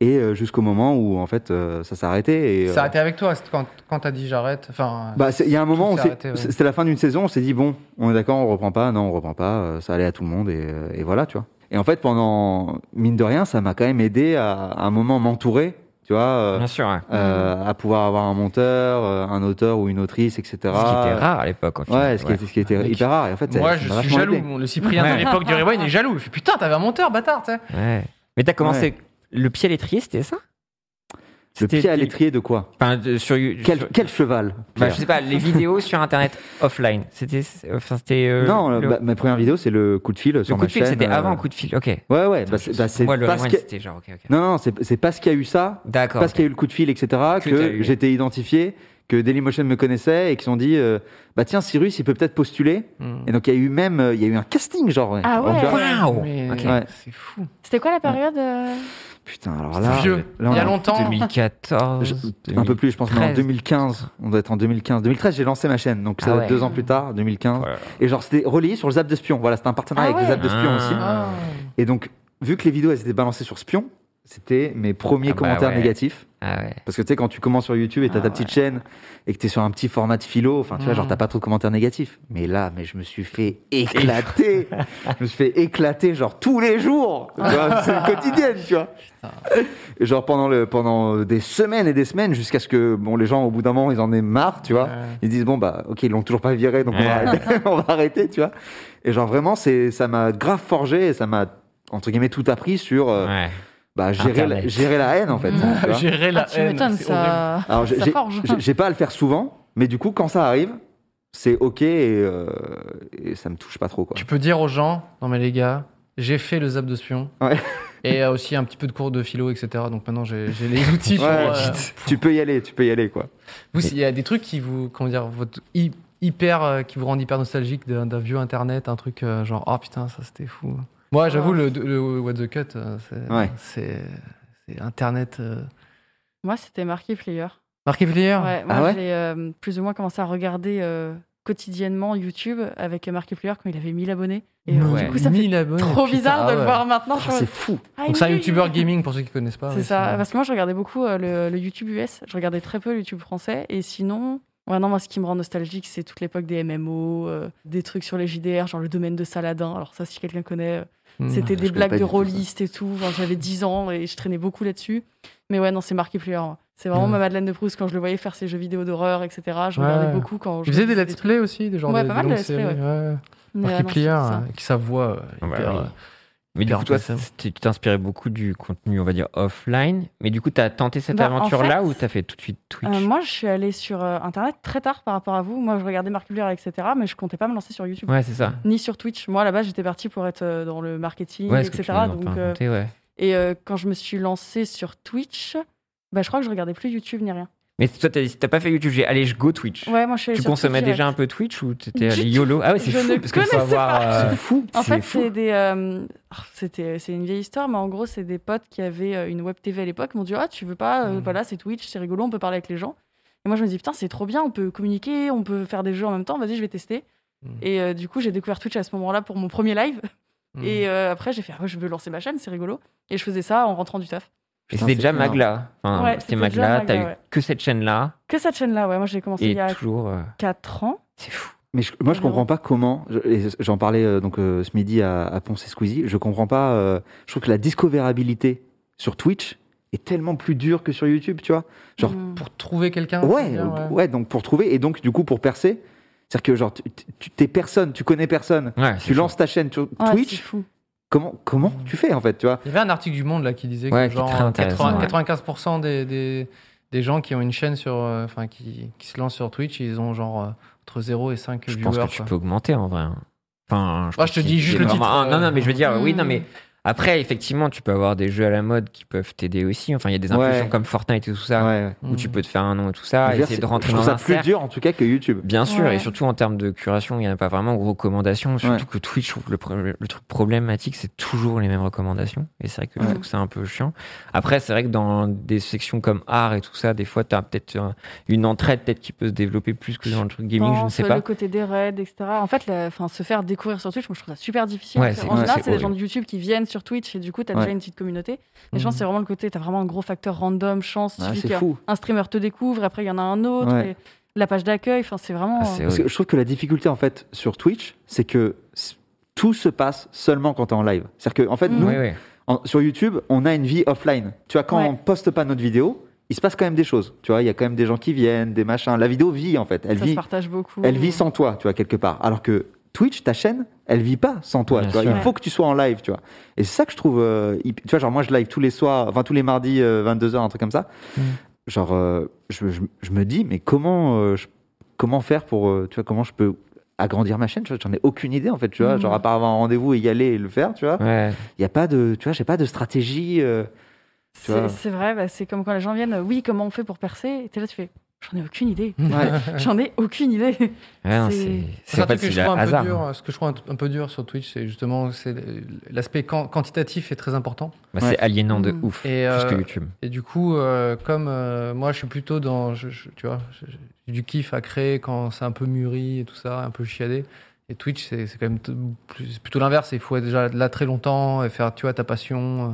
Speaker 2: Et euh, jusqu'au moment où en fait euh, ça s'est arrêté. Et, euh,
Speaker 1: Ça a été avec toi c'est quand, quand t'as dit j'arrête. Enfin,
Speaker 2: bah, c'est- il y a un moment,
Speaker 1: Tout
Speaker 2: on
Speaker 1: s'est
Speaker 2: s'est-
Speaker 1: arrêté, ouais.
Speaker 2: c'était la fin d'une saison, on s'est dit bon, on est d'accord, on reprend pas, non, on reprend pas, euh, ça allait à tout le monde et, euh, et voilà, tu vois. Et en fait, pendant mine de rien, ça m'a quand même aidé à, à un moment m'entourer, tu vois, euh,
Speaker 3: Bien sûr, ouais.
Speaker 2: euh, à pouvoir avoir un monteur, euh, un auteur ou une autrice, etc.
Speaker 3: Ce qui était rare à l'époque. au final,
Speaker 2: Ouais, ce qui,
Speaker 3: ouais.
Speaker 2: était- ce qui était
Speaker 1: Mec.
Speaker 2: hyper rare. Et en fait, ça-
Speaker 1: moi,
Speaker 2: ça
Speaker 1: je
Speaker 2: m'a
Speaker 1: suis
Speaker 2: vachement
Speaker 1: jaloux.
Speaker 2: aidé.
Speaker 1: Mon- Le Cyprien
Speaker 3: Ouais.
Speaker 1: de l'époque du Rewind est jaloux. Il fait putain, t'avais un monteur, bâtard, tu sais.
Speaker 3: Ouais. Mais t'as commencé
Speaker 2: Ouais.
Speaker 3: le pied à l'étrier, c'était ça
Speaker 2: Le
Speaker 3: C'était-
Speaker 2: pied à l'étrier de quoi
Speaker 3: Enfin, de- sur, you-
Speaker 2: quel,
Speaker 3: sur-
Speaker 2: quel cheval
Speaker 3: bah,
Speaker 2: Pierre
Speaker 3: je sais pas, les vidéos sur internet offline. C'était, enfin, c'était. euh,
Speaker 2: Non,
Speaker 3: le,
Speaker 2: bah, ma première vidéo, c'est le coup de fil
Speaker 3: le
Speaker 2: sur
Speaker 3: coup
Speaker 2: ma
Speaker 3: de fil,
Speaker 2: chaîne,
Speaker 3: c'était
Speaker 2: euh,
Speaker 3: avant coup de fil. Ok.
Speaker 2: Ouais, ouais. Bah, c'est bah, c'est
Speaker 3: Moi, le
Speaker 2: parce
Speaker 3: rewind,
Speaker 2: que-
Speaker 3: c'était genre ok, ok.
Speaker 2: Non, non, c'est c'est parce qu'il y a eu ça
Speaker 3: D'accord.
Speaker 2: parce
Speaker 3: ok.
Speaker 2: qu'il y a eu le coup de fil, etc., que,
Speaker 3: t'as eu.
Speaker 2: j'étais identifié, que Dailymotion me connaissait et qu'ils ont dit euh, bah tiens Cyrus, il peut peut-être postuler.
Speaker 1: Hmm.
Speaker 2: Et donc il y a eu même euh, il y a eu un casting genre.
Speaker 4: Ah
Speaker 2: tu vois,
Speaker 4: ouais.
Speaker 2: tu vois.
Speaker 3: Waouh.
Speaker 1: Mais
Speaker 3: Ok.
Speaker 2: Ouais.
Speaker 1: c'est fou.
Speaker 4: C'était quoi la période euh,
Speaker 2: Putain alors
Speaker 1: C'est
Speaker 2: là,
Speaker 1: vieux.
Speaker 2: là, on
Speaker 1: Il y a
Speaker 2: est-
Speaker 1: longtemps.
Speaker 3: 2014.
Speaker 2: je- un peu plus, je pense, mais en
Speaker 3: 2013.
Speaker 2: 2015. On doit être en 2015. 2013, j'ai lancé ma chaîne, donc ça
Speaker 3: Ah
Speaker 2: doit
Speaker 3: ouais.
Speaker 2: être deux ans plus tard, 2015.
Speaker 3: Voilà.
Speaker 2: Et genre, c'était relié sur le Zap de Spion. Voilà, c'était un partenariat
Speaker 4: Ah
Speaker 2: avec
Speaker 4: ouais.
Speaker 2: le Zap de Spion
Speaker 3: Ah.
Speaker 2: aussi.
Speaker 1: Ah.
Speaker 2: Et donc, vu que les vidéos, elles étaient balancées sur Spion, c'était mes premiers
Speaker 3: Ah bah
Speaker 2: commentaires
Speaker 3: ouais.
Speaker 2: négatifs.
Speaker 3: Ah ouais.
Speaker 2: Parce que tu sais, quand tu commences sur YouTube et t'as
Speaker 4: Ah
Speaker 2: ta petite chaîne et que t'es sur un petit format de philo, enfin tu
Speaker 1: Mhm.
Speaker 2: vois,
Speaker 3: Mm.
Speaker 2: genre t'as pas trop de commentaires négatifs. Mais là, mais je me suis fait éclater. je me suis fait éclater, genre tous les jours. Tu vois, C'est une quotidienne, tu vois. Et genre pendant, le, pendant euh, des semaines et des semaines jusqu'à ce que bon, les gens, au bout d'un moment, ils en aient marre, tu vois.
Speaker 1: Ouais.
Speaker 2: Ils disent, bon, bah, ok, ils l'ont toujours pas viré, donc on, va
Speaker 3: Ouais.
Speaker 2: arrêter, on va arrêter, tu vois. Et genre vraiment, c'est- ça m'a grave forgé et ça m'a, entre guillemets, tout appris sur euh,
Speaker 3: Ouais.
Speaker 2: bah, gérer, la,
Speaker 3: Internet.
Speaker 2: gérer la haine, en fait.
Speaker 4: Mhm.
Speaker 2: tu vois.
Speaker 1: Gérer la
Speaker 4: Ah, Tu
Speaker 1: haine,
Speaker 4: m'étonnes,
Speaker 1: c'est horrible.
Speaker 4: ça.
Speaker 2: Alors, j'ai-
Speaker 4: Ça
Speaker 2: j'ai-
Speaker 4: forge.
Speaker 2: j'ai- j'ai pas à le faire souvent, mais du coup, quand ça arrive, c'est ok et, euh, et ça me touche pas trop. Quoi.
Speaker 1: Tu peux dire aux gens, non mais les gars, j'ai fait le zap de spion.
Speaker 2: Ouais.
Speaker 1: Et euh, aussi un petit peu de cours de philo, etc. Donc maintenant j'ai j'ai les outils pour.
Speaker 2: Ouais,
Speaker 1: euh,
Speaker 2: Tu peux y aller, tu peux y aller quoi.
Speaker 1: vous, s'il y a des trucs qui vous, comment dire, votre hy- hyper, euh, qui vous rendent hyper nostalgique d'un d'un vieux internet, un truc euh, genre, oh putain, ça c'était fou. Moi,
Speaker 4: Ah.
Speaker 1: j'avoue, le, le What the Cut, euh, c'est
Speaker 2: Ouais.
Speaker 1: c'est- c'est internet. euh,
Speaker 4: Moi, c'était marqué player.
Speaker 1: Marqué Player
Speaker 4: Ouais, moi,
Speaker 2: Ah ouais
Speaker 4: j'ai euh, plus ou moins commencé à regarder euh, quotidiennement YouTube avec Marquis Player quand il avait 1000 abonnés. Et euh,
Speaker 3: Ouais.
Speaker 4: du coup, ça fait
Speaker 1: 1000 abonnés,
Speaker 4: trop
Speaker 1: putain,
Speaker 4: bizarre
Speaker 1: ah
Speaker 4: de le
Speaker 1: ouais.
Speaker 4: voir maintenant. je
Speaker 2: Ah,
Speaker 4: me-
Speaker 2: c'est fou.
Speaker 4: Ah,
Speaker 1: Donc c'est un
Speaker 4: il-
Speaker 1: YouTuber gaming pour ceux qui connaissent pas.
Speaker 4: C'est
Speaker 1: ouais,
Speaker 4: ça, parce que moi je regardais beaucoup euh, le, le YouTube US, je regardais très peu le YouTube français, et sinon, ouais, non, moi ce qui me rend nostalgique, c'est toute l'époque des MMO, euh, des trucs sur les JDR, genre le domaine de Saladin, alors ça si quelqu'un connaît, euh,
Speaker 1: Hmm.
Speaker 4: c'était des
Speaker 2: Ah, je connais
Speaker 4: blagues
Speaker 2: pas
Speaker 4: de
Speaker 2: du tout ça.
Speaker 4: rôlistes et tout, Enfin, j'avais 10 ans et je traînais beaucoup là-dessus, mais ouais, non, c'est marqué plus C'est vraiment
Speaker 1: Hmm.
Speaker 4: ma Madeleine de Proust quand je le voyais faire ses jeux vidéo d'horreur, etc. Je
Speaker 1: Ouais.
Speaker 4: regardais beaucoup quand je.
Speaker 1: Il faisait Hmm. des
Speaker 4: lisais
Speaker 1: let's play aussi, des genres
Speaker 4: Ouais,
Speaker 1: de,
Speaker 4: pas
Speaker 1: de
Speaker 4: mal de
Speaker 1: longues
Speaker 4: let's play,
Speaker 1: séries.
Speaker 4: ouais.
Speaker 1: ouais.
Speaker 4: Mais, euh, non,
Speaker 1: Markiplier,
Speaker 4: c'est ça.
Speaker 1: euh, qui sa voix euh,
Speaker 3: Ah bah
Speaker 1: hyper,
Speaker 3: oui.
Speaker 1: euh,
Speaker 3: Mais du
Speaker 1: hyper
Speaker 3: coup, toi,
Speaker 1: intéressante.
Speaker 3: c'est- tu t'inspirais beaucoup du contenu, on va dire, offline. Mais du coup, t'as tenté cette
Speaker 4: Bah, en
Speaker 3: aventure-là
Speaker 4: fait,
Speaker 3: ou t'as fait tout de suite Twitch
Speaker 4: Euh, moi, je suis allée sur euh, Internet très tard par rapport à vous. Moi, je regardais Markiplier, etc., mais je comptais pas me lancer sur YouTube.
Speaker 3: Ouais, c'est ça.
Speaker 4: ni sur Twitch. Moi, là-bas, j'étais partie pour être euh, dans le marketing,
Speaker 3: Ouais, ce que
Speaker 4: etc.
Speaker 3: tu m'as
Speaker 4: Donc, euh,
Speaker 3: raconté, ouais.
Speaker 4: et euh, quand je me suis lancée sur Twitch, bah, je crois que je regardais plus YouTube ni rien.
Speaker 3: Mais toi, t'as t'as pas fait YouTube, j'ai allez, je go Twitch.
Speaker 4: Ouais, moi, je suis allée
Speaker 3: tu
Speaker 4: sur
Speaker 3: consommais
Speaker 4: Twitch,
Speaker 3: déjà
Speaker 4: ouais.
Speaker 3: un peu Twitch ou t'étais
Speaker 4: Du
Speaker 3: allé
Speaker 4: tout.
Speaker 3: YOLO Ah ouais, c'est
Speaker 4: Je
Speaker 3: fou,
Speaker 4: ne
Speaker 3: parce qu'il faut
Speaker 4: connaissais
Speaker 3: avoir. euh,
Speaker 2: C'est fou.
Speaker 4: En fait,
Speaker 3: fou.
Speaker 4: c'est des. euh, oh, C'était, c'est une vieille histoire, mais en gros, c'est des potes qui avaient euh, une web TV à l'époque, m'ont dit Ah, tu veux pas
Speaker 3: Mm.
Speaker 4: euh,
Speaker 1: Mhm.
Speaker 4: Voilà, c'est Twitch, c'est rigolo, on peut parler avec les gens. Et moi, je me dis Putain, c'est trop bien, on peut communiquer, on peut faire des jeux en même temps, vas-y, je vais tester.
Speaker 3: Mm.
Speaker 4: Et euh, du coup, j'ai découvert Twitch à ce moment-là pour mon premier live.
Speaker 1: Mm.
Speaker 4: Et euh, après, j'ai fait, Ah ouais, je veux lancer ma chaîne, c'est rigolo. Et je faisais ça en rentrant du taf.
Speaker 3: Et
Speaker 2: Putain,
Speaker 3: c'était
Speaker 2: c'est
Speaker 3: déjà
Speaker 2: énorme.
Speaker 3: Magla. Enfin,
Speaker 4: Ouais,
Speaker 3: c'était
Speaker 4: c'était
Speaker 3: Magla,
Speaker 4: déjà
Speaker 3: t'as eu
Speaker 4: Magla, ouais.
Speaker 3: que cette chaîne-là.
Speaker 4: Que cette chaîne-là, ouais, moi j'ai commencé
Speaker 3: Et
Speaker 4: il y a
Speaker 3: toujours. euh,
Speaker 4: 4 ans.
Speaker 3: C'est fou.
Speaker 2: Mais je- moi, je comprends pas comment. je- et J'en parlais euh, donc euh, ce midi à, à Ponce et Squeezie. Je comprends pas. euh, je trouve que la discoverabilité sur Twitch est tellement plus dure que sur YouTube, tu vois. Genre,
Speaker 4: Mm.
Speaker 1: Pour trouver quelqu'un.
Speaker 2: ouais,
Speaker 1: Ah, c'est bien,
Speaker 2: ouais. donc pour trouver et donc du coup pour percer, c'est-à-dire que genre tu- tu t'es personne, tu connais personne,
Speaker 3: Ouais,
Speaker 2: tu
Speaker 3: c'est
Speaker 2: lances ta chaîne sur
Speaker 4: Ouais, c'est
Speaker 2: Twitch.
Speaker 4: fou.
Speaker 2: Comment comment tu fais en fait, tu vois
Speaker 1: Il y avait un article du Monde là qui disait
Speaker 3: Ouais,
Speaker 1: que
Speaker 3: qui est
Speaker 1: genre
Speaker 3: très intéressant,
Speaker 1: 80
Speaker 3: ouais.
Speaker 1: 95% des, des, des gens qui ont une chaîne sur, euh, enfin qui, qui se lancent sur Twitch, ils ont genre euh, entre 0 et 5
Speaker 3: Je
Speaker 1: viewers.
Speaker 3: pense que tu
Speaker 1: quoi.
Speaker 3: peux augmenter en vrai.
Speaker 2: Ah,
Speaker 3: Enfin,
Speaker 1: Moi,
Speaker 3: pense
Speaker 1: je te
Speaker 3: qu'il-
Speaker 1: dis juste
Speaker 3: il y a
Speaker 1: le
Speaker 3: vraiment-
Speaker 1: titre,
Speaker 3: Ah, non, non, mais je veux dire,
Speaker 4: euh.
Speaker 3: oui, non, mais après, effectivement, tu peux avoir des jeux à la mode qui peuvent t'aider aussi. Enfin, il y a des
Speaker 2: Ouais.
Speaker 3: impulsions comme Fortnite et tout ça,
Speaker 2: Ouais.
Speaker 3: où
Speaker 1: Hmm.
Speaker 3: tu peux te faire un nom et tout ça,
Speaker 2: Je veux dire,
Speaker 3: essayer de
Speaker 2: c'est-
Speaker 3: rentrer
Speaker 2: je trouve
Speaker 3: dans
Speaker 2: ça
Speaker 3: un
Speaker 2: plus
Speaker 3: cercle.
Speaker 2: dur en tout cas que YouTube.
Speaker 3: Bien sûr,
Speaker 4: Ouais.
Speaker 3: et surtout en termes de curation, il n'y en a pas vraiment de recommandations. Surtout que Twitch, je trouve que le, pro- le truc problématique, c'est toujours les mêmes recommandations. Et c'est vrai que je
Speaker 4: Ouais.
Speaker 3: trouve ça un peu chiant. Après, c'est vrai que dans des sections comme art et tout ça, des fois, tu as peut-être euh, une entraide peut-être qui peut se développer plus que dans le truc gaming, je ne
Speaker 4: pense,
Speaker 3: sais pas.
Speaker 4: Le côté des raids, etc. En fait, la- enfin, se faire découvrir sur Twitch, moi, je trouve ça super difficile.
Speaker 3: Ouais,
Speaker 4: Parce que
Speaker 3: c'est-
Speaker 4: en
Speaker 3: ouais,
Speaker 4: général,
Speaker 3: c'est
Speaker 4: c'est des gens de YouTube qui viennent sur Twitch et du coup, t'as
Speaker 2: Ouais.
Speaker 4: déjà une petite communauté. Mais je pense que c'est vraiment le côté, t'as vraiment un gros facteur random, chance.
Speaker 2: Ouais,
Speaker 4: il suffit
Speaker 2: c'est
Speaker 4: qu'un-
Speaker 2: fou.
Speaker 4: Un streamer te découvre, après, il y en a un autre.
Speaker 2: Ouais.
Speaker 4: et La page d'accueil, enfin, c'est vraiment.
Speaker 3: Ah, c'est
Speaker 2: Parce que
Speaker 3: horrible.
Speaker 2: je trouve que la difficulté en fait sur Twitch, c'est que s- tout se passe seulement quand t'es en live. C'est-à-dire que en fait
Speaker 4: Mm.
Speaker 2: nous,
Speaker 3: Ouais, ouais.
Speaker 2: En- sur YouTube, on a une vie offline. Tu vois, quand
Speaker 4: Ouais.
Speaker 2: on poste pas notre vidéo, il se passe quand même des choses. Tu vois, il y a quand même des gens qui viennent, des machins. La vidéo vit en fait. Elle
Speaker 4: ça se
Speaker 2: vit,
Speaker 4: partage beaucoup.
Speaker 2: elle vit sans toi, tu vois, quelque part. Alors que Twitch, ta chaîne, elle vit pas sans toi.
Speaker 3: Bien
Speaker 2: tu vois.
Speaker 3: sûr.
Speaker 2: Il faut que tu sois en live, tu vois. Et c'est ça que je trouve. euh, hyp- tu vois, genre moi, je live tous les soirs, enfin tous les mardis, 22h, un truc comme ça.
Speaker 1: Mm.
Speaker 2: Genre, euh, je, je- je me dis, mais comment, euh, je- comment faire pour, euh, tu vois, comment je peux agrandir ma chaîne, tu vois, j'en ai aucune idée en fait, tu vois,
Speaker 4: Mm.
Speaker 2: genre à part avoir un rendez-vous et y aller et le faire, tu vois.
Speaker 3: Ouais.
Speaker 2: Il y a pas de, tu vois, j'ai pas de stratégie. euh, tu vois.
Speaker 4: C'est c'est vrai, bah, c'est comme quand les gens viennent, euh, oui, comment on fait pour percer Et t'es là, tu fais, j'en ai aucune idée.
Speaker 2: Ouais.
Speaker 4: J'en ai aucune idée.
Speaker 3: Ouais, non,
Speaker 4: C'est-
Speaker 3: c'est-
Speaker 1: C'est
Speaker 3: C'est en
Speaker 1: un truc
Speaker 3: fait,
Speaker 1: que
Speaker 3: c'est
Speaker 1: je
Speaker 3: le
Speaker 1: trouve un peu
Speaker 3: hasard.
Speaker 1: dur, euh, ce que je trouve un, un peu dur sur Twitch, c'est justement c'est l'aspect quan- quantitatif est très important.
Speaker 3: Bah,
Speaker 2: Ouais.
Speaker 3: C'est aliénant de
Speaker 4: Mm.
Speaker 3: ouf,
Speaker 1: Et,
Speaker 3: plus que
Speaker 1: euh,
Speaker 3: YouTube.
Speaker 1: Et du coup, euh, comme euh, moi, je suis plutôt dans, je- je- tu vois, je- je- j'ai du kiff à créer quand c'est un peu mûri et tout ça, un peu chiadé. Et Twitch, c'est c'est quand même t- plus- c'est plutôt l'inverse. Il faut être déjà là très longtemps et faire, tu vois, ta passion euh,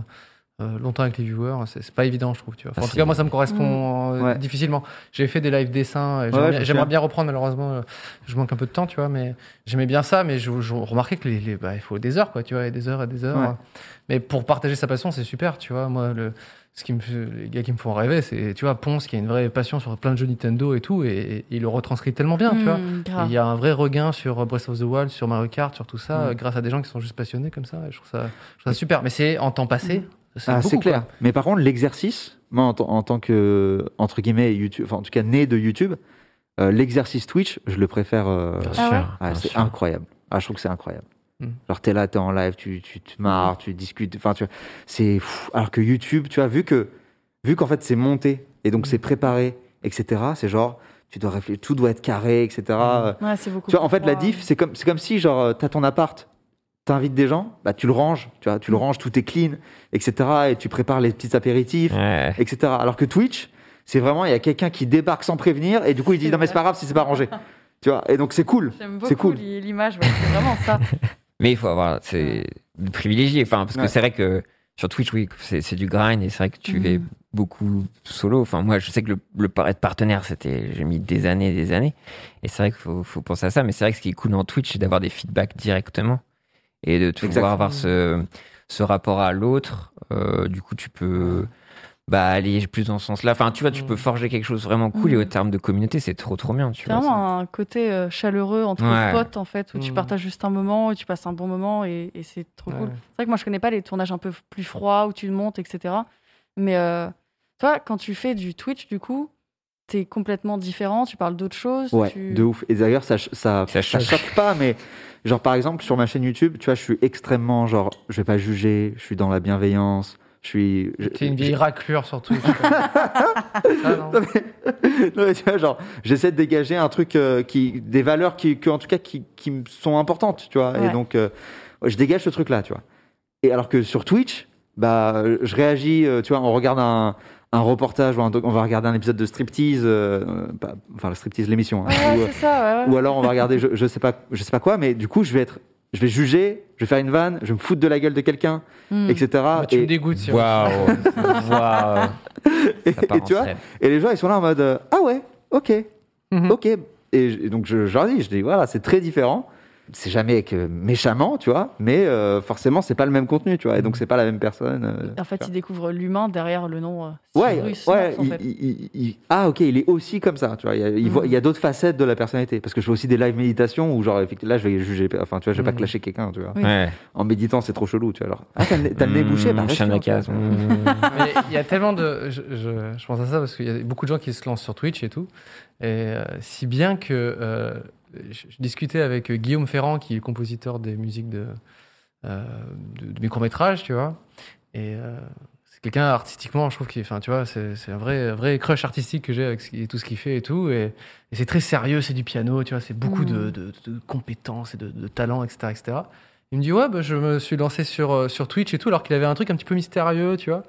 Speaker 1: euh, longtemps avec les viewers. C'est c'est pas évident, je trouve. Tu vois. Enfin,
Speaker 3: Ah,
Speaker 1: en tout
Speaker 3: c'est-
Speaker 1: cas, moi, ça me correspond euh,
Speaker 2: Ouais.
Speaker 1: difficilement. J'ai fait des live dessins. et J'aimerais
Speaker 2: Ouais, je
Speaker 1: bien-
Speaker 2: me
Speaker 1: j'aimerais
Speaker 2: souviens.
Speaker 1: bien reprendre, malheureusement, euh, je manque un peu de temps, tu vois. Mais j'aimais bien ça, mais je, je remarquais que les, les- bah, il faut des heures, quoi. Tu vois, et des heures et des heures. hein.
Speaker 2: Ouais.
Speaker 1: Mais pour partager sa passion, c'est super, tu vois. Moi, le, ce qui me, fait- les gars qui me font rêver, c'est, tu vois, Ponce qui a une vraie passion sur plein de jeux Nintendo et tout, et, et il le retranscrit tellement bien, tu vois.
Speaker 4: Hmm,
Speaker 1: Et
Speaker 4: grave.
Speaker 1: Il y a un vrai regain sur euh, Breath of the Wild, sur Mario Kart, sur tout ça,
Speaker 2: Mm.
Speaker 1: euh, grâce à des gens qui sont juste passionnés comme ça. Et je, trouve ça je trouve ça super. Mais c'est en temps passé, c'est
Speaker 2: Ah,
Speaker 1: beaucoup,
Speaker 2: c'est clair.
Speaker 1: quoi.
Speaker 2: Mais par contre, l'exercice, moi, en, tant- en tant que, entre guillemets, YouTube, enfin, en tout cas, né de YouTube, euh, l'exercice Twitch, je le préfère. euh,
Speaker 3: Bien
Speaker 4: Ah ouais
Speaker 3: sûr.
Speaker 2: ah,
Speaker 3: bien
Speaker 2: c'est
Speaker 3: sûr. Hmm.
Speaker 2: incroyable. Ah, je trouve que c'est incroyable.
Speaker 1: Mm.
Speaker 2: Genre, t'es là, t'es en live, tu, tu te marres, tu discutes. Enfin, tu vois, c'est. pff, Alors que YouTube, tu as vu que. Vu qu'en fait, c'est monté, et donc
Speaker 3: Hmm.
Speaker 1: Mm.
Speaker 2: c'est préparé, etc., c'est genre, tu dois réfléchir, tout doit être carré, etc.
Speaker 3: Hmm.
Speaker 2: Euh,
Speaker 4: Ouais, c'est beaucoup.
Speaker 2: Tu vois, en fait, la
Speaker 4: Wow.
Speaker 2: diff, c'est comme, c'est comme si, genre, euh, t'as ton appart, t'invites des gens, bah, tu le ranges, tu vois, tu le ranges, tout est clean, etc. Et tu prépares les petits apéritifs,
Speaker 3: Ouais.
Speaker 2: etc. Alors que Twitch, c'est vraiment, il y a quelqu'un qui débarque sans prévenir, et du coup, il dit,
Speaker 4: C'est
Speaker 2: non, mais
Speaker 4: vrai.
Speaker 2: c'est pas grave si c'est pas rangé. tu vois, et donc, c'est cool.
Speaker 4: J'aime
Speaker 2: C'est
Speaker 4: beaucoup
Speaker 2: cool.
Speaker 4: li- l'image, ouais, c'est vraiment ça.
Speaker 3: Mais il faut avoir, c'est privilégié, enfin, parce que
Speaker 2: Ouais.
Speaker 3: c'est vrai que sur Twitch, oui, c'est c'est du grind et c'est vrai que tu
Speaker 4: Mhm.
Speaker 2: Mm.
Speaker 3: es beaucoup solo. Enfin, moi, je sais que le, le par- être partenaire, c'était, j'ai mis des années et des années. Et c'est vrai qu'il faut, faut penser à ça. Mais c'est vrai que ce qui est cool en Twitch, c'est d'avoir des feedbacks directement et de pouvoir
Speaker 2: Exactement.
Speaker 3: avoir ce, ce rapport à l'autre. Euh, du coup, tu peux bah, aller plus dans ce sens-là. Enfin, tu vois, tu
Speaker 2: Mm.
Speaker 1: Mhm.
Speaker 3: peux forger quelque chose vraiment cool. Et
Speaker 4: Mhm.
Speaker 3: au terme de communauté, c'est trop, trop bien. Tu
Speaker 4: C'est
Speaker 3: vois, c'est-
Speaker 4: vraiment un côté euh, chaleureux entre
Speaker 3: Ouais.
Speaker 4: potes, en fait, où tu
Speaker 2: Mmh.
Speaker 1: Mm.
Speaker 4: partages juste un moment, et tu passes un bon moment, et, et c'est trop
Speaker 1: Ouais.
Speaker 4: cool. C'est vrai que moi, je connais pas les tournages un peu plus froids, où tu montes, etc. Mais euh, toi, quand tu fais du Twitch, du coup, t'es complètement différent, tu parles d'autres choses.
Speaker 2: Ouais,
Speaker 4: tu...
Speaker 2: de ouf. Et d'ailleurs, ça, ch- ça,
Speaker 3: Ça
Speaker 2: ça,
Speaker 3: choque.
Speaker 2: choque pas, mais genre, par exemple, sur ma chaîne YouTube, tu vois, je suis extrêmement, genre, je vais pas juger, je suis dans la bienveillance, je suis. je-
Speaker 1: T'es une
Speaker 2: je-
Speaker 1: vieille raclure sur Twitch. quoi. Ça, non
Speaker 2: Non mais, non, mais tu vois, genre, j'essaie de dégager un truc euh, qui, des valeurs qui, que, en tout cas, qui, qui me sont importantes, tu vois.
Speaker 4: Ouais.
Speaker 2: Et donc, euh, je dégage ce truc-là, tu vois. Et alors que sur Twitch, bah, euh, je réagis, euh, tu vois, on regarde un, un reportage ou un doc- on va regarder un épisode de striptease, euh, pas- enfin le striptease l'émission, hein,
Speaker 4: Ouais,
Speaker 2: ou, euh,
Speaker 4: c'est ça, ouais, ouais.
Speaker 2: ou alors on va regarder je, je sais pas je sais pas quoi, mais du coup je vais être je vais juger, je vais faire une vanne, je vais me foutre de la gueule de quelqu'un,
Speaker 4: Hmm.
Speaker 2: etc.
Speaker 1: Bah, tu
Speaker 2: Ah, Et-
Speaker 1: me dégoûtes. si on-
Speaker 3: Waouh Waouh
Speaker 2: hein. et,
Speaker 3: Ça part
Speaker 2: et
Speaker 3: en
Speaker 2: tu vois,
Speaker 3: scène.
Speaker 2: et les gens ils sont là en mode euh, ah ouais, ok,
Speaker 1: Mhm.
Speaker 2: ok. Et, je- et donc je, je leur dis, je dis voilà, c'est très différent. C'est jamais que méchamment, tu vois, mais euh, forcément c'est pas le même contenu, tu vois, et donc c'est pas la même personne. euh,
Speaker 4: En fait,
Speaker 2: tu vois.
Speaker 4: il découvre l'humain derrière le nom. euh,
Speaker 2: Ouais,
Speaker 4: Cyrus
Speaker 2: ouais,
Speaker 4: Smith, en
Speaker 2: il-
Speaker 4: fait.
Speaker 2: il- il- il- ah ok, il est aussi comme ça, tu vois. Il y a, il voit- il y a d'autres facettes de la personnalité, parce que je fais aussi des live méditations où genre effectivement, là je vais juger, enfin tu vois, je vais pas
Speaker 1: Mhm.
Speaker 2: clasher quelqu'un, tu vois.
Speaker 4: Oui.
Speaker 3: Ouais.
Speaker 2: En méditant c'est trop chelou, tu vois. Alors, ah t'as le nez- t'as le nez bouché, bah,
Speaker 3: Mmh, Chien de la
Speaker 2: reste-le,
Speaker 3: case.
Speaker 2: tu vois.
Speaker 3: mmh.
Speaker 1: Mais il y a tellement de. Je, je- je pense à ça parce qu'il y a beaucoup de gens qui se lancent sur Twitch et tout. Et euh, si bien que euh, je, je discutais avec Guillaume Ferrand, qui est le compositeur des musiques de, euh, de, de mes courts-métrages, tu vois. Et euh, c'est quelqu'un artistiquement, je trouve qu'il. Enfin, tu vois, c'est c'est un vrai, un vrai crush artistique que j'ai avec ce qui- tout ce qu'il fait et tout. Et, et c'est très sérieux, c'est du piano, tu vois, c'est beaucoup de,
Speaker 4: Mhm.
Speaker 1: de- de compétences et de, de talents, etc., etc. Il me dit, ouais, bah, je me suis lancé sur, euh, sur Twitch et tout, alors qu'il avait un truc un petit peu mystérieux, tu vois.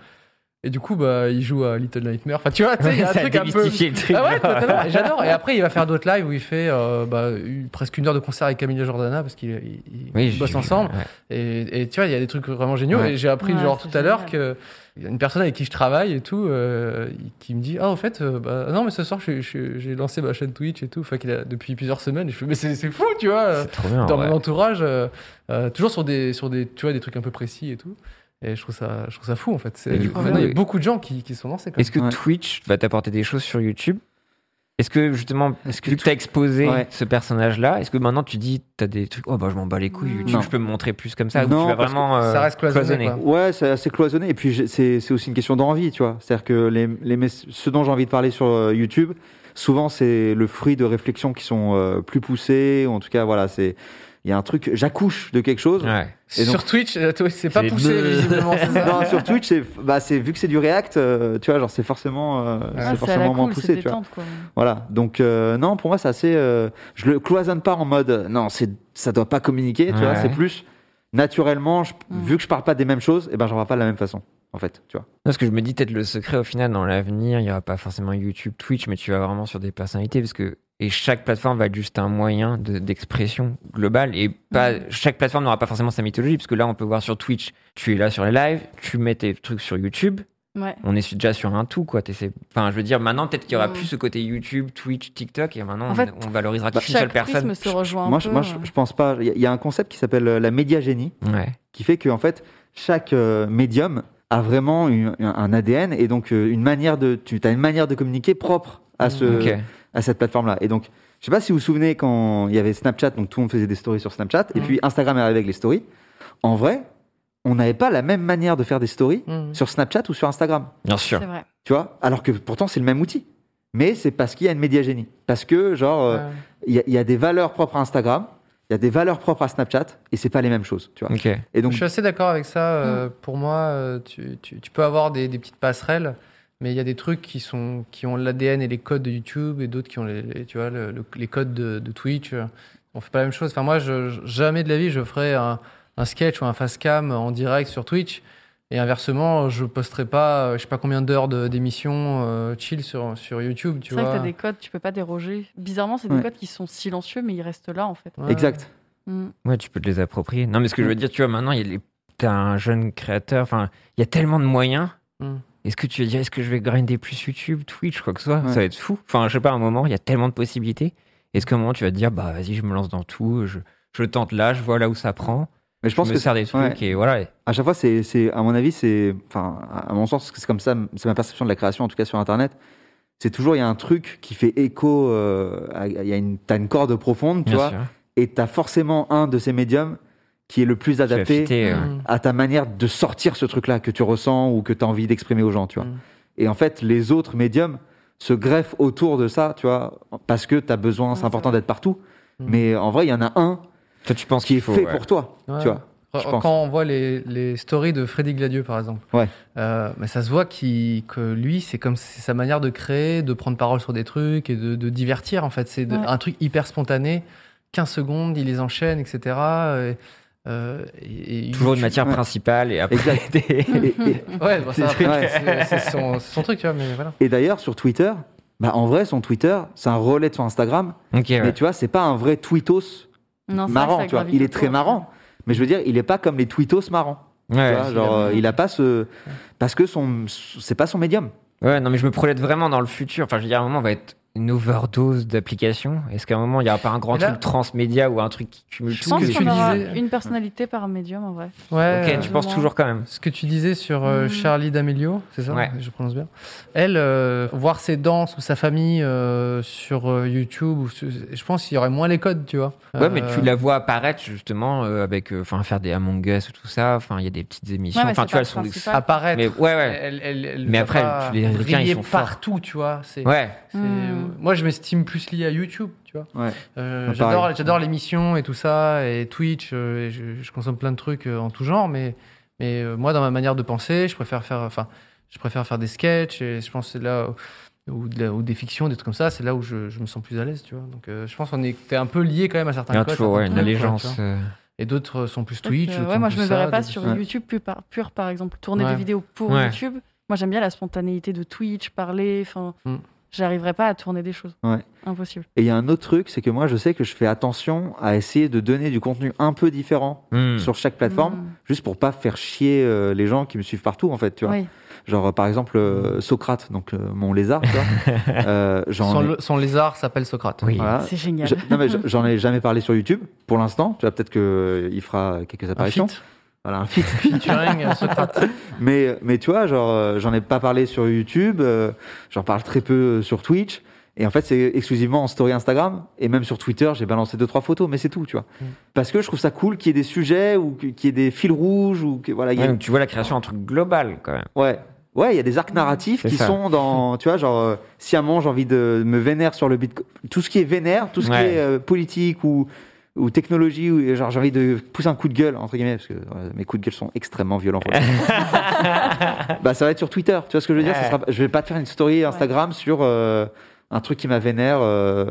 Speaker 1: Et du coup, bah, il joue à Little Nightmare. Enfin, tu vois, tu sais, il y a un
Speaker 3: Ça a
Speaker 1: truc un peu.
Speaker 3: démystifié le truc.
Speaker 1: Ah ouais, totalement. Et J'adore. Et après, il va faire d'autres lives où il fait euh, bah, une- presque une heure de concert avec Camille Jordana parce qu'ils ils- ils
Speaker 3: Oui,
Speaker 1: bossent
Speaker 3: j'ai-
Speaker 1: ensemble.
Speaker 3: ouais.
Speaker 1: Et, et tu vois, il y a des trucs vraiment géniaux.
Speaker 2: Ouais.
Speaker 1: Et j'ai appris
Speaker 4: Ouais,
Speaker 1: genre
Speaker 4: c'est
Speaker 1: tout à l'heure
Speaker 4: génial.
Speaker 1: que il y a une personne avec qui je travaille et tout, euh, qui me dit ah au fait, euh, bah, non mais ce soir je suis- je suis- j'ai lancé ma chaîne Twitch et tout, enfin qu'il a depuis plusieurs semaines. Et je fais mais c'est c'est fou, tu vois.
Speaker 3: C'est trop bien.
Speaker 1: euh, Dans
Speaker 3: Ah ouais.
Speaker 1: mon entourage, euh, euh, toujours sur des sur des tu vois des trucs un peu précis et tout. Et je trouve ça je trouve ça fou en fait. C'est-
Speaker 3: Et du coup,
Speaker 1: maintenant, il y
Speaker 3: oui.
Speaker 1: a beaucoup de gens qui, qui sont lancés. Comme
Speaker 3: Est-ce que
Speaker 2: Ouais.
Speaker 3: Twitch va t'apporter des choses sur YouTube Est-ce que justement,
Speaker 2: Est-ce que
Speaker 3: vu que t'as exposé
Speaker 2: Ouais.
Speaker 3: ce personnage-là, est ce que maintenant tu dis, t'as des trucs, oh bah je m'en bats les couilles, YouTube,
Speaker 2: Non.
Speaker 3: je peux me montrer plus comme ça,
Speaker 2: Non,
Speaker 3: ou tu vas
Speaker 2: parce
Speaker 3: vraiment.
Speaker 1: ça. ça
Speaker 3: euh,
Speaker 1: reste cloisonné.
Speaker 3: cloisonné.
Speaker 1: quoi.
Speaker 2: Ouais, c'est assez cloisonné. Et puis, j'ai- c'est c'est aussi une question d'envie, tu vois. C'est-à-dire que les, les mess- ce dont j'ai envie de parler sur euh, YouTube, souvent, c'est le fruit de réflexions qui sont euh, plus poussées. ou En tout cas, voilà, c'est. Il y a un truc, j'accouche de quelque chose.
Speaker 3: Ouais.
Speaker 2: Et donc-
Speaker 1: sur Twitch, euh, toi, c'est pas
Speaker 3: C'est
Speaker 1: poussé
Speaker 3: bleu.
Speaker 1: visiblement. c'est ça
Speaker 2: Non, sur Twitch, c'est bah, c'est- vu que c'est du React, euh, tu vois, genre c'est forcément, euh,
Speaker 1: Ouais,
Speaker 4: Ah,
Speaker 2: c'est
Speaker 4: c'est à la
Speaker 2: forcément moins
Speaker 4: cool,
Speaker 2: poussé,
Speaker 4: c'est
Speaker 2: tu vois.
Speaker 4: détente, quoi.
Speaker 2: Voilà. Donc euh, non, pour moi, c'est assez. euh, je le cloisonne pas en mode euh, non, c'est ça doit pas communiquer, tu vois.
Speaker 3: Ouais.
Speaker 2: C'est plus naturellement, je-
Speaker 4: Mm.
Speaker 2: vu que je parle pas des mêmes choses, et ben, j'en parle pas de la même façon, en fait, tu vois.
Speaker 3: Non, ce que je me dis, peut-être le secret au final, dans l'avenir, il n'y aura pas forcément YouTube, Twitch, mais tu vas vraiment sur des personnalités, parce que et chaque plateforme va être juste un moyen de- d'expression globale, et pas
Speaker 4: Mm.
Speaker 3: chaque plateforme n'aura pas forcément sa mythologie, parce que là, on peut voir sur Twitch, tu es là sur les lives, tu mets tes trucs sur YouTube,
Speaker 4: Ouais.
Speaker 3: on est déjà sur un tout, quoi. t'essaies- Enfin, je veux dire, maintenant, peut-être qu'il y aura
Speaker 4: Mm.
Speaker 3: plus ce côté YouTube, Twitch, TikTok, et maintenant,
Speaker 4: En fait, bah,
Speaker 3: on, on valorisera qu'une
Speaker 4: Chaque
Speaker 3: Bah, seule personne.
Speaker 4: prisme se rejoint un
Speaker 2: moi,
Speaker 4: peu. euh,
Speaker 2: je, moi je, je pense pas. Il y a- il y, a un concept qui s'appelle euh, la médiagénie,
Speaker 3: Ouais.
Speaker 2: qui fait que en fait, chaque euh, médium a vraiment une- un- un ADN et donc euh, une manière de, tu as une manière de communiquer propre
Speaker 4: Mm.
Speaker 2: à ce,
Speaker 3: Ok.
Speaker 2: à cette plateforme-là. Et donc, je sais pas si vous vous souvenez quand il y avait Snapchat, donc tout le monde faisait des stories sur Snapchat, et
Speaker 4: Mm.
Speaker 1: Mhm.
Speaker 2: puis Instagram est arrivé avec les stories. En vrai, on n'avait pas la même manière de faire des stories
Speaker 4: Mm.
Speaker 1: Mhm.
Speaker 2: sur Snapchat ou sur Instagram.
Speaker 3: Bien
Speaker 4: C'est
Speaker 3: sûr.
Speaker 4: vrai.
Speaker 2: Tu vois Alors que pourtant, c'est le même outil. Mais c'est parce qu'il y a une médiagénie. Parce que, genre, euh,
Speaker 1: Ouais.
Speaker 2: il y, a- il y a des valeurs propres à Instagram, il y a des valeurs propres à Snapchat, et c'est pas les mêmes choses, tu vois.
Speaker 3: Ok.
Speaker 2: Et donc,
Speaker 1: Je suis assez d'accord avec ça. euh, Pour moi, euh, tu, tu- tu peux avoir des, des petites passerelles, mais il y a des trucs qui, sont, qui ont l'ADN et les codes de YouTube et d'autres qui ont les, les- tu vois, le- le- les codes de, de Twitch. euh, On fait pas la même chose. Enfin, moi, je- je- jamais de la vie, je ferai un, un sketch ou un fast-cam en direct sur Twitch. Et inversement, je posterai pas, euh, je sais pas combien d'heures de- d'émissions euh, chill sur, sur YouTube, tu
Speaker 4: C'est vrai que
Speaker 1: vois.
Speaker 4: t'as des codes, tu peux pas déroger. Bizarrement, c'est des
Speaker 2: Ouais.
Speaker 4: codes qui sont silencieux, mais ils restent là, en fait.
Speaker 1: Ouais.
Speaker 2: exact.
Speaker 4: Mm.
Speaker 3: Ouais, tu peux te les approprier. Non, mais ce que je
Speaker 2: Mm.
Speaker 3: veux dire, tu vois, maintenant, il y a les- t'as un jeune créateur, enfin, il y a tellement de moyens.
Speaker 1: Mm.
Speaker 3: Est-ce que tu vas dire, est-ce que je vais grinder plus YouTube, Twitch, quoi que ce soit
Speaker 2: Ouais.
Speaker 3: Ça va être fou. Enfin, je sais pas, à un moment, il y a tellement de possibilités. Est-ce qu'à un moment, tu vas te dire, bah, vas-y, je me lance dans tout, je, je tente là, je vois là où ça prend,
Speaker 2: Mais je pense
Speaker 3: je me
Speaker 2: que
Speaker 3: sers des trucs,
Speaker 2: ouais.
Speaker 3: et voilà.
Speaker 2: à chaque fois, c'est, c'est- à mon avis, c'est, enfin, à mon sens, c'est comme ça, c'est ma perception de la création, en tout cas sur Internet. C'est toujours, il y a un truc qui fait écho, euh, à- il y a une, t'as une corde profonde, tu
Speaker 3: Bien
Speaker 2: vois,
Speaker 3: sûr.
Speaker 2: et t'as forcément un de ces médiums qui est le plus
Speaker 3: Tu vas
Speaker 2: adapté
Speaker 3: fitter, euh,
Speaker 1: Mm.
Speaker 2: à ta manière de sortir ce truc-là que tu ressens ou que t'as envie d'exprimer aux gens, tu vois.
Speaker 1: Mm.
Speaker 2: Et en fait, les autres médiums se greffent autour de ça, tu vois, parce que t'as besoin,
Speaker 4: c'est
Speaker 2: c'est important
Speaker 4: vrai.
Speaker 2: d'être partout.
Speaker 1: Mm.
Speaker 2: Mais en vrai, il y en a un
Speaker 3: Toi, tu penses
Speaker 2: qui est
Speaker 3: qu'il faut.
Speaker 2: fait
Speaker 3: ouais.
Speaker 2: pour toi,
Speaker 1: Ouais.
Speaker 2: tu vois.
Speaker 1: Quand
Speaker 2: je pense.
Speaker 1: on voit les, les stories de Freddy Gladieux, par exemple,
Speaker 2: Ouais.
Speaker 1: euh, mais ça se voit qu'il- que lui, c'est comme c'est sa manière de créer, de prendre parole sur des trucs et de, de divertir, en fait. C'est de-
Speaker 4: Ouais.
Speaker 1: un truc hyper spontané. 15 secondes, il les enchaîne, etc. Et, euh, et- et
Speaker 3: Toujours une
Speaker 1: YouTube-
Speaker 3: matière
Speaker 2: ouais.
Speaker 3: principale et après.
Speaker 2: Exact.
Speaker 3: des-
Speaker 2: Et, et-
Speaker 1: Ouais, bon, ça,
Speaker 2: C'est-
Speaker 1: après,
Speaker 2: ouais.
Speaker 1: c'est c'est son, c'est son truc, tu vois, mais voilà.
Speaker 2: et d'ailleurs, sur Twitter, bah, en vrai, son Twitter, c'est un relais de son Instagram.
Speaker 3: Ok, ouais.
Speaker 2: Mais tu vois, c'est pas un vrai tweetos
Speaker 4: Non, c'est vrai que
Speaker 2: marrant.
Speaker 4: ça
Speaker 2: Tu vois.
Speaker 4: gravite
Speaker 2: Il est
Speaker 4: autour.
Speaker 2: très marrant. Mais je veux dire, il est pas comme les tweetos marrants. tu
Speaker 3: Ouais.
Speaker 2: vois, genre, euh, il a pas ce. Parce que son... c'est pas son médium.
Speaker 3: Ouais, non, mais je me projette vraiment dans le futur. Enfin, je veux dire, à un moment, on va être une overdose d'applications. Est-ce qu'à un moment, il n'y aura pas un grand
Speaker 1: Et là-
Speaker 3: truc transmédia ou un truc qui cumule
Speaker 1: Je
Speaker 4: Je
Speaker 3: tout
Speaker 4: pense
Speaker 1: que tu
Speaker 4: qu'on aura
Speaker 1: disais.
Speaker 4: une personnalité par médium en vrai.
Speaker 1: Ouais,
Speaker 3: Ok,
Speaker 1: euh,
Speaker 3: tu penses
Speaker 4: Plus ou
Speaker 3: toujours quand même.
Speaker 1: Ce que tu disais sur euh,
Speaker 4: Mm.
Speaker 1: Charlie D'Amelio, c'est ça
Speaker 3: Ouais.
Speaker 1: Je prononce bien. Elle, euh, voir ses danses ou sa famille euh, sur euh, YouTube, ou sur- je pense qu'il y aurait moins les codes, tu vois.
Speaker 3: Ouais, mais
Speaker 1: Euh,
Speaker 3: tu la vois apparaître justement euh, avec, euh, enfin, faire des Among Us ou tout ça. Enfin, il y a des petites émissions.
Speaker 4: Ouais, mais
Speaker 3: enfin,
Speaker 4: c'est
Speaker 3: tu
Speaker 4: pas
Speaker 3: vois,
Speaker 4: le
Speaker 3: elles sont. des-
Speaker 4: principal.
Speaker 1: apparaître.
Speaker 3: Mais ouais, ouais.
Speaker 1: Elle, elle- elle
Speaker 3: Mais
Speaker 1: va
Speaker 3: après,
Speaker 1: pas
Speaker 3: les Américains, ils
Speaker 1: briller
Speaker 3: sont forts.
Speaker 1: partout, tu vois. C'est
Speaker 3: Ouais.
Speaker 1: c'est-
Speaker 4: Mm.
Speaker 1: Moi, je m'estime plus lié à YouTube, tu vois.
Speaker 2: Ouais.
Speaker 1: Euh,
Speaker 3: Ah,
Speaker 2: Pareil.
Speaker 1: j'adore, j'adore l'émission et tout ça, et Twitch, euh, et je, je consomme plein de trucs euh, en tout genre, mais, mais euh, moi, dans ma manière de penser, je préfère faire, enfin, je préfère faire des sketchs, et je pense que c'est là, où- ou, de la- ou des fictions, des trucs comme ça, c'est là où je, je me sens plus à l'aise, tu vois. Donc, euh, je pense qu'on est, t'es un peu lié quand même à
Speaker 3: Il y
Speaker 1: certains
Speaker 3: a
Speaker 1: codes.
Speaker 3: toujours ouais,
Speaker 1: certains
Speaker 3: une
Speaker 1: trucs, hein. quoi,
Speaker 3: allégeance.
Speaker 1: tu vois.
Speaker 3: euh.
Speaker 1: Et d'autres sont plus Twitch.
Speaker 4: Donc, euh,
Speaker 1: d'autres
Speaker 4: ouais,
Speaker 1: sont
Speaker 4: moi
Speaker 1: plus
Speaker 4: je me verrais
Speaker 1: ça,
Speaker 4: pas
Speaker 1: d'autres-
Speaker 4: sur
Speaker 2: Ouais.
Speaker 4: YouTube pur par, pur, par exemple, tourner
Speaker 1: Ouais.
Speaker 4: des vidéos pour
Speaker 3: Ouais.
Speaker 4: YouTube. Moi j'aime bien la spontanéité de Twitch, parler, enfin,
Speaker 1: Mm.
Speaker 4: j'arriverais pas à tourner des choses.
Speaker 2: Ouais.
Speaker 4: Impossible.
Speaker 2: Et il y a un autre truc, c'est que moi, je sais que je fais attention à essayer de donner du contenu un peu différent
Speaker 3: Hmm.
Speaker 2: sur chaque plateforme,
Speaker 4: Mm.
Speaker 2: juste pour pas faire chier euh, les gens qui me suivent partout, en fait. Tu vois.
Speaker 4: Oui.
Speaker 2: Genre, euh, par exemple, euh, Socrate, donc euh, mon lézard, tu vois. Euh, j'en
Speaker 1: Son,
Speaker 2: ai-
Speaker 1: le- son lézard s'appelle Socrate.
Speaker 3: Oui.
Speaker 2: voilà.
Speaker 4: C'est génial.
Speaker 2: Je- non, mais je- j'en ai jamais parlé sur YouTube pour l'instant. Tu vois, peut-être qu'il fera quelques
Speaker 1: Un
Speaker 2: apparitions.
Speaker 1: feat.
Speaker 2: Voilà, un feat.
Speaker 1: Featuring, euh, Socrate.
Speaker 2: Mais, mais tu vois, genre, euh, j'en ai pas parlé sur YouTube, euh, j'en parle très peu euh, sur Twitch. Et en fait, c'est exclusivement en story Instagram. Et même sur Twitter, j'ai balancé deux, trois photos, mais c'est tout, tu vois.
Speaker 1: Mm.
Speaker 2: Parce que je trouve ça cool qu'il y ait des sujets ou qu'il y ait des fils rouges ou que, voilà. il y
Speaker 3: Ouais,
Speaker 2: a-
Speaker 3: donc tu vois la création d'un truc global quand même.
Speaker 2: ouais. Ouais, il y a des arcs narratifs
Speaker 3: C'est
Speaker 2: qui
Speaker 3: ça.
Speaker 2: sont dans, tu vois, genre, euh, sciemment, j'ai envie de me vénère sur le bitcoin. Tout ce qui est vénère, tout ce qui
Speaker 3: Ouais.
Speaker 2: est euh, politique ou, ou technologie, ou, genre, j'ai envie de pousser un coup de gueule, entre guillemets, parce que ouais, mes coups de gueule sont extrêmement violents. pour le coup. bah, ça va être sur Twitter. Tu vois ce que je veux dire ça
Speaker 3: Ouais.
Speaker 2: sera- Je vais pas te faire une story Instagram sur euh, un truc qui m'a vénère euh,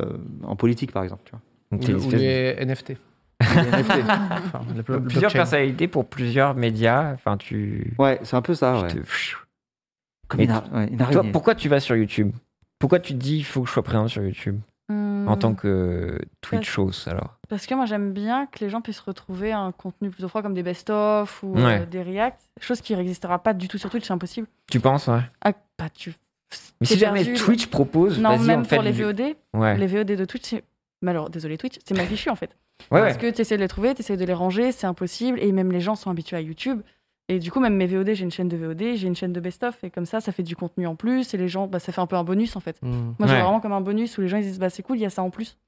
Speaker 2: en politique, par exemple. Tu vois.
Speaker 3: Donc,
Speaker 1: Ou
Speaker 3: t'es une
Speaker 1: le- ou
Speaker 3: espèce
Speaker 1: les NFT.
Speaker 3: de-
Speaker 2: Les NFT.
Speaker 1: Enfin, le blo-
Speaker 3: Donc, plusieurs
Speaker 1: blockchain.
Speaker 3: personnalités pour plusieurs médias. Enfin, tu.
Speaker 2: Ouais, c'est un peu ça,
Speaker 3: tu
Speaker 2: ouais.
Speaker 3: te- pfiou.
Speaker 2: Comme
Speaker 3: Mais
Speaker 2: une, ar- ouais, une
Speaker 3: Toi,
Speaker 2: araignée.
Speaker 3: pourquoi tu vas sur YouTube Pourquoi tu te dis il faut que je sois présent sur YouTube
Speaker 4: Mm.
Speaker 3: en tant que Twitch host alors
Speaker 4: Parce que moi j'aime bien que les gens puissent retrouver un contenu plutôt froid comme des best-of ou euh,
Speaker 3: Ouais.
Speaker 4: des reacts, chose qui n'existera pas du tout sur Twitch, c'est impossible.
Speaker 3: Tu penses ouais.
Speaker 4: Ah, bah, tu...
Speaker 3: Mais
Speaker 4: t'es
Speaker 3: si jamais
Speaker 4: perdu, là.
Speaker 3: Twitch propose,
Speaker 4: Non,
Speaker 3: vas-y,
Speaker 4: même
Speaker 3: on fait
Speaker 4: pour les
Speaker 3: du-
Speaker 4: VOD,
Speaker 3: Ouais.
Speaker 4: les VOD de Twitch, c'est. Mais alors, désolé Twitch, c'est mal fichu en fait.
Speaker 3: Ouais,
Speaker 4: Parce
Speaker 3: ouais.
Speaker 4: que tu essaies de les trouver, tu essaies de les ranger, c'est impossible. Et même les gens sont habitués à YouTube. Et du coup, même mes VOD, j'ai une chaîne de VOD, j'ai une chaîne de best-of. Et comme ça, ça fait du contenu en plus. Et les gens, bah, ça fait un peu un bonus en fait.
Speaker 1: Mm.
Speaker 4: Moi,
Speaker 3: Ouais.
Speaker 4: j'ai vraiment comme un bonus où les gens ils disent, bah c'est cool, il y a ça en plus.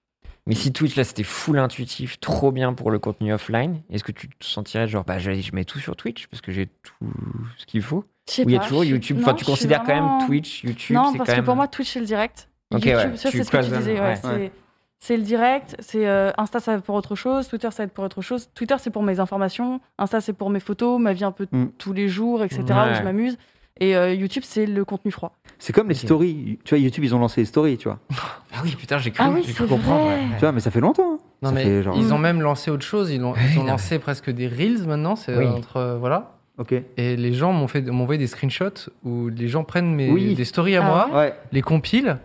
Speaker 3: Mais si Twitch là c'était full intuitif, trop bien pour le contenu offline, est-ce que tu te sentirais genre bah je, je mets tout sur Twitch parce que j'ai tout ce qu'il faut
Speaker 4: Je sais
Speaker 3: Ou il y a
Speaker 4: pas,
Speaker 3: toujours
Speaker 4: je sais-
Speaker 3: YouTube
Speaker 4: Non,
Speaker 3: Enfin, tu
Speaker 4: je suis
Speaker 3: considères quand
Speaker 4: vraiment-
Speaker 3: même Twitch, YouTube
Speaker 4: Non,
Speaker 3: c'est
Speaker 4: parce
Speaker 3: quand
Speaker 4: que
Speaker 3: même-
Speaker 4: pour moi, Twitch, c'est le direct.
Speaker 3: Ok, ouais,
Speaker 4: YouTube, ça,
Speaker 3: tu
Speaker 4: c'est ce que tu
Speaker 3: cloisonnes,
Speaker 4: disais. ouais,
Speaker 3: ouais.
Speaker 4: c'est-
Speaker 2: Ouais.
Speaker 4: C'est le direct. C'est euh, Insta, ça va être pour autre chose. Twitter, ça va être pour autre chose. Twitter, c'est pour mes informations. Insta, c'est pour mes photos, ma vie un peu
Speaker 2: Mm.
Speaker 4: tous les jours, etc.
Speaker 3: Ouais.
Speaker 4: Où je m'amuse. Et euh, YouTube, c'est le contenu froid.
Speaker 2: C'est comme les
Speaker 3: Ok.
Speaker 2: stories. Tu vois, YouTube, ils ont lancé les stories, tu vois.
Speaker 3: Ah oui, putain, j'ai cru,
Speaker 4: Ah oui,
Speaker 3: j'ai cru
Speaker 4: c'est
Speaker 3: comprendre.
Speaker 4: vrai.
Speaker 3: ouais.
Speaker 2: Tu vois, mais ça fait longtemps. hein.
Speaker 1: Non,
Speaker 2: Ça
Speaker 1: mais
Speaker 2: fait genre-
Speaker 1: ils ont même lancé autre chose. Ils ont,
Speaker 3: Oui,
Speaker 1: ils ont
Speaker 3: non,
Speaker 1: lancé presque des reels maintenant. C'est
Speaker 3: Oui.
Speaker 1: entre euh, voilà.
Speaker 2: Ok.
Speaker 1: Et les gens m'ont fait m'ont envoyé des screenshots où les gens prennent mes
Speaker 2: Oui.
Speaker 1: des stories à
Speaker 4: Ah
Speaker 1: moi,
Speaker 2: Ouais.
Speaker 1: les compilent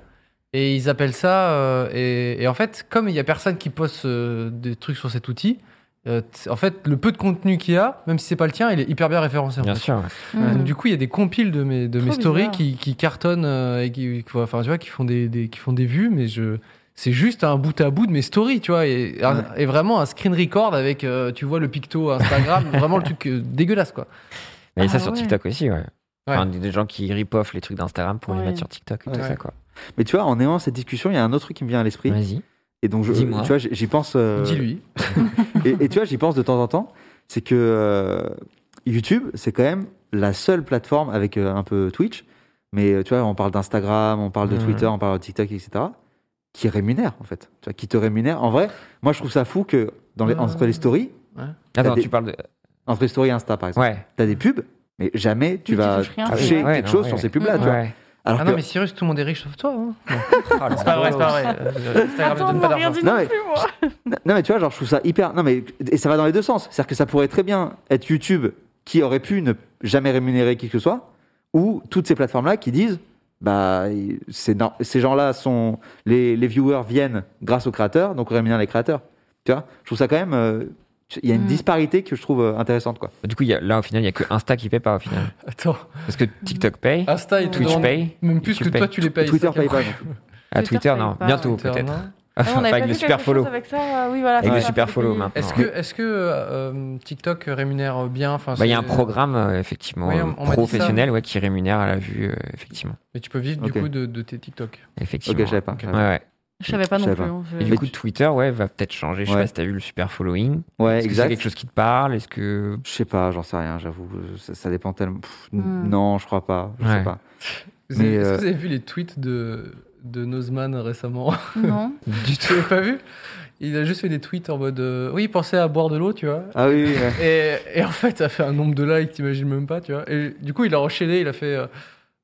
Speaker 1: et ils appellent ça. euh, et, et en fait, comme il y a personne qui poste euh, des trucs sur cet outil, euh, t- en fait, le peu de contenu qu'il y a, même si c'est pas le tien, il est hyper bien référencé. en
Speaker 3: Bien
Speaker 1: fait.
Speaker 3: sûr. ouais.
Speaker 1: Ah, Donc,
Speaker 4: Mm.
Speaker 1: du coup, il y a des compiles de mes, de mes
Speaker 4: Trop
Speaker 1: stories
Speaker 4: bizarre.
Speaker 1: qui, qui cartonnent euh, et qui, qui- enfin, tu vois, qui font des, des- qui font des vues, mais je, c'est juste un bout à bout de mes stories, tu vois, et, un-
Speaker 2: Ouais.
Speaker 1: et vraiment un screen record avec, euh, tu vois, le picto Instagram, vraiment le truc euh, dégueulasse, quoi.
Speaker 3: Mais
Speaker 4: Ah
Speaker 3: ça sur
Speaker 4: ouais.
Speaker 3: TikTok aussi, ouais. Enfin, des des gens qui rip-off les trucs d'Instagram pour les
Speaker 4: Ouais.
Speaker 3: mettre sur TikTok et tout
Speaker 1: Ouais.
Speaker 3: ça, quoi.
Speaker 2: Mais tu vois, en ayant cette discussion, il y a un autre truc qui me vient à l'esprit.
Speaker 3: Vas-y.
Speaker 2: Et donc, je, tu
Speaker 3: Dis-moi.
Speaker 2: vois, j'y pense. euh,
Speaker 1: Dis-lui.
Speaker 2: Et, et tu vois, j'y pense de temps en temps. C'est que euh, YouTube, c'est quand même la seule plateforme avec euh, un peu Twitch. Mais euh, tu vois, on parle d'Instagram, on parle de
Speaker 3: Mhm.
Speaker 2: Twitter, on parle de TikTok, etc. Qui rémunère, en fait. Tu vois, qui te rémunère. En vrai, moi, je trouve ça fou que dans les,
Speaker 1: Ouais.
Speaker 2: entre les stories,
Speaker 3: Attends,
Speaker 2: des-
Speaker 3: Ah, tu parles de.
Speaker 2: entre les stories Insta, par exemple,
Speaker 3: Ouais.
Speaker 2: t'as des pubs, mais jamais tu
Speaker 4: Oui, tu
Speaker 2: vas
Speaker 4: touches rien,
Speaker 3: c'est
Speaker 2: toucher
Speaker 3: vrai.
Speaker 2: quelque
Speaker 3: Ouais,
Speaker 2: chose
Speaker 3: non,
Speaker 2: sur
Speaker 3: ouais.
Speaker 2: ces pubs-là. tu vois.
Speaker 3: ouais.
Speaker 2: Alors
Speaker 1: Ah
Speaker 2: que-
Speaker 1: non, mais Cyrus, tout le monde est riche sauf toi. hein. Non,
Speaker 3: Ah, le
Speaker 1: c'est pas vrai, c'est pas
Speaker 3: drôle.
Speaker 1: vrai. Euh, Instagram
Speaker 4: Attends,
Speaker 1: ne donne pas d'argent.
Speaker 4: moi, rien dit
Speaker 2: Non,
Speaker 4: non,
Speaker 2: mais-
Speaker 4: plus, moi.
Speaker 2: Non, mais tu vois, genre, je trouve ça hyper. Non, mais et ça va dans les deux sens. C'est-à-dire que ça pourrait très bien être YouTube qui aurait pu ne jamais rémunérer qui que ce soit, ou toutes ces plateformes-là qui disent, bah, c'est nor- ces gens-là sont les, les viewers viennent grâce aux créateurs, donc on rémunère les créateurs. Tu vois, je trouve ça quand même. euh, Il y a une
Speaker 4: Mm.
Speaker 2: disparité que je trouve euh, intéressante, quoi.
Speaker 3: Du coup, il y a- là, au final, il n'y a que Insta qui paye pas, au final.
Speaker 1: Attends,
Speaker 3: Parce que TikTok paye,
Speaker 1: Insta, ils te
Speaker 3: Twitch
Speaker 1: demandent
Speaker 3: paye,
Speaker 1: Même plus
Speaker 3: YouTube
Speaker 1: que toi,
Speaker 3: paye.
Speaker 1: tu les payes.
Speaker 2: Twitter
Speaker 1: c'est
Speaker 2: paye pas.
Speaker 1: incroyable.
Speaker 3: Ah,
Speaker 4: Twitter
Speaker 3: Twitter,
Speaker 4: paye
Speaker 3: non.
Speaker 4: pas.
Speaker 3: Bientôt,
Speaker 1: Twitter,
Speaker 3: peut-être.
Speaker 1: non.
Speaker 4: Ah, on
Speaker 3: Enfin,
Speaker 4: avait
Speaker 3: avec
Speaker 4: pas
Speaker 3: le
Speaker 4: fait quelque
Speaker 3: super
Speaker 4: chose
Speaker 3: follow.
Speaker 4: Avec ça, euh, oui, voilà,
Speaker 3: Avec
Speaker 4: c'est
Speaker 3: le
Speaker 4: ça,
Speaker 3: super
Speaker 4: c'est
Speaker 3: follow
Speaker 4: connu.
Speaker 3: maintenant.
Speaker 1: Est-ce que, est-ce que euh, euh, TikTok rémunère euh, bien enfin,
Speaker 3: Bah, il y a
Speaker 1: c'est-
Speaker 3: un programme, euh, effectivement,
Speaker 1: Oui, on-
Speaker 3: euh,
Speaker 1: on m'a dit ça.
Speaker 3: professionnel ouais, qui rémunère à la vue, euh, effectivement.
Speaker 1: Mais tu peux vivre
Speaker 2: Ok.
Speaker 1: du coup de, de tes TikTok.
Speaker 2: Ok,
Speaker 3: Effectivement.
Speaker 2: je savais pas.
Speaker 1: Ok.
Speaker 2: j'avais
Speaker 3: Ouais, ouais.
Speaker 4: Je savais pas
Speaker 2: Je
Speaker 4: non
Speaker 2: savais
Speaker 4: plus.
Speaker 2: pas.
Speaker 4: hein, je-
Speaker 3: Et du
Speaker 2: Mais
Speaker 3: coup,
Speaker 2: tu-
Speaker 3: Twitter, ouais, va peut-être changer. Je sais
Speaker 2: Ouais.
Speaker 3: pas si t'as vu le super following.
Speaker 2: pas. Ouais,
Speaker 3: Est-ce que c'est
Speaker 2: exact.
Speaker 3: quelque chose qui te parle Est-ce que.
Speaker 2: Je sais pas, j'en sais rien, j'avoue. euh, Ça, ça dépend tellement. Pff, n-
Speaker 4: Hmm.
Speaker 2: Non, je crois pas. Je
Speaker 3: Ouais.
Speaker 2: sais pas.
Speaker 1: Vous avez-
Speaker 2: Mais,
Speaker 1: Est-ce
Speaker 2: euh,
Speaker 1: que vous avez vu les tweets de, de Nozman récemment
Speaker 4: Non.
Speaker 1: Du tout. Vous l'avez pas vu Il a juste fait des tweets en mode euh, Oui, pensez à boire de l'eau, tu vois.
Speaker 2: Ah oui, oui, ouais.
Speaker 1: Et, et en fait, ça fait un nombre de likes, t'imagines même pas, tu vois. Et du coup, il a enchaîné, il a fait euh,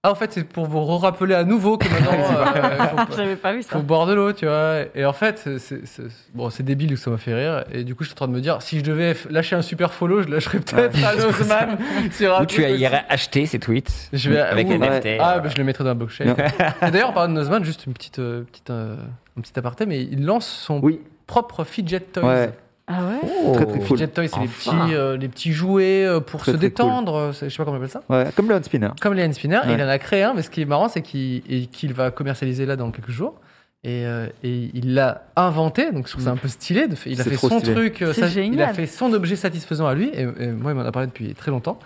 Speaker 1: Ah, en fait, c'est pour vous rappeler à nouveau que maintenant, euh,
Speaker 3: Ah,
Speaker 1: faut pas-
Speaker 4: J'avais pas vu ça.
Speaker 1: faut boire de l'eau, tu vois. Et en fait, c'est- c'est- c'est- bon, c'est débile, ça m'a fait rire. Et du coup, je suis en train de me dire, si je devais f- lâcher un super follow, je lâcherais peut-être un Osman sur un
Speaker 3: Ou tu
Speaker 1: truc aussi.
Speaker 3: irais acheter ces tweets
Speaker 1: Ah, Je vais-
Speaker 3: avec
Speaker 1: ouh,
Speaker 3: NFT.
Speaker 1: Ah,
Speaker 3: voilà.
Speaker 1: bah, je le mettrais dans la blockchain.
Speaker 2: euh, Non.
Speaker 1: Et D'ailleurs, en parlant de Nozman, juste une petite, euh, petite, euh, un petit aparté, mais il lance son
Speaker 2: Oui.
Speaker 1: propre fidget toy.
Speaker 2: Ouais.
Speaker 4: Ah ouais
Speaker 3: Oh.
Speaker 2: Très, très cool.
Speaker 1: Fidget toy, c'est
Speaker 3: Enfin.
Speaker 1: les, petits, euh, les petits jouets euh, pour
Speaker 2: Très,
Speaker 1: se
Speaker 2: très
Speaker 1: détendre. euh, c'est- Je sais pas comment on appelle ça.
Speaker 2: Ouais, Comme le hand spinner.
Speaker 1: Comme les hand spinners,
Speaker 2: Ouais.
Speaker 1: il en a créé un, mais ce qui est marrant, c'est qu'il et qu'il va commercialiser là dans quelques jours. Et, euh, et il l'a inventé, donc je trouve ça un peu stylé. de fait- il a
Speaker 2: Mm. C'est
Speaker 1: fait
Speaker 2: trop
Speaker 1: son
Speaker 2: stylé.
Speaker 1: truc, euh,
Speaker 4: C'est
Speaker 1: ça- il a
Speaker 4: génial.
Speaker 1: fait son objet satisfaisant à lui. Et, et moi, il m'en a parlé depuis très longtemps.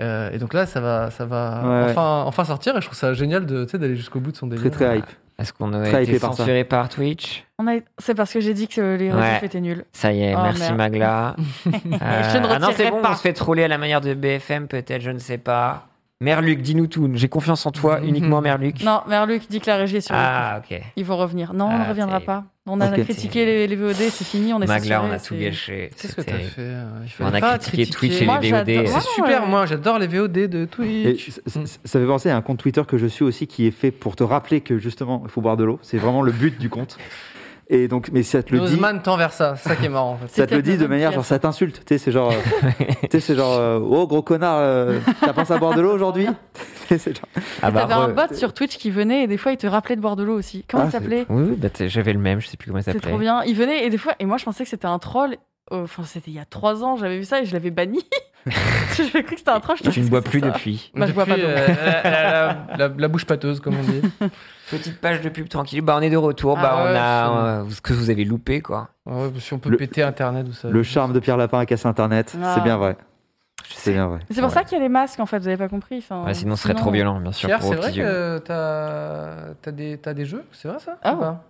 Speaker 1: Euh, et donc là, ça va, ça va
Speaker 2: Ouais.
Speaker 1: enfin, enfin sortir. Et je trouve ça génial de, tu sais, d'aller jusqu'au bout de son délire.
Speaker 2: Très, très hype.
Speaker 3: Est-ce qu'on a
Speaker 2: Très
Speaker 3: été
Speaker 2: hypé par ça.
Speaker 3: censuré par Twitch
Speaker 4: On a- C'est parce que j'ai dit que les
Speaker 3: Ouais.
Speaker 4: réseaux étaient nuls.
Speaker 3: Ça y est,
Speaker 4: Oh,
Speaker 3: merci
Speaker 4: merde.
Speaker 3: Magla. Euh, ah non, c'est
Speaker 4: retirerai
Speaker 3: bon,
Speaker 4: pas.
Speaker 3: on se fait troller à la manière de BFM, peut-être, je ne sais pas. Merluc, dis-nous tout. J'ai confiance en toi,
Speaker 1: Mhm.
Speaker 3: uniquement Merluc.
Speaker 4: Non, Merluc dit que la régie est sur
Speaker 3: ah, ok.
Speaker 4: YouTube. Ils vont revenir. Non, on ne
Speaker 3: Ah,
Speaker 4: reviendra
Speaker 3: c'est-
Speaker 4: pas. On a
Speaker 2: Ok.
Speaker 4: critiqué les, les VOD, c'est fini, on est
Speaker 3: Magla,
Speaker 4: censuré,
Speaker 3: on a
Speaker 4: c'est-
Speaker 3: tout gâché.
Speaker 1: Qu'est-ce que
Speaker 3: C'est
Speaker 1: t'as
Speaker 3: terrible.
Speaker 1: fait euh, il
Speaker 3: On
Speaker 1: fallait
Speaker 3: a
Speaker 1: pas
Speaker 3: critiqué Twitch et
Speaker 1: Moi,
Speaker 3: les
Speaker 4: Moi,
Speaker 3: VOD.
Speaker 4: j'adore.
Speaker 1: C'est
Speaker 4: Ouais,
Speaker 1: super,
Speaker 4: ouais.
Speaker 1: moi j'adore les VOD de
Speaker 2: Et
Speaker 1: Twitch.
Speaker 2: c- c- ça fait penser à un compte Twitter que je suis aussi qui est fait pour te rappeler que justement il faut boire de l'eau. C'est vraiment le but du compte. Et donc, mais ça te le dit,
Speaker 1: Nozman tend vers ça, c'est ça qui est marrant en fait.
Speaker 2: ça te
Speaker 4: C'est
Speaker 2: le dit de
Speaker 4: Pierre
Speaker 2: manière
Speaker 4: Nozman
Speaker 2: genre ça t'insulte. Tu sais, c'est genre, euh, tu sais, c'est genre, euh, oh gros connard, euh, t'as pensé à boire de l'eau aujourd'hui C'est genre-
Speaker 3: Ah, bah,
Speaker 4: T'avais un
Speaker 3: re-
Speaker 4: bot sur Twitch qui venait et des fois il te rappelait de boire de l'eau aussi. Comment
Speaker 2: Ah,
Speaker 4: il s'appelait
Speaker 3: Oui, oui, bah, t'es- j'avais le même, je sais plus comment il
Speaker 4: C'est
Speaker 3: s'appelait.
Speaker 4: trop bien. Il venait et des fois, et moi je pensais que c'était un troll. Euh, Enfin, c'était il y a trois ans, j'avais vu ça et je l'avais banni. je cru que c'était un troll. je
Speaker 3: Tu ne
Speaker 4: pensais
Speaker 3: bois
Speaker 4: que
Speaker 3: plus
Speaker 4: c'est ça.
Speaker 3: depuis.
Speaker 4: Bah, je bois pas
Speaker 1: Depuis,
Speaker 4: d'eau.
Speaker 1: euh, la, la- la- la- la bouche pâteuse, comme on dit.
Speaker 3: Petite page de pub tranquille. Bah, on est de retour.
Speaker 1: Ah
Speaker 3: bah, on
Speaker 1: ouais,
Speaker 3: a euh, ce que vous avez loupé, quoi.
Speaker 1: Ah Ouais, ouais, si on peut
Speaker 2: Le-
Speaker 1: péter Internet ou ça.
Speaker 2: le charme de Pierre Lapin a cassé Internet.
Speaker 4: Ah.
Speaker 2: C'est bien vrai. C'est bien vrai.
Speaker 4: C'est pour ça qu'il y a les masques en fait, vous avez pas compris. Enfin,
Speaker 3: Ouais, sinon, ce serait trop violent, bien sûr.
Speaker 1: Pierre,
Speaker 3: pour
Speaker 1: c'est
Speaker 3: vos
Speaker 1: vrai
Speaker 3: petits yeux.
Speaker 1: que t'as t'as des, t'as des jeux C'est vrai ça
Speaker 4: Ah.
Speaker 1: Ou pas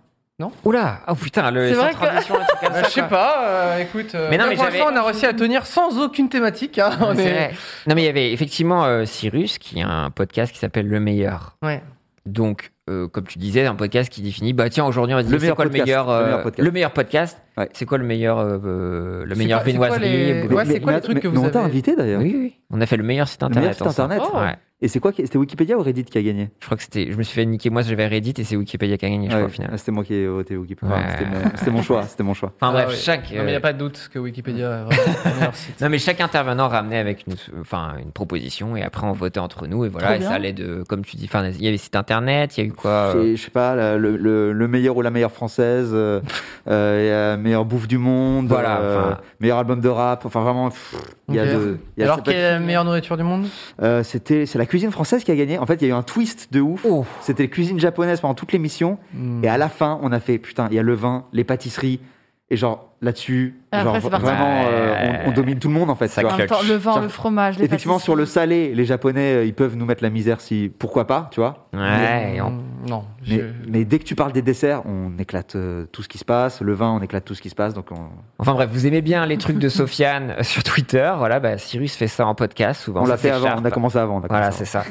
Speaker 3: Oula, oh putain, le
Speaker 4: C'est
Speaker 3: sans
Speaker 4: vrai que-
Speaker 3: tradition, un truc comme
Speaker 1: Bah,
Speaker 3: ça,
Speaker 1: Je sais
Speaker 3: quoi.
Speaker 1: pas, euh, écoute. euh,
Speaker 3: Mais non,
Speaker 1: là,
Speaker 3: mais
Speaker 1: pour
Speaker 3: j'avais-
Speaker 1: l'instant, on a réussi à tenir sans aucune thématique. hein, on
Speaker 3: C'est
Speaker 1: est-
Speaker 3: vrai. Non, mais il y avait effectivement euh, Cyrus qui a un podcast qui s'appelle Le Meilleur.
Speaker 1: Ouais.
Speaker 3: Donc, euh, comme tu disais, un podcast qui définit bah tiens, aujourd'hui, on va se
Speaker 2: Le
Speaker 3: dire c'est
Speaker 2: meilleur
Speaker 3: quoi
Speaker 2: podcast.
Speaker 3: le meilleur, euh,
Speaker 2: Le meilleur podcast.
Speaker 3: le meilleur podcast
Speaker 2: Ouais.
Speaker 3: C'est quoi le meilleur, euh, euh, le
Speaker 1: C'est
Speaker 3: meilleur
Speaker 1: quoi- c'est quoi
Speaker 3: viennoiserie
Speaker 1: les-
Speaker 3: boulot-
Speaker 1: Ouais, c'est quoi
Speaker 2: mais-
Speaker 1: les trucs
Speaker 2: mais-
Speaker 1: que
Speaker 2: mais
Speaker 1: vous
Speaker 2: on t'a
Speaker 1: avez-
Speaker 2: invité d'ailleurs.
Speaker 3: Oui, oui. On a fait le meilleur site
Speaker 2: Le meilleur
Speaker 3: internet.
Speaker 2: site
Speaker 3: ensemble.
Speaker 2: internet.
Speaker 1: Oh.
Speaker 3: Ouais.
Speaker 2: Et c'est quoi qui- C'était Wikipédia ou Reddit qui a gagné
Speaker 3: Je crois que c'était. Je me suis fait niquer moi, j'avais Reddit et c'est Wikipédia qui a gagné, je
Speaker 2: Ouais,
Speaker 3: crois, au final.
Speaker 2: C'était moi qui ai voté Wikipédia.
Speaker 3: Ouais.
Speaker 2: C'était mon- C'était mon choix. C'était mon choix.
Speaker 3: Enfin bref,
Speaker 1: Ah ouais.
Speaker 3: chaque.
Speaker 1: Non, mais il n'y
Speaker 3: euh,
Speaker 1: a pas de doute que Wikipédia est vraiment le meilleur site.
Speaker 3: Non mais chaque intervenant ramenait avec une, enfin, une proposition et après on votait entre nous et voilà
Speaker 4: Trop
Speaker 3: et
Speaker 4: bien.
Speaker 3: ça allait de comme tu dis enfin il y avait site internet il y a eu quoi euh,
Speaker 2: C'est, je sais pas, la- le, le- le meilleur ou la meilleure française, euh, euh, et la meilleure bouffe du monde,
Speaker 3: Voilà,
Speaker 2: euh,
Speaker 3: enfin.
Speaker 2: meilleur album de rap, enfin vraiment, pff, il y a
Speaker 1: Ok.
Speaker 2: de. il y a-
Speaker 1: Alors,
Speaker 2: c'est pas-
Speaker 1: quelle est la meilleure nourriture du monde
Speaker 2: euh, c'était, c'est la cuisine française qui a gagné. En fait, il y a eu un twist de ouf.
Speaker 3: Oh.
Speaker 2: C'était cuisine japonaise pendant toute l'émission,
Speaker 1: Hmm.
Speaker 2: et à la fin, on a fait putain, il y a le vin, les pâtisseries, et genre là-dessus,
Speaker 4: Et
Speaker 3: Ah,
Speaker 4: après,
Speaker 2: genre
Speaker 4: c'est parti.
Speaker 2: vraiment,
Speaker 3: Ouais.
Speaker 2: euh, on, on domine tout le monde en fait.
Speaker 3: Ça
Speaker 2: tu vois.
Speaker 4: En même temps, le vin,
Speaker 2: Tiens.
Speaker 4: le fromage, les
Speaker 2: Effectivement, sur le
Speaker 4: pâtisseries.
Speaker 2: salé, les Japonais, euh, ils peuvent nous mettre la misère si, pourquoi pas, tu vois.
Speaker 3: ouais et on-
Speaker 1: Mm, Non.
Speaker 2: Mais,
Speaker 1: je-
Speaker 2: mais dès que tu parles des desserts, on éclate euh, tout ce qui se passe. Le vin, on éclate tout ce qui se passe. Donc on,
Speaker 3: enfin bref vous aimez bien les trucs de Sofiane euh, sur Twitter voilà bah Cyrus fait ça en podcast souvent
Speaker 2: on
Speaker 3: ça
Speaker 2: l'a fait avant.
Speaker 3: s'écharpe.
Speaker 2: On a commencé avant. on a
Speaker 3: voilà
Speaker 2: commencé
Speaker 3: c'est ça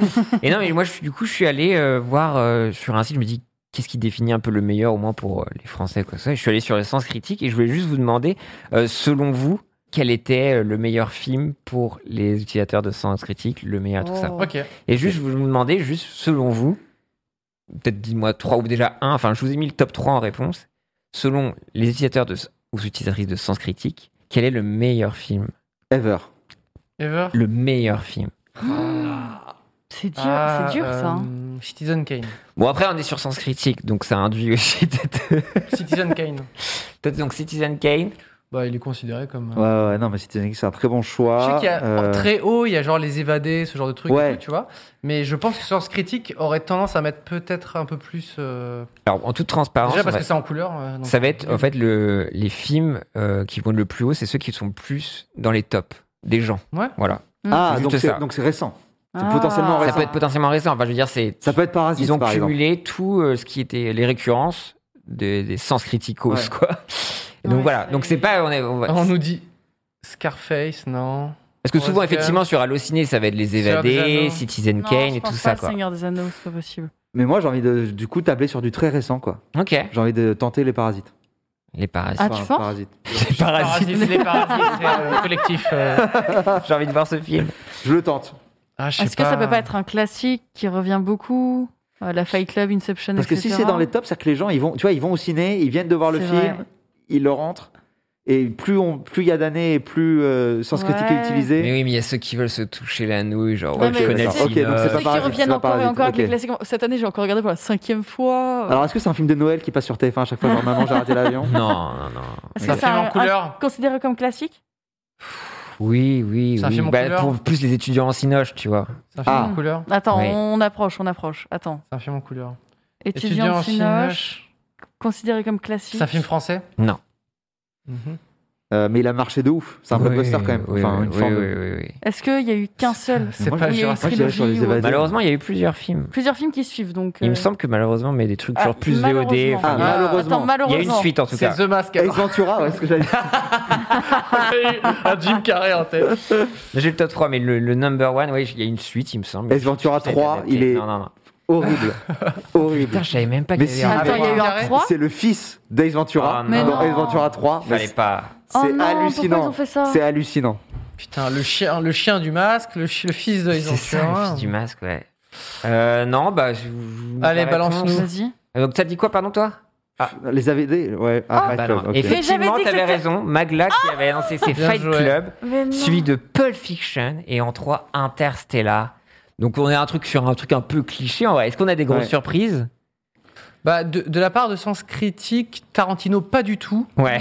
Speaker 3: et non mais moi je, suis- du coup je suis allé euh, voir euh, sur un site je me dis qu'est-ce qui définit un peu le meilleur au moins pour euh, les Français quoi ça Et je suis allé sur le sens critique et je voulais juste vous demander euh, selon vous quel était euh, le meilleur film pour les utilisateurs de sens critique le meilleur Ah, tout ça
Speaker 4: Oh.
Speaker 1: Ok.
Speaker 3: Et juste, je vous demandais, juste selon vous, peut-être dis-moi trois ou déjà un, enfin je vous ai mis le top 3 en réponse, selon les utilisateurs de, ou utilisatrices de Sens Critique, quel est le meilleur film
Speaker 2: Ever.
Speaker 1: Ever
Speaker 3: Le meilleur film.
Speaker 4: C'est dur,
Speaker 1: Ah,
Speaker 4: c'est dur ça. hein.
Speaker 1: euh, Citizen Kane.
Speaker 3: Bon après on est sur Sens Critique, donc ça induit aussi peut-être...
Speaker 1: Citizen Kane.
Speaker 3: peut-être donc Citizen Kane.
Speaker 1: Bah, il est considéré comme. euh,
Speaker 2: Ouais, ouais, non, mais Citizen Kane, c'est un très bon choix.
Speaker 3: Ah,
Speaker 1: Je sais qu'il y a
Speaker 2: Euh,
Speaker 1: très haut, il y a genre les évadés, ce genre de trucs,
Speaker 2: Ouais.
Speaker 1: et tout, tu vois. Mais je pense que Sens Critique aurait tendance à mettre peut-être un peu plus. euh,
Speaker 3: Alors en toute transparence...
Speaker 1: Déjà
Speaker 3: on
Speaker 1: parce
Speaker 3: Ah, va-
Speaker 1: que c'est en couleur. euh, donc-
Speaker 3: Ça va être en fait le, les films euh, qui vont le plus haut, c'est ceux qui sont le plus dans les tops des gens.
Speaker 1: Ouais.
Speaker 3: Voilà.
Speaker 2: Ah,
Speaker 3: Juste
Speaker 2: donc
Speaker 3: ça.
Speaker 2: c'est, donc c'est récent. C'est
Speaker 4: Ah.
Speaker 2: potentiellement
Speaker 3: Ça
Speaker 2: récent.
Speaker 3: peut être potentiellement récent. Enfin, je veux dire, c'est
Speaker 2: Ça peut être Parasite,
Speaker 3: ils ont
Speaker 2: par exemple.
Speaker 3: cumulé tout euh, ce qui était les récurrences des, des sens criticos,
Speaker 2: Ouais.
Speaker 3: quoi. Et donc
Speaker 4: Ouais,
Speaker 3: voilà.
Speaker 4: c'est-
Speaker 3: Donc c'est pas on est- on va-
Speaker 1: On nous dit Scarface, non
Speaker 3: parce que souvent
Speaker 1: Forrest Gump.
Speaker 3: effectivement sur Allociné ça va être les
Speaker 1: Seigneur des
Speaker 3: évadés,
Speaker 1: Anneaux.
Speaker 3: Citizen
Speaker 4: Non,
Speaker 3: Kane
Speaker 4: je
Speaker 3: et
Speaker 4: pense
Speaker 3: tout
Speaker 4: pas
Speaker 3: ça
Speaker 4: le
Speaker 3: quoi.
Speaker 4: Seigneur des Anneaux, c'est pas possible.
Speaker 2: Mais moi, j'ai envie de, du coup, tabler sur du très récent, quoi.
Speaker 3: Ok.
Speaker 2: J'ai envie de tenter les Parasites.
Speaker 3: Les parasites.
Speaker 4: Ah, tu
Speaker 2: Par-
Speaker 4: penses
Speaker 2: Parasites.
Speaker 3: les parasites.
Speaker 1: Parasite, les Parasites, c'est euh, collectif. euh.
Speaker 3: J'ai envie de voir ce film.
Speaker 2: Je le tente.
Speaker 1: Ah, je sais
Speaker 4: Est-ce que ça peut pas être un classique qui revient beaucoup Euh, La Fight Club, Inception,
Speaker 2: Parce que si
Speaker 4: etc.
Speaker 2: c'est dans les tops, c'est que les gens, ils vont, tu vois, ils vont au ciné, ils viennent de voir le
Speaker 4: C'est
Speaker 2: film,
Speaker 4: vrai.
Speaker 2: ils le rentrent. Et plus on, plus il y a d'années, et plus euh, sens critique
Speaker 4: Ouais.
Speaker 2: est utilisé.
Speaker 3: Mais oui, mais il y a ceux qui veulent se toucher la nouille, genre
Speaker 4: Ouais,
Speaker 3: ouais, je
Speaker 4: mais
Speaker 3: connais le
Speaker 4: c'est-
Speaker 3: film.
Speaker 2: Ok, donc c'est
Speaker 3: euh,
Speaker 2: pas
Speaker 4: Ceux qui
Speaker 2: Parasite, c'est
Speaker 4: reviennent
Speaker 2: pas
Speaker 4: encore et
Speaker 2: Parasite,
Speaker 4: encore avec les
Speaker 2: ok.
Speaker 4: classiques. Cette année, j'ai encore regardé pour la cinquième fois.
Speaker 2: Alors est-ce que c'est un film de Noël qui passe sur TF1 à chaque fois genre maman j'ai raté l'avion
Speaker 3: Non, non, non.
Speaker 4: Est-ce
Speaker 1: un
Speaker 4: que c'est
Speaker 1: film en
Speaker 4: un- un-
Speaker 1: couleur
Speaker 4: considéré comme classique
Speaker 3: Oui, oui,
Speaker 1: C'est un
Speaker 3: oui.
Speaker 1: film en
Speaker 3: Bah,
Speaker 1: couleur
Speaker 3: pour plus les étudiants en cinoche, tu vois.
Speaker 1: C'est un film
Speaker 2: Ah.
Speaker 1: en couleur
Speaker 4: Attends,
Speaker 3: Oui.
Speaker 4: on approche, on approche. Attends.
Speaker 1: C'est un film en couleur.
Speaker 4: Étudiant en cinoche,
Speaker 1: cinoche.
Speaker 4: considéré comme classique.
Speaker 1: C'est un film français
Speaker 3: Non.
Speaker 1: Mhm.
Speaker 2: Euh, Mais il a marché de ouf. C'est un
Speaker 3: Oui,
Speaker 2: blockbuster quand même.
Speaker 3: Oui,
Speaker 2: Enfin,
Speaker 3: oui,
Speaker 2: une
Speaker 3: oui,
Speaker 2: forme de-
Speaker 3: oui, oui, oui.
Speaker 4: Est-ce qu'il y a eu qu'un seul
Speaker 1: C'est
Speaker 2: Moi,
Speaker 1: pas
Speaker 4: j'ai-
Speaker 1: Jurassic
Speaker 2: Moi, je dirais sur les
Speaker 4: Trilogie ou-
Speaker 2: évadés.
Speaker 3: Malheureusement, il y a eu plusieurs films.
Speaker 4: Plusieurs films qui suivent, donc.
Speaker 3: Il
Speaker 4: euh,
Speaker 3: me semble que malheureusement, mais des trucs
Speaker 4: ah,
Speaker 3: genre plus VOD.
Speaker 4: malheureusement.
Speaker 3: enfin,
Speaker 2: Ah, malheureusement.
Speaker 4: Attends,
Speaker 3: Il y a une
Speaker 4: malheureusement.
Speaker 3: suite en tout
Speaker 1: C'est
Speaker 3: cas.
Speaker 1: The Mask.
Speaker 2: Ace Ventura, ouais, ce que j'avais dit.
Speaker 1: J'ai eu un Jim Carrey en tête.
Speaker 3: J'ai le top 3, mais le, le number 1, oui, il y a une suite, il me semble.
Speaker 2: Ace Ventura
Speaker 3: Ça a été
Speaker 2: 3,
Speaker 3: adapté.
Speaker 2: il est
Speaker 3: Non, non, non.
Speaker 2: horrible. horrible.
Speaker 3: Putain, je savais même pas
Speaker 2: Mais
Speaker 3: qu'il y
Speaker 2: si,
Speaker 3: avait un
Speaker 4: Attends,
Speaker 3: rapport.
Speaker 4: il y a eu un
Speaker 1: Carré.
Speaker 4: 3
Speaker 2: C'est le fils d'Ace Ventura
Speaker 3: Ah, Mais
Speaker 2: dans
Speaker 4: non.
Speaker 2: Ace Ventura 3. mais
Speaker 3: Fallait pas.
Speaker 2: c'est
Speaker 4: Oh non, pourquoi ils
Speaker 2: hallucinant.
Speaker 4: ont fait ça
Speaker 2: C'est hallucinant.
Speaker 1: Putain, le chien, le chien du masque, le, chi- le fils de
Speaker 3: C'est
Speaker 1: Ils ont tué
Speaker 3: ça, le
Speaker 1: un.
Speaker 3: fils du masque, ouais. Euh, non, bah. je vous- je vous-
Speaker 1: Allez,
Speaker 3: la
Speaker 1: balance-nous.
Speaker 3: réponse. Euh,
Speaker 4: Vas-y.
Speaker 3: Donc, t'as dit quoi, pardon, toi
Speaker 2: Les AVD, ouais. Ah, Fight
Speaker 3: Bah
Speaker 2: Club,
Speaker 3: non.
Speaker 2: ok.
Speaker 4: Mais
Speaker 3: Effectivement,
Speaker 4: j'avais dit que
Speaker 3: t'avais
Speaker 4: c'était- Ah
Speaker 3: raison. Magla qui avait annoncé ses
Speaker 1: Bien
Speaker 3: Fight
Speaker 1: joué.
Speaker 3: Club.
Speaker 4: Mais non.
Speaker 3: suivi de Pulp Fiction et en 3 Interstellar. Donc on est un truc sur un truc un peu cliché. en vrai. Est-ce qu'on a des grosses
Speaker 2: Ouais.
Speaker 3: surprises
Speaker 1: Bah, de, de la part de Sens Critique, Tarantino, pas du tout.
Speaker 3: Ouais.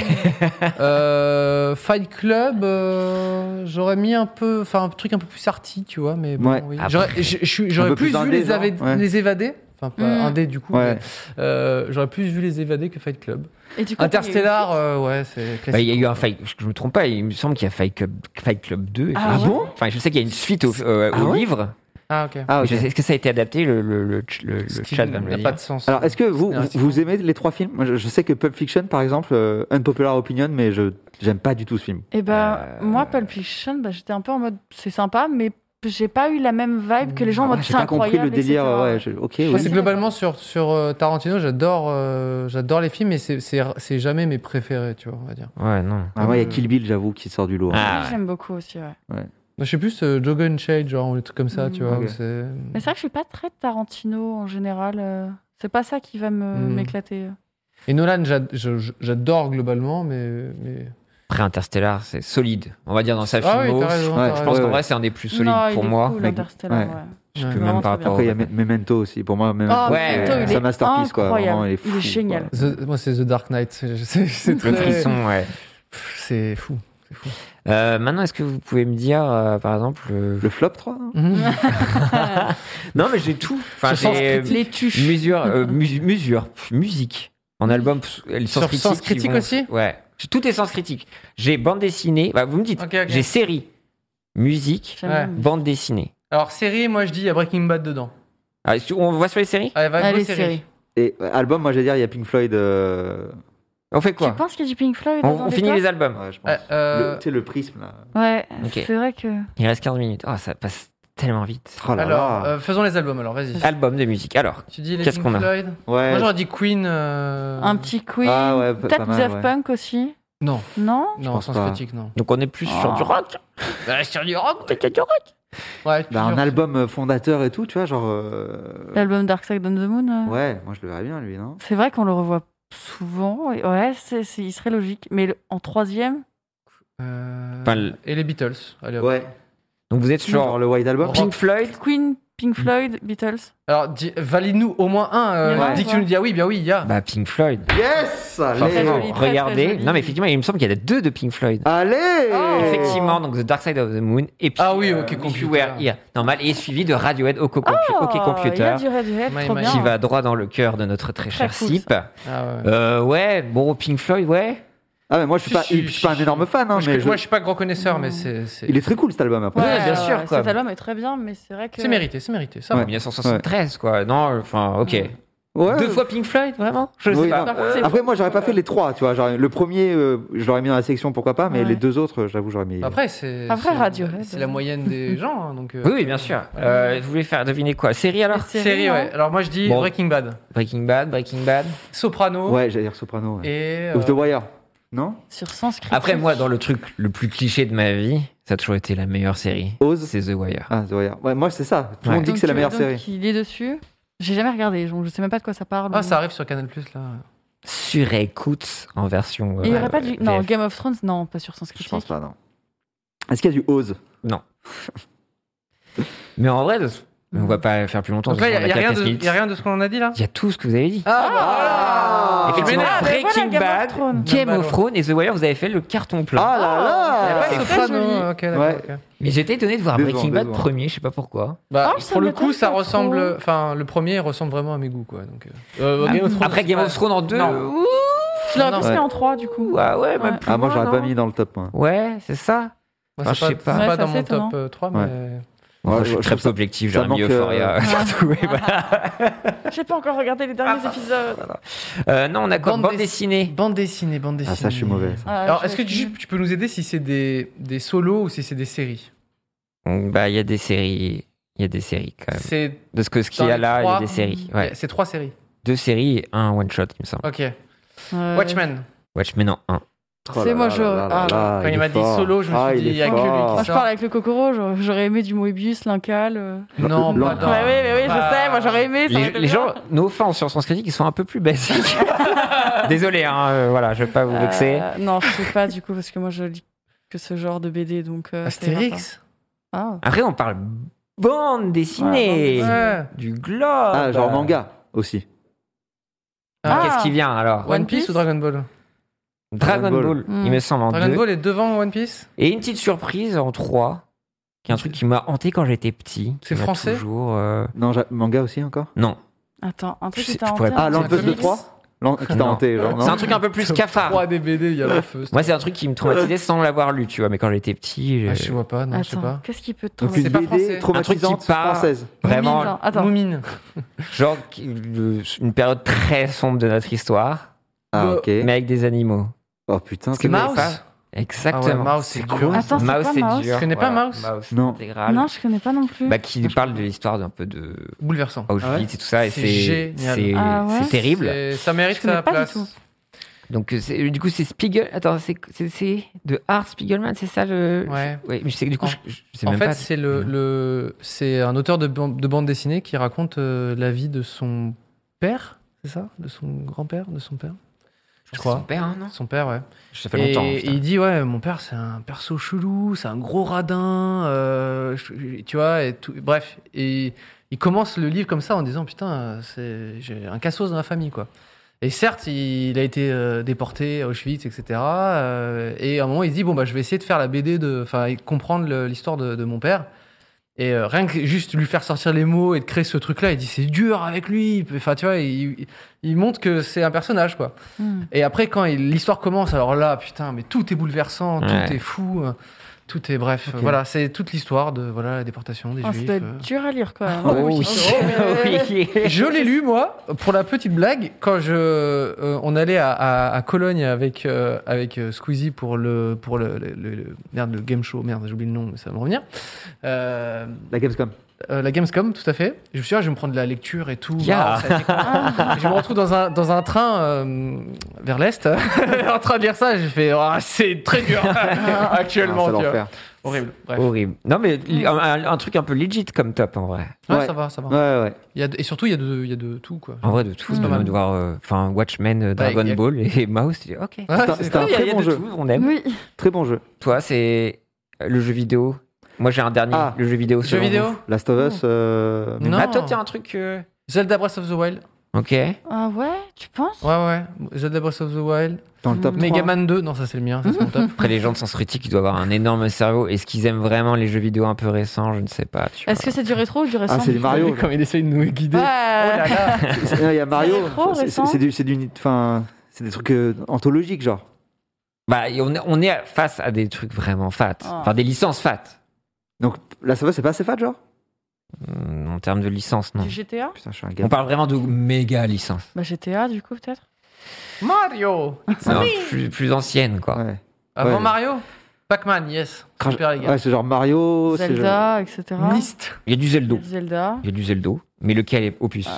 Speaker 1: Euh, Fight Club, euh, j'aurais mis un peu, enfin un truc un peu plus arty, tu vois, mais bon,
Speaker 2: Ouais.
Speaker 1: oui.
Speaker 3: Après.
Speaker 1: J'aurais- je- je suis- j'aurais
Speaker 2: peu
Speaker 1: plus
Speaker 2: plus
Speaker 1: vu
Speaker 2: indé,
Speaker 1: les,
Speaker 2: genre,
Speaker 1: avais-
Speaker 2: ouais.
Speaker 1: les évadés, enfin pas
Speaker 4: Mm.
Speaker 1: indé du coup,
Speaker 2: Ouais.
Speaker 1: mais, euh, j'aurais plus vu les évadés que Fight Club.
Speaker 4: Et du coup,
Speaker 1: Interstellar, euh, ouais, c'est classique.
Speaker 3: Bah, il y a eu un Fight. Je me trompe pas. Il me semble qu'il y a Fight Club, Fight Club 2.
Speaker 4: Ah
Speaker 3: je-
Speaker 4: bon
Speaker 3: Enfin, je sais qu'il y a une suite au, euh,
Speaker 2: Ah
Speaker 3: au
Speaker 2: ouais
Speaker 3: livre.
Speaker 1: Ah ok.
Speaker 2: Ah,
Speaker 3: Mais
Speaker 2: ok.
Speaker 3: je sais- Est-ce que ça a été adapté Le, le, le, le- le
Speaker 1: Ce qui
Speaker 3: chat va me
Speaker 1: n'a
Speaker 3: le
Speaker 1: pas
Speaker 3: dire.
Speaker 1: de sens.
Speaker 2: Alors, est-ce que vous,
Speaker 1: C'était un
Speaker 2: vous, vous aimez les trois films Moi, je, je sais que Pulp Fiction, par exemple, euh, Unpopular Opinion, mais je j'aime pas du tout ce film.
Speaker 4: Et bah,
Speaker 3: Euh,
Speaker 4: moi, Pulp Fiction, bah, j'étais un peu en mode c'est sympa, mais j'ai pas eu la même vibe que les gens en
Speaker 2: Ouais,
Speaker 4: mode
Speaker 2: Ah, J'ai
Speaker 4: c'est
Speaker 2: pas compris le
Speaker 4: incroyable.
Speaker 2: délire.
Speaker 4: etc.
Speaker 2: Ouais, je- ok,
Speaker 1: Moi,
Speaker 2: ouais.
Speaker 1: c'est globalement sur, sur euh, Tarantino, j'adore euh, j'adore les films, mais c'est- c'est c'est jamais mes préférés, tu vois, on va dire.
Speaker 3: Ouais, non.
Speaker 2: Ah, moi, il y a Kill Bill, j'avoue, qui sort du lot. hein.
Speaker 3: Ah.
Speaker 4: Ouais, J'aime beaucoup aussi, ouais.
Speaker 1: Je sais plus, euh, Django Unchained, genre, ou des trucs comme ça,
Speaker 4: Mm.
Speaker 1: tu vois.
Speaker 2: Ok.
Speaker 1: où c'est-
Speaker 4: Mais c'est vrai que je suis pas très Tarantino en général. euh, C'est pas ça qui va me-
Speaker 2: Hmm.
Speaker 1: Mm.
Speaker 4: m'éclater.
Speaker 1: Et Nolan, j'ad- je- je- j'adore globalement, mais. mais...
Speaker 3: Après Interstellar, c'est solide. On va dire dans sa
Speaker 1: Ah oui,
Speaker 3: filmo.
Speaker 1: t'as raison,
Speaker 2: Ouais,
Speaker 1: t'as
Speaker 3: je
Speaker 1: raison.
Speaker 3: pense
Speaker 2: Ouais,
Speaker 3: qu'en
Speaker 2: ouais.
Speaker 3: vrai, c'est un des plus solides
Speaker 4: Non, il
Speaker 3: pour
Speaker 4: est
Speaker 3: moi.
Speaker 4: cool,
Speaker 2: mais-
Speaker 4: Interstellar,
Speaker 2: ouais.
Speaker 4: ouais.
Speaker 3: Je
Speaker 1: Ouais.
Speaker 3: peux
Speaker 4: Vraiment
Speaker 3: même par
Speaker 4: très bien.
Speaker 3: rapport.
Speaker 2: Après, il y a
Speaker 3: au-
Speaker 2: Me- Memento aussi. Pour moi, Memento,
Speaker 4: Ah,
Speaker 3: Ouais,
Speaker 4: Memento,
Speaker 2: c'est
Speaker 4: il
Speaker 2: sa
Speaker 4: est
Speaker 2: masterpiece. Quoi.
Speaker 4: incroyable.
Speaker 2: Vraiment, il est fou.
Speaker 4: Il est génial.
Speaker 2: quoi.
Speaker 1: The- moi, c'est The Dark Knight. c'est- c'est- C'est
Speaker 3: Le
Speaker 1: très-
Speaker 3: frisson, ouais.
Speaker 1: Pff, C'est fou. c'est fou.
Speaker 3: Euh, maintenant, est-ce que vous pouvez me dire, euh, par exemple, euh,
Speaker 2: Le flop 3 hein
Speaker 3: Non, mais j'ai tout. Enfin,
Speaker 1: Sur Sens
Speaker 3: j'ai
Speaker 1: Critique.
Speaker 4: Les tuches.
Speaker 3: mesure, euh, mus- mesure, pff, musique. En album, pff, les sens
Speaker 1: Sur
Speaker 3: critiques.
Speaker 1: Sens
Speaker 3: qui
Speaker 1: Critique
Speaker 3: vont-
Speaker 1: aussi
Speaker 3: Ouais. J'ai- Tout est sens critique. J'ai bande dessinée. Bah, vous me dites.
Speaker 1: Ok, ok.
Speaker 3: J'ai série, musique,
Speaker 4: J'aime
Speaker 1: Ouais.
Speaker 4: bien.
Speaker 3: bande dessinée.
Speaker 1: Alors, série, moi, je dis, il y a Breaking Bad dedans.
Speaker 3: Ah, est-ce que- on voit sur les séries
Speaker 1: Allez, va
Speaker 4: Allez,
Speaker 1: go, série.
Speaker 4: série.
Speaker 2: Et euh, album, moi, j'allais dire, il y a Pink Floyd. euh,
Speaker 3: On fait
Speaker 4: Tu
Speaker 3: quoi
Speaker 4: penses qu'il y a du Pink Floyd
Speaker 3: on,
Speaker 4: dans
Speaker 3: on
Speaker 4: les
Speaker 3: finit
Speaker 4: tops
Speaker 3: les albums.
Speaker 2: Ouais, je pense.
Speaker 1: Euh, euh,
Speaker 2: Le- Tu sais, le prisme, là.
Speaker 4: Ouais,
Speaker 3: Ok.
Speaker 4: c'est vrai que.
Speaker 3: Il reste 15 minutes. Oh, ça passe tellement vite.
Speaker 2: Oh là
Speaker 1: alors,
Speaker 2: là.
Speaker 1: euh, faisons les albums, alors, vas-y.
Speaker 3: Album de musique. Alors,
Speaker 1: Tu dis les
Speaker 3: qu'est-ce
Speaker 1: Pink
Speaker 3: qu'on a
Speaker 1: Floyd
Speaker 2: Ouais.
Speaker 1: Moi, j'aurais dit Queen. euh,
Speaker 4: Un petit Queen.
Speaker 2: Ah ouais, pas-
Speaker 4: Peut-être
Speaker 2: pas mal,
Speaker 4: Daft
Speaker 2: ouais.
Speaker 4: Punk aussi.
Speaker 1: Non,
Speaker 4: Non
Speaker 1: non,
Speaker 2: pense
Speaker 1: sans
Speaker 2: pas.
Speaker 1: critique, non.
Speaker 3: donc on est plus sur
Speaker 4: Oh.
Speaker 3: du rock.
Speaker 1: sur du rock
Speaker 3: Sur du rock.
Speaker 1: Ouais,
Speaker 2: Bah, un
Speaker 1: plusieurs-
Speaker 2: album fondateur et tout, tu vois, genre. euh,
Speaker 4: L'album Dark Side on the Moon. euh,
Speaker 2: Ouais, moi je le verrais bien, lui, non
Speaker 4: C'est vrai qu'on le revoit souvent. et Ouais, c'est, c'est- il serait logique. Mais le- en troisième,
Speaker 1: Euh,
Speaker 3: Enfin, le-
Speaker 1: Et les Beatles. Allez, hop.
Speaker 2: Ouais.
Speaker 3: Donc vous êtes genre
Speaker 2: Genre le White Album
Speaker 3: Pink Floyd,
Speaker 4: Queen, Pink Floyd, Beatles.
Speaker 1: Alors, dis- valide-nous au moins un. euh,
Speaker 4: Il y en a
Speaker 1: dis
Speaker 4: un,
Speaker 1: que tu nous dis, ah oui, bien oui, il y a.
Speaker 3: bah Pink Floyd.
Speaker 2: Yes Allez
Speaker 4: Très
Speaker 3: Forcément,
Speaker 4: joli, très,
Speaker 3: regardez.
Speaker 4: très joli.
Speaker 3: Non mais effectivement, il me semble qu'il y en a deux de Pink Floyd.
Speaker 2: Allez
Speaker 4: Oh.
Speaker 3: Effectivement, donc The Dark Side of the Moon et puis
Speaker 1: Ah oui, OK
Speaker 3: If You
Speaker 1: Computer.
Speaker 3: Were Here. normal et suivi de Radiohead OK, Compu- OK
Speaker 4: Oh, Il y
Speaker 3: Computer
Speaker 4: a du Radiohead,
Speaker 1: My
Speaker 4: trop
Speaker 1: Mind.
Speaker 4: bien.
Speaker 3: qui va droit dans le cœur de notre très
Speaker 4: Très
Speaker 3: cher
Speaker 4: cool,
Speaker 3: Sip.
Speaker 1: Ah ouais.
Speaker 3: Euh, ouais, bon Pink Floyd, ouais.
Speaker 2: Ah, mais moi je suis pas,
Speaker 1: Si, si,
Speaker 2: je suis pas un
Speaker 1: si.
Speaker 2: énorme fan, hein,
Speaker 1: moi, je,
Speaker 2: mais je-
Speaker 1: moi, je suis pas grand connaisseur, mais c'est. c'est-
Speaker 2: il est très cool cet album après.
Speaker 4: Ouais, euh,
Speaker 3: Ouais, bien sûr, quoi.
Speaker 4: Cet album est très bien, mais c'est vrai que.
Speaker 1: C'est mérité, c'est mérité. Ça
Speaker 2: Ouais.
Speaker 1: va.
Speaker 3: 1973 quoi. Non, enfin OK.
Speaker 4: Mm.
Speaker 2: Ouais.
Speaker 3: Deux fois Pink Floyd, vraiment Je
Speaker 2: Oui,
Speaker 3: sais pas.
Speaker 2: non.
Speaker 4: Par contre, c'est-
Speaker 2: Après, moi j'aurais pas fait les trois, tu vois. Genre, le premier, euh, je l'aurais mis dans la section, pourquoi pas, mais
Speaker 4: Ouais.
Speaker 2: les deux autres, euh, j'avoue, j'aurais mis.
Speaker 1: Après, c'est.
Speaker 4: Après,
Speaker 1: c'est-
Speaker 4: Radiohead.
Speaker 1: C'est la moyenne des gens. hein, donc, euh,
Speaker 3: Oui, oui, bien sûr. Euh, vous voulez faire deviner quoi Série alors
Speaker 4: C'est-
Speaker 1: Série,
Speaker 4: hein.
Speaker 1: ouais. Alors, moi, je dis
Speaker 3: Bon.
Speaker 1: Breaking Bad,
Speaker 3: Breaking Bad, Breaking Bad.
Speaker 1: Soprano
Speaker 2: Ouais, j'allais dire Soprano. ouais.
Speaker 1: et. euh,
Speaker 2: Of the Wire, non
Speaker 4: Sur Sans Critique.
Speaker 3: Après moi, dans le truc le plus cliché de ma vie, ça a toujours été la meilleure série.
Speaker 2: Oz
Speaker 3: C'est The Wire.
Speaker 2: Ah, The Wire. Ouais, moi c'est ça. Tout le
Speaker 3: Ouais.
Speaker 2: monde dit que c'est la meilleure série.
Speaker 4: euh, Il est dessus. J'ai jamais regardé, donc je sais même pas de quoi ça parle.
Speaker 1: Ah, ça arrive sur Canal Plus là.
Speaker 3: Surécoute en version.
Speaker 4: Il y
Speaker 3: euh,
Speaker 4: aurait pas du.
Speaker 3: VF.
Speaker 4: Non, Game of Thrones, non, pas sur Sans
Speaker 2: Je
Speaker 4: Critique.
Speaker 2: pense pas, non. Est-ce qu'il y a du Oz
Speaker 3: Mais en vrai, de- on va pas faire plus longtemps.
Speaker 1: Mm. Donc là,
Speaker 3: ce
Speaker 1: il
Speaker 3: sera
Speaker 1: n'y a,
Speaker 3: la
Speaker 1: rien de-
Speaker 3: catastrophe.
Speaker 1: y a rien de ce qu'on en a dit là
Speaker 3: Il y a tout ce que vous avez dit.
Speaker 1: Ah,
Speaker 2: voilà
Speaker 3: Effectivement,
Speaker 4: Ah, mais bah, voilà,
Speaker 3: Breaking
Speaker 4: Game of
Speaker 3: Bad,
Speaker 4: Thrones.
Speaker 3: Game
Speaker 1: Dommage,
Speaker 3: of Thrones et The Wire, vous avez fait le carton plein.
Speaker 2: Ah là là
Speaker 4: Ah, Oh,
Speaker 1: Pas
Speaker 4: c'est
Speaker 1: Soprano. hein.
Speaker 4: joli.
Speaker 1: Ok, d'accord.
Speaker 2: Ouais.
Speaker 1: ok.
Speaker 3: Mais j'étais étonné de voir
Speaker 2: Décevant,
Speaker 3: Breaking Bad
Speaker 2: décevant.
Speaker 3: premier, je sais pas pourquoi.
Speaker 1: Bah,
Speaker 4: Ah, ça
Speaker 1: pour le
Speaker 4: m'étonne
Speaker 1: coup, ça
Speaker 4: pas
Speaker 1: ressemble.
Speaker 4: trop.
Speaker 1: Enfin, le premier ressemble vraiment à mes goûts, quoi. Donc, euh,
Speaker 2: Ah,
Speaker 3: Après Game of Thrones en deux.
Speaker 1: Non.
Speaker 3: ouh,
Speaker 4: Je l'aurais plus
Speaker 2: Ouais.
Speaker 4: mis en 3 du coup.
Speaker 3: Ah ouais, même
Speaker 4: Ouais.
Speaker 3: plus
Speaker 2: Ah, moi
Speaker 3: loin,
Speaker 2: j'aurais pas
Speaker 3: non
Speaker 2: mis dans le top, moi.
Speaker 3: Ouais, c'est ça. Ah,
Speaker 1: Moi,
Speaker 3: je sais
Speaker 1: c'est
Speaker 3: pas.
Speaker 1: pas, c'est
Speaker 4: Ouais,
Speaker 1: pas
Speaker 4: ça,
Speaker 1: dans
Speaker 4: c'est
Speaker 1: mon top
Speaker 4: étonnant.
Speaker 1: euh, 3,
Speaker 2: Ouais.
Speaker 1: mais.
Speaker 2: Ouais,
Speaker 3: je suis
Speaker 2: je
Speaker 3: très
Speaker 2: trouve ça-
Speaker 3: objectif,
Speaker 2: ça
Speaker 3: j'aurais mis
Speaker 2: manque, euh,
Speaker 3: Euphoria. partout, mais voilà.
Speaker 4: J'ai pas encore regardé les derniers épisodes.
Speaker 3: Euh, non, on a quoi
Speaker 1: Bande
Speaker 3: Bande,
Speaker 1: dess-
Speaker 3: dessinée.
Speaker 1: Bande dessinée, bande dessinée.
Speaker 2: Ah, ça je suis mauvais. ça.
Speaker 4: Ah,
Speaker 1: Alors,
Speaker 4: je
Speaker 1: est-ce que
Speaker 4: vais
Speaker 1: tu,
Speaker 4: finir.
Speaker 1: tu peux nous aider si c'est des, des solos ou si c'est des séries
Speaker 3: Bah, il y a des séries. Il y a des séries quand même.
Speaker 1: C'est
Speaker 3: De ce que ce qu'il
Speaker 1: Dans
Speaker 3: y a
Speaker 1: les
Speaker 3: là, il y a
Speaker 1: trois, mm,
Speaker 3: des séries.
Speaker 1: c'est
Speaker 3: Euh, Ouais.
Speaker 1: trois séries.
Speaker 3: Deux séries et un one shot, il me semble.
Speaker 1: Ok.
Speaker 4: Euh,
Speaker 1: Watchmen.
Speaker 3: Watchmen en un.
Speaker 2: Oh
Speaker 4: C'est
Speaker 2: là
Speaker 4: moi,
Speaker 2: là
Speaker 4: je-
Speaker 2: là là
Speaker 4: ah,
Speaker 2: là,
Speaker 1: Quand il
Speaker 2: est
Speaker 1: m'a dit
Speaker 2: fort.
Speaker 1: solo, je me
Speaker 2: Ah,
Speaker 1: suis
Speaker 2: il
Speaker 1: dit,
Speaker 2: est
Speaker 1: il y a que lui
Speaker 2: fort.
Speaker 4: Oh. Moi,
Speaker 1: qui
Speaker 4: je
Speaker 1: sort.
Speaker 4: parle avec le Kokoro, j'aurais- j'aurais aimé du Moebius, Lincal. euh.
Speaker 1: Non,
Speaker 2: Lan-
Speaker 1: pas dans-
Speaker 4: Ouais, oui, mais oui, je
Speaker 1: Ah.
Speaker 4: sais, moi j'aurais aimé. ça aurait
Speaker 3: Les,
Speaker 4: été
Speaker 3: les
Speaker 4: bien.
Speaker 3: gens, nos fans sur Sens Critique, ils sont un peu plus basiques. Désolé, hein, euh, voilà, je vais pas vous vexer.
Speaker 4: Euh, non, je sais pas du coup, parce que moi je lis que ce genre de BD, donc. euh, ça ira
Speaker 1: Astérix
Speaker 4: pas. Ah.
Speaker 3: Après, on parle bande dessinée,
Speaker 4: Ouais,
Speaker 1: Ouais.
Speaker 3: du globe.
Speaker 2: Ah, genre manga aussi.
Speaker 1: Ah,
Speaker 3: Qu'est-ce qui vient alors
Speaker 1: One Piece ou Dragon Ball
Speaker 3: Dragon,
Speaker 2: Dragon
Speaker 3: Ball,
Speaker 4: Ball.
Speaker 3: il me semble en
Speaker 1: Dragon
Speaker 3: deux.
Speaker 1: Ball est devant One Piece
Speaker 3: Et une petite surprise en trois, qui est un truc qui m'a hanté quand j'étais petit. qui
Speaker 1: C'est
Speaker 3: m'a
Speaker 1: français
Speaker 3: toujours, euh,
Speaker 2: Non, j'a- manga aussi encore
Speaker 3: Non.
Speaker 4: Attends, un truc
Speaker 3: Je sais-
Speaker 4: qui
Speaker 3: je
Speaker 4: t'a
Speaker 3: pourrais
Speaker 4: hanté,
Speaker 1: pas-
Speaker 2: Ah,
Speaker 4: un
Speaker 1: Land
Speaker 4: truc
Speaker 2: l'enfance de
Speaker 4: de
Speaker 1: Netflix
Speaker 2: 3 Lan- Qui t'a
Speaker 3: Non.
Speaker 2: hanté, genre, non
Speaker 3: C'est un truc un peu plus cafard.
Speaker 1: 3 des BD, il y a le feu.
Speaker 3: Moi, c'est un truc qui me traumatisait sans l'avoir lu, tu vois. Mais quand j'étais petit,
Speaker 1: Ah,
Speaker 3: j'ai-
Speaker 1: je vois pas, non, je sais
Speaker 4: Attends,
Speaker 1: pas.
Speaker 4: qu'est-ce qui peut te
Speaker 2: Donc une
Speaker 1: C'est pas
Speaker 2: BD
Speaker 1: français.
Speaker 3: Un truc
Speaker 2: traumatisante
Speaker 3: qui part.
Speaker 2: française.
Speaker 3: vraiment,
Speaker 4: Moumine. Attends.
Speaker 1: Moumine.
Speaker 3: genre, euh, une période très sombre de notre histoire,
Speaker 2: Ah, ok.
Speaker 3: mais avec des animaux.
Speaker 2: Oh putain,
Speaker 3: que
Speaker 2: c'est.
Speaker 3: vous n'avez
Speaker 1: Mouse
Speaker 3: pas-
Speaker 1: Ah ouais,
Speaker 3: Exactement.
Speaker 1: Mouse, c'est
Speaker 2: quoi
Speaker 1: dur.
Speaker 4: Attends, c'est
Speaker 3: Mouse,
Speaker 4: quoi,
Speaker 3: c'est
Speaker 4: Mouse
Speaker 3: dur.
Speaker 1: Tu connais pas
Speaker 3: Voilà,
Speaker 1: Mouse
Speaker 2: Non.
Speaker 3: intégral.
Speaker 4: Non, je connais pas non plus.
Speaker 3: Bah, qui parle de l'histoire d'un peu de
Speaker 1: Bouleversant.
Speaker 3: Auschwitz
Speaker 1: Ah ouais
Speaker 3: et tout ça. Et
Speaker 1: C'est
Speaker 3: c'est
Speaker 1: génial.
Speaker 3: c'est-
Speaker 4: Ah ouais
Speaker 3: c'est Oh, terrible.
Speaker 1: C'est- Ça mérite
Speaker 4: Je connais
Speaker 1: sa
Speaker 4: pas du
Speaker 1: place.
Speaker 4: tout.
Speaker 3: Donc, euh, c'est- du coup, c'est Spiegel. Attends, c'est- c'est c'est de Art Spiegelman, c'est ça
Speaker 4: Euh,
Speaker 3: le.
Speaker 1: Ouais.
Speaker 3: Ouais, mais je sais que du coup,
Speaker 1: En-
Speaker 3: je, je- je sais
Speaker 1: En
Speaker 3: même
Speaker 1: fait,
Speaker 3: pas. Hmm.
Speaker 1: c'est le, le- c'est un auteur de, ban- de bande dessinée qui raconte euh, la vie de son père, c'est ça De son grand-père De son père Je
Speaker 3: C'est son
Speaker 1: crois.
Speaker 3: père, hein, non
Speaker 1: Son père, ouais.
Speaker 3: Ça fait
Speaker 1: Et,
Speaker 3: longtemps. hein,
Speaker 1: et
Speaker 3: putain.
Speaker 1: il dit ouais mon père c'est un perso chelou c'est un gros radin euh, je- tu vois et tout bref et il commence le livre comme ça en disant putain euh, c'est j'ai un cassos dans la famille quoi et certes il, a été euh, déporté à Auschwitz etc euh, et à un moment il se dit bon bah je vais essayer de faire la BD de enfin et comprendre le- l'histoire de, de mon père et euh, rien que juste lui faire sortir les mots et de créer ce truc là il dit c'est dur avec lui enfin tu vois il, il montre que c'est un personnage quoi
Speaker 4: Hmm.
Speaker 1: et après, quand il- l'histoire commence, alors là, putain, mais tout est bouleversant,
Speaker 3: Ouais.
Speaker 1: tout est fou, euh, tout est bref.
Speaker 3: Ok.
Speaker 1: Voilà, c'est toute l'histoire de voilà, la déportation des
Speaker 4: Ah, ça
Speaker 1: juifs.
Speaker 4: doit
Speaker 1: euh.
Speaker 4: être dur à lire quand même.
Speaker 3: Oh oui. Oui.
Speaker 1: Je l'ai lu, moi, pour la petite blague, quand je, euh, on allait à, à- à Cologne avec, euh, avec euh, Squeezie pour, le, pour le, le- le- le- merde, le game show, merde, j'oublie le nom, mais ça va me revenir. Euh,
Speaker 2: La Gamescom. Ah,
Speaker 1: euh, la Gamescom, tout à fait. Je me suis dit, ah, je vais me prendre de la lecture et tout.
Speaker 3: Yeah.
Speaker 1: Ah, ça a été cool. je me retrouve dans un, dans un train euh, vers l'Est, en train de lire ça. J'ai fait, Ah, c'est très dur
Speaker 2: Ah,
Speaker 1: actuellement.
Speaker 2: c'est
Speaker 1: tu vois.
Speaker 2: l'enfer. Oh,
Speaker 1: Horrible. Bref.
Speaker 3: Horrible. Non, mais li- un, un truc un peu legit comme top en vrai.
Speaker 1: Ouais,
Speaker 2: Ouais.
Speaker 1: Ah, ça va, ça va.
Speaker 2: Ouais, ouais.
Speaker 1: Il y a de- et surtout, il y, a de- il y a de tout, quoi.
Speaker 3: En vrai, de tout.
Speaker 4: C'est
Speaker 3: de
Speaker 4: pas mal.
Speaker 3: voir euh, enfin, Watchmen, euh,
Speaker 1: Bah,
Speaker 3: Dragon
Speaker 1: y a-
Speaker 3: Ball et Mouse, tu dis ok.
Speaker 1: Ouais,
Speaker 2: Putain,
Speaker 1: Ah, c'est-
Speaker 2: c'était un
Speaker 3: Il y a-
Speaker 2: très
Speaker 3: il y a
Speaker 2: bon
Speaker 3: de
Speaker 2: jeu.
Speaker 3: tout, on aime.
Speaker 4: Oui.
Speaker 2: Très bon jeu.
Speaker 3: Toi, c'est euh, le jeu vidéo. Moi, j'ai un dernier.
Speaker 2: Ah.
Speaker 3: le jeu vidéo.
Speaker 1: Jeux
Speaker 3: selon
Speaker 1: vidéo
Speaker 3: vous.
Speaker 2: Last of Us. euh,
Speaker 1: Non.
Speaker 3: Ah, toi, t'as un truc. euh,
Speaker 1: Zelda Breath of the Wild.
Speaker 3: Ok.
Speaker 4: Ah ouais, tu penses
Speaker 1: Ouais, ouais. Zelda Breath of the Wild.
Speaker 2: Dans le top 3.
Speaker 1: Megaman 2. Non, ça, c'est le mien. Ça, c'est mon top.
Speaker 3: Après, les gens de Sens Critique, ils doivent avoir un énorme cerveau. Est-ce qu'ils aiment vraiment les jeux vidéo un peu récents Je ne sais pas. tu vois.
Speaker 4: Est-ce que c'est du rétro ou du récent
Speaker 2: Ah, c'est les Mario.
Speaker 6: Comme il essaye de nous guider.
Speaker 4: Ouais.
Speaker 1: Oh
Speaker 2: C'est- non, Il y a Mario.
Speaker 4: C'est trop
Speaker 2: C'est-
Speaker 4: récent.
Speaker 2: C'est c'est du, c'est du- enfin, c'est des trucs euh, anthologiques, genre.
Speaker 3: Bah, et on, est- on est face à des trucs vraiment fat.
Speaker 4: Oh.
Speaker 3: Enfin, des licences fat.
Speaker 2: Donc, Last of Us, c'est pas assez fat, genre
Speaker 3: Mm, En termes de licences, non.
Speaker 4: Du GTA
Speaker 2: Putain, je suis un
Speaker 3: On
Speaker 2: gars.
Speaker 3: parle vraiment de méga licences.
Speaker 4: Bah GTA du coup peut-être.
Speaker 1: Mario
Speaker 4: Ah,
Speaker 3: Non, plus, plus anciennes, quoi.
Speaker 2: Ouais.
Speaker 1: Avant
Speaker 2: Ouais.
Speaker 1: Mario Pac-Man, yes.
Speaker 2: Crash-
Speaker 1: Super, les gars.
Speaker 2: Ouais, c'est genre Mario. Oh, c'est genre- Ah,
Speaker 4: Zelda, etc.
Speaker 1: Myst.
Speaker 3: Il y a du Zelda.
Speaker 4: Zelda.
Speaker 3: Il y a du Zelda. Mais lequel est opus
Speaker 4: Euh,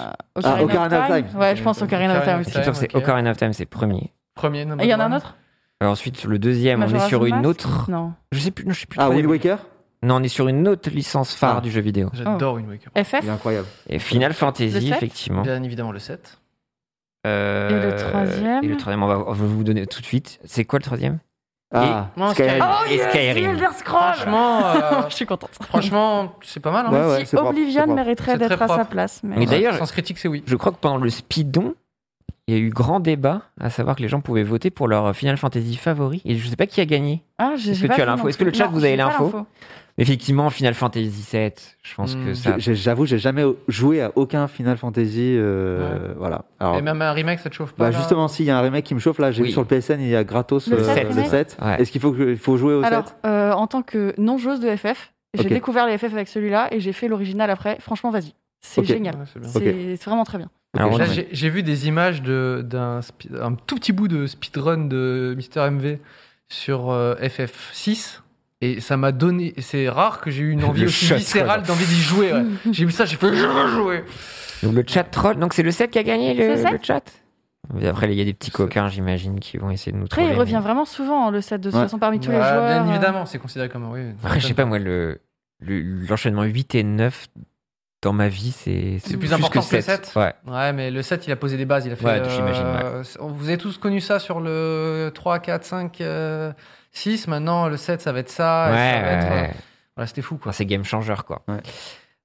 Speaker 2: Ah, Ocarina of Time.
Speaker 4: Ouais, je pense Ocarina of Time
Speaker 3: Je
Speaker 4: aussi.
Speaker 3: suis sûr que c'est
Speaker 1: ok.
Speaker 3: Ocarina of Time, c'est premier.
Speaker 1: Premier.
Speaker 4: Et il y en a un autre
Speaker 3: Alors ensuite, le deuxième, on
Speaker 4: Majora's
Speaker 3: est sur une
Speaker 4: Mask
Speaker 3: autre.
Speaker 4: Non.
Speaker 3: Je sais plus, non, je sais plus.
Speaker 2: Ah,
Speaker 3: trop.
Speaker 2: Wind Waker
Speaker 3: Non, on est sur une autre licence phare
Speaker 2: Ah.
Speaker 3: du jeu vidéo.
Speaker 4: Oh.
Speaker 1: J'adore Wind Waker.
Speaker 4: FF
Speaker 2: Il est incroyable.
Speaker 3: Et Final
Speaker 4: Le
Speaker 3: Fantasy,
Speaker 4: sept
Speaker 3: effectivement.
Speaker 1: Bien évidemment, le 7.
Speaker 3: Euh,
Speaker 4: Et le troisième
Speaker 3: Et le troisième, on va, on va vous donner tout de suite. C'est quoi le troisième
Speaker 2: Ah,
Speaker 1: Et- Non,
Speaker 2: Skyrim.
Speaker 1: Skyrim.
Speaker 4: Oh
Speaker 3: Et
Speaker 4: yes,
Speaker 3: Skyrim.
Speaker 4: The Elder Scrolls
Speaker 1: Franchement, euh,
Speaker 4: Je suis contente.
Speaker 1: franchement, c'est pas mal. Hein.
Speaker 2: Ouais,
Speaker 4: Même
Speaker 2: ouais,
Speaker 4: si
Speaker 2: c'est propre, c'est
Speaker 4: Oblivion
Speaker 2: propre.
Speaker 4: mériterait
Speaker 1: C'est très
Speaker 4: d'être à sa
Speaker 1: propre.
Speaker 4: place. Mais...
Speaker 3: Mais d'ailleurs-
Speaker 1: Sens critique, c'est oui.
Speaker 3: Je crois que pendant le speedon, il y a eu grand débat à savoir que les gens pouvaient voter pour leur Final Fantasy favori. Et je sais pas qui a gagné.
Speaker 4: Ah, j'ai-
Speaker 3: Est-ce
Speaker 4: j'ai
Speaker 3: que
Speaker 4: pas
Speaker 3: tu as
Speaker 4: vu
Speaker 3: l'info
Speaker 4: non
Speaker 3: Est-ce que le
Speaker 4: plus.
Speaker 3: chat,
Speaker 4: Non,
Speaker 3: vous avez
Speaker 4: j'ai pas
Speaker 3: l'info Effectivement, Final Fantasy VII, je pense
Speaker 1: Hmm.
Speaker 3: que ça.
Speaker 2: J'ai- J'avoue, j'ai jamais joué à aucun Final Fantasy. euh, Voilà. Alors,
Speaker 1: Et même un remake, ça te chauffe pas.
Speaker 2: bah,
Speaker 1: là
Speaker 2: justement, s'il y a un remake qui me chauffe, là, j'ai
Speaker 3: Oui.
Speaker 2: vu sur le PSN, il y a gratos
Speaker 4: Le
Speaker 2: euh,
Speaker 4: sept
Speaker 2: le
Speaker 4: remake
Speaker 2: 7.
Speaker 3: Ouais.
Speaker 2: Est-ce qu'il faut, que- il faut jouer au
Speaker 4: Alors,
Speaker 2: 7
Speaker 4: euh, en tant que non-joueuse de FF, j'ai
Speaker 2: Ok.
Speaker 4: découvert les FF avec celui-là et j'ai fait l'original après. Franchement, vas-y. C'est
Speaker 2: Ok.
Speaker 4: génial.
Speaker 1: Ouais, c'est bien.
Speaker 4: C'est c'est vraiment très bien.
Speaker 3: Alors,
Speaker 1: Là,
Speaker 3: on-
Speaker 1: j'ai j'ai vu des images de- d'un speed- un tout petit bout de speedrun de Mister MV sur euh, FF6 et ça m'a donné. C'est rare que j'ai eu une envie
Speaker 3: Le
Speaker 1: aussi
Speaker 3: shot,
Speaker 1: viscérale d'envie d'y jouer. ouais. J'ai vu ça, j'ai fait je veux jouer.
Speaker 3: Donc le chat troll, donc c'est le 7 qui a gagné le,
Speaker 4: C'est le sept
Speaker 3: le chat. Mais Après, il y a des petits coquins, j'imagine, qui vont essayer de nous
Speaker 4: Après,
Speaker 3: troller.
Speaker 4: il revient
Speaker 3: mais-
Speaker 4: vraiment souvent, hein, le set, de toute
Speaker 2: Ouais.
Speaker 4: façon, parmi tous les
Speaker 1: Bah,
Speaker 4: joueurs.
Speaker 1: bien
Speaker 4: euh,
Speaker 1: évidemment, c'est considéré comme. Oui,
Speaker 3: Après, je sais pas, moi, le, le- l'enchaînement 8 et 9 dans ma vie, c'est,
Speaker 1: C'est plus important que le sept.
Speaker 3: Ouais.
Speaker 1: Ouais, mais le 7, il a posé des bases. Il a fait, euh,
Speaker 3: Ouais, j'imagine, ouais.
Speaker 1: Vous avez tous connu ça sur le 3, 4, 5, euh, 6. Maintenant, le 7, ça va être ça. et
Speaker 3: ouais,
Speaker 1: ça va être,
Speaker 3: ouais.
Speaker 1: euh, Voilà, c'était fou, quoi.
Speaker 3: Enfin, c'est game changer, quoi.
Speaker 2: Ouais.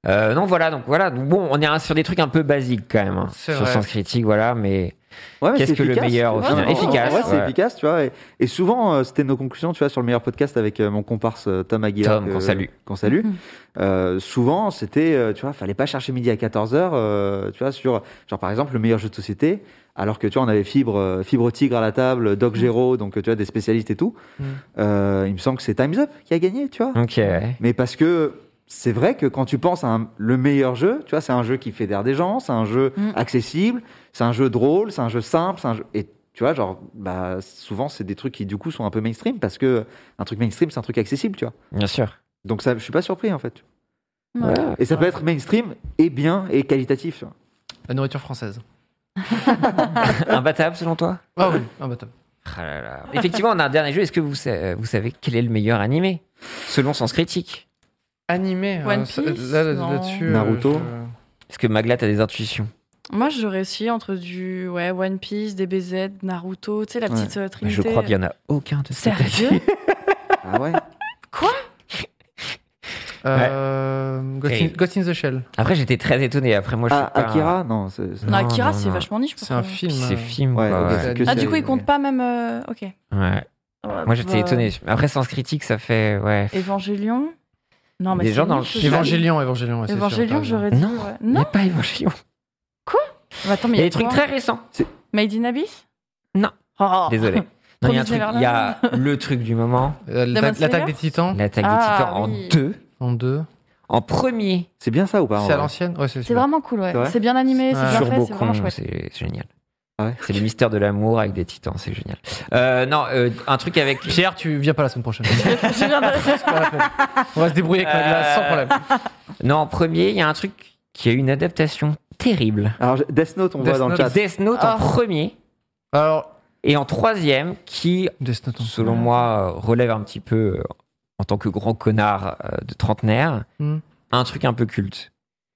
Speaker 3: Euh, non, voilà, donc voilà. Donc, bon, on est sur des trucs un peu basiques quand même. hein,
Speaker 1: C'est
Speaker 3: sur
Speaker 1: vrai.
Speaker 3: Sens Critique, voilà, mais
Speaker 2: Ouais, mais
Speaker 3: Qu'est-ce
Speaker 2: c'est
Speaker 3: que le
Speaker 2: efficace.
Speaker 3: meilleur, au
Speaker 2: Ouais,
Speaker 4: final
Speaker 2: non,
Speaker 3: Efficace,
Speaker 2: Ouais, c'est
Speaker 3: ouais.
Speaker 2: efficace, tu vois. Et, et souvent, euh, c'était nos conclusions, tu vois, sur le meilleur podcast avec euh, mon comparse euh, Tom Aguilar.
Speaker 3: Tom,
Speaker 2: que-
Speaker 3: qu'on salue.
Speaker 2: Qu'on salue.
Speaker 4: Mhm.
Speaker 2: Euh, souvent, c'était, euh, tu vois, fallait pas chercher midi à 14h, euh, tu vois, sur, genre, par exemple, le meilleur jeu de société. Alors que, tu vois, on avait Fibre, euh, Fibre Tigre à la table, Doc Géro, donc, euh, tu vois, des spécialistes et tout.
Speaker 1: Mhm.
Speaker 2: Euh, il me semble que c'est Time's Up qui a gagné, tu vois.
Speaker 3: ok. ouais.
Speaker 2: Mais parce que c'est vrai que quand tu penses à un- le meilleur jeu, tu vois, c'est un jeu qui fédère des gens, c'est un jeu
Speaker 4: Mm.
Speaker 2: accessible, c'est un jeu drôle, c'est un jeu simple, c'est un jeu. Et tu vois, genre, bah, souvent, c'est des trucs qui, du coup, sont un peu mainstream parce que un truc mainstream, c'est un truc accessible, tu vois.
Speaker 3: Bien sûr.
Speaker 2: Donc, ça, je suis pas surpris, en fait.
Speaker 4: ouais.
Speaker 2: Et ça peut être mainstream et bien et qualitatif. tu vois.
Speaker 1: La nourriture française.
Speaker 3: Imbattable, selon toi
Speaker 1: Ah oui, ah bah top.
Speaker 3: Ah là là. Effectivement, on a un dernier jeu. Est-ce que vous, sa- euh, vous savez quel est le meilleur animé Selon Sens Critique.
Speaker 1: Animé.
Speaker 4: One
Speaker 1: euh, ça-
Speaker 4: Piece,
Speaker 1: là, là-
Speaker 4: non.
Speaker 1: là-dessus, euh,
Speaker 2: Naruto.
Speaker 1: je-
Speaker 3: Est-ce que Magla, t'as des intuitions
Speaker 4: Moi, j'aurais essayé entre du ouais, One Piece, DBZ, Naruto, tu sais, la
Speaker 2: Ouais.
Speaker 4: petite euh, trinité.
Speaker 3: Je crois qu'il y en a aucun de ces
Speaker 4: Sérieux
Speaker 2: Ah ouais
Speaker 1: Euh, Ghost, in,
Speaker 3: Et-
Speaker 1: Ghost in the Shell.
Speaker 3: Après, j'étais très étonné. Après, moi, je suis
Speaker 2: Ah,
Speaker 3: pas...
Speaker 2: Akira Non, c'est. c'est-
Speaker 4: Non,
Speaker 3: Non,
Speaker 4: Akira,
Speaker 3: non,
Speaker 4: c'est
Speaker 3: non.
Speaker 4: vachement niche.
Speaker 1: C'est un
Speaker 4: pourquoi
Speaker 1: film.
Speaker 3: Puis c'est
Speaker 1: euh,
Speaker 3: film,
Speaker 2: Ouais,
Speaker 3: quoi,
Speaker 2: ok,
Speaker 3: ouais.
Speaker 2: c'est que
Speaker 4: Ah,
Speaker 2: c'est-
Speaker 4: du coup, il compte pas même. euh, Ok.
Speaker 3: Ouais. Moi, j'étais
Speaker 4: Bah,
Speaker 3: étonné. Après, Sens Critique, ça fait... Ouais.
Speaker 4: Evangelion Non, mais
Speaker 3: Des
Speaker 4: c'est
Speaker 3: gens dans
Speaker 4: niche
Speaker 3: le
Speaker 4: aussi.
Speaker 1: Évangélion, Évangélion. ouais, c'est sûr, t'as
Speaker 4: Évangélion,
Speaker 1: raison.
Speaker 4: j'aurais dit.
Speaker 3: Non.
Speaker 4: ouais.
Speaker 3: Mais
Speaker 4: Non,
Speaker 3: pas Evangelion.
Speaker 4: mais attends, mais
Speaker 3: Il y a des
Speaker 4: quoi
Speaker 3: trucs très récents.
Speaker 4: Made in Abyss
Speaker 3: Non.
Speaker 4: Oh.
Speaker 3: Désolé. Non, il y a un
Speaker 4: Promis
Speaker 3: truc- il y a le truc du moment.
Speaker 1: Euh,
Speaker 4: Demon
Speaker 1: l'atta- L'attaque
Speaker 4: Slayer
Speaker 1: des titans
Speaker 3: L'attaque
Speaker 4: Ah,
Speaker 3: des titans
Speaker 4: oui.
Speaker 3: en deux.
Speaker 1: en deux.
Speaker 3: En premier,
Speaker 2: C'est bien ça ou pas en
Speaker 1: C'est à
Speaker 2: vrai
Speaker 1: l'ancienne Ouais, c'est
Speaker 4: C'est
Speaker 1: celui-là.
Speaker 4: vraiment cool, ouais.
Speaker 2: C'est vrai
Speaker 4: C'est bien animé, c'est
Speaker 1: Ouais.
Speaker 4: bien fait,
Speaker 3: Turbo
Speaker 4: c'est vraiment
Speaker 3: Con,
Speaker 4: chouette.
Speaker 3: Ah. c'est c'est génial.
Speaker 2: Ah ouais
Speaker 3: C'est le mystère de l'amour avec des titans, c'est génial. Euh, non, euh, un truc avec.
Speaker 1: Pierre, tu viens pas la semaine prochaine.
Speaker 4: Je viens de-
Speaker 1: On va se débrouiller avec Magla sans problème.
Speaker 3: Non, en premier, il y a un truc qui a une adaptation terrible.
Speaker 2: Alors, je- Death Note, on
Speaker 1: Death
Speaker 2: voit dans
Speaker 1: Note.
Speaker 2: le chat.
Speaker 3: Death Note en
Speaker 4: Oh.
Speaker 3: premier
Speaker 1: Alors,
Speaker 3: et en troisième qui,
Speaker 1: Death Note.
Speaker 3: selon moi, euh, relève un petit peu euh, en tant que grand connard euh, de trentenaire,
Speaker 1: Hmm.
Speaker 3: un truc un peu culte.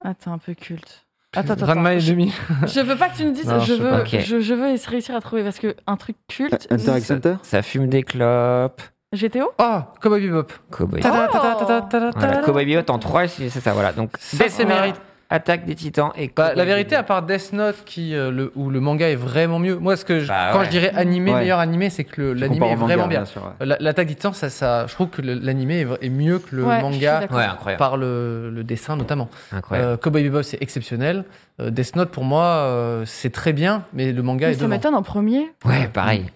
Speaker 4: Attends, un peu culte. Attends, attends,
Speaker 1: Ranma
Speaker 4: attends.
Speaker 1: et
Speaker 4: Je,
Speaker 1: demi.
Speaker 4: je veux pas que tu me dises,
Speaker 1: Non,
Speaker 4: je,
Speaker 1: je sais
Speaker 4: veux,
Speaker 3: pas. Ok.
Speaker 4: je, je veux essayer- réussir à trouver parce que un truc culte.
Speaker 2: Hunter x Hunter
Speaker 3: Ça fume des clopes.
Speaker 4: GTO
Speaker 1: Ah, Cowboy Bebop.
Speaker 3: Cowboy.
Speaker 1: Tada, tada, tada, tada,
Speaker 3: Voilà,
Speaker 1: tada.
Speaker 3: Cowboy Bebop en 3, c'est c'est ça, voilà. Donc,
Speaker 1: Ça,
Speaker 3: Death
Speaker 1: c'est
Speaker 3: Note,
Speaker 1: mérite.
Speaker 3: Attaque des Titans et
Speaker 1: Bah,
Speaker 3: Cowboy
Speaker 1: la vérité, à
Speaker 3: Bebop.
Speaker 1: part Death Note, qui, euh, le, où le manga est vraiment mieux, moi, ce que je-
Speaker 3: Bah,
Speaker 1: quand
Speaker 3: ouais.
Speaker 1: je dirais animé,
Speaker 2: Ouais.
Speaker 1: meilleur animé, c'est que le-
Speaker 2: Tu
Speaker 1: l'animé
Speaker 2: compares
Speaker 1: est
Speaker 2: au manga,
Speaker 1: vraiment bien.
Speaker 2: sûr, ouais.
Speaker 1: La- L'attaque des Titans, ça, ça, je trouve que le- l'animé est vra- est mieux que le
Speaker 4: Ouais, je suis
Speaker 1: manga
Speaker 4: d'accord.
Speaker 3: Ouais, incroyable.
Speaker 1: par le, le dessin notamment.
Speaker 3: incroyable.
Speaker 1: Euh, Cowboy Bebop, c'est exceptionnel. Euh, Death Note, pour moi, euh, c'est très bien, mais le manga
Speaker 4: Mais
Speaker 1: est
Speaker 4: ça
Speaker 1: devant.
Speaker 4: m'étonne en premier.
Speaker 1: Euh,
Speaker 3: ouais, pareil.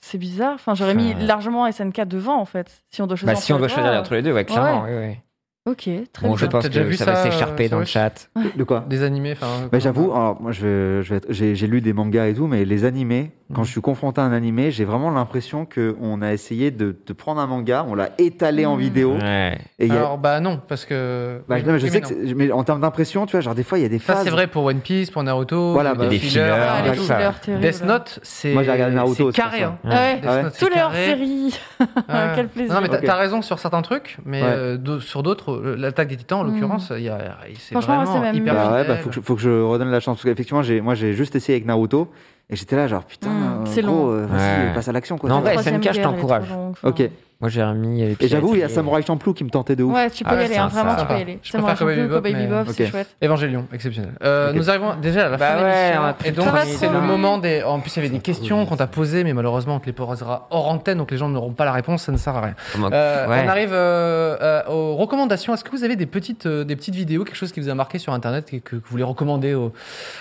Speaker 4: C'est bizarre. Enfin, j'aurais mis
Speaker 3: Enfin.
Speaker 4: largement SNK devant en fait. Si on doit choisir.
Speaker 3: Bah, si on
Speaker 4: entre
Speaker 3: doit
Speaker 4: les
Speaker 3: choisir
Speaker 4: trois.
Speaker 3: entre les deux, ouais, clairement. ouais, ouais.
Speaker 4: Ok, très
Speaker 3: Bon,
Speaker 4: bien.
Speaker 3: je pense
Speaker 1: T'as déjà
Speaker 3: que
Speaker 1: vu
Speaker 3: ça, va
Speaker 1: ça,
Speaker 3: s'écharper
Speaker 1: euh,
Speaker 3: dans le
Speaker 1: sur le
Speaker 3: chat.
Speaker 2: De quoi
Speaker 1: Des animés, enfin.
Speaker 2: Bah,
Speaker 1: comme-
Speaker 2: j'avoue, alors moi je vais- je vais être- j'ai j'ai lu des mangas et tout, mais les animés,
Speaker 1: Mm.
Speaker 2: quand je suis confronté à un animé, j'ai vraiment l'impression qu'on a essayé de, de prendre un manga, on l'a étalé en
Speaker 4: Mm.
Speaker 2: vidéo.
Speaker 3: Ouais.
Speaker 2: Et il y a-
Speaker 1: Alors, bah non, parce que.
Speaker 2: bah,
Speaker 1: Oui,
Speaker 2: non, mais je
Speaker 1: oui,
Speaker 2: sais
Speaker 1: mais
Speaker 2: que,
Speaker 1: non.
Speaker 2: c'est- mais en termes d'impression, tu vois, genre des fois il y a des
Speaker 1: Ça,
Speaker 2: phases.
Speaker 1: c'est vrai pour One Piece, pour Naruto.
Speaker 2: Voilà, bah,
Speaker 3: Des
Speaker 1: fillers,
Speaker 3: fillers,
Speaker 4: Ah,
Speaker 1: voilà,
Speaker 4: les
Speaker 1: tout.
Speaker 3: ça.
Speaker 4: fillers terribles.
Speaker 1: Death Note, c'est.
Speaker 2: Moi, j'ai regardé Naruto,
Speaker 1: C'est
Speaker 2: c'est pour
Speaker 1: carré,
Speaker 2: ça.
Speaker 1: hein.
Speaker 4: Ah ouais.
Speaker 1: Death
Speaker 2: Ah ouais.
Speaker 1: Note, c'est
Speaker 4: Tous les hors
Speaker 1: carré.
Speaker 4: série.
Speaker 1: Ouais.
Speaker 4: Quel plaisir.
Speaker 1: Non, mais t'as
Speaker 2: Ok.
Speaker 1: t'as raison sur certains trucs, mais
Speaker 2: Ouais.
Speaker 1: euh, d'au- sur d'autres, euh, l'attaque des titans, en
Speaker 4: Mm.
Speaker 1: l'occurrence, il y a- c'est
Speaker 4: Franchement, moi,
Speaker 1: vraiment
Speaker 4: c'est même
Speaker 1: hyper
Speaker 2: Bah ouais,
Speaker 1: fidèle.
Speaker 2: bah, faut, que je, faut que je redonne la chance. Parce qu'effectivement, j'ai- moi j'ai juste essayé avec Naruto et j'étais là, genre putain,
Speaker 4: Mm,
Speaker 2: euh,
Speaker 4: c'est
Speaker 2: gros,
Speaker 4: long.
Speaker 2: euh, vas-y,
Speaker 3: Ouais.
Speaker 2: passe à l'action quoi.
Speaker 3: Non, en vrai,
Speaker 4: Troisième
Speaker 3: SNK, je
Speaker 4: guerre, elle est
Speaker 3: t'encourage.
Speaker 4: trop longue, enfin.
Speaker 2: Ok.
Speaker 3: Moi, j'ai remis. les pieds
Speaker 2: Et j'avoue, il y a
Speaker 3: attirés.
Speaker 2: Samurai Champloo qui me tentait de ouf.
Speaker 4: euh, Ouais, tu peux
Speaker 3: Ah
Speaker 4: y
Speaker 3: ouais,
Speaker 4: aller,
Speaker 3: ça,
Speaker 4: hein,
Speaker 3: ça,
Speaker 4: vraiment,
Speaker 3: ça
Speaker 4: tu peux
Speaker 1: va.
Speaker 4: y aller.
Speaker 1: Je
Speaker 4: Ça
Speaker 1: préfère
Speaker 4: marche
Speaker 1: Cowboy
Speaker 4: mieux,
Speaker 1: Bebop,
Speaker 4: Cowboy
Speaker 1: mais-
Speaker 4: Bebop, c'est
Speaker 2: Ok.
Speaker 4: chouette.
Speaker 1: Évangélion, exceptionnel. Euh,
Speaker 2: Ok.
Speaker 1: Nous arrivons déjà à la
Speaker 3: Bah
Speaker 1: fin de
Speaker 3: ouais,
Speaker 1: l'émission.
Speaker 3: on a plus
Speaker 1: Et
Speaker 3: de
Speaker 1: donc,
Speaker 4: temps.
Speaker 1: c'est le
Speaker 4: Trop
Speaker 1: moment
Speaker 4: vite.
Speaker 1: des. En plus, il y avait des questions qu'on t'a posées, mais malheureusement, on te les posera hors antenne, donc les gens n'auront pas la réponse, ça ne sert à rien.
Speaker 3: Comment-
Speaker 1: Euh,
Speaker 3: ouais.
Speaker 1: On arrive euh, euh, aux recommandations. Est-ce que vous avez des petites, euh, des petites vidéos, quelque chose qui vous a marqué sur Internet et que, que vous voulez recommander aux,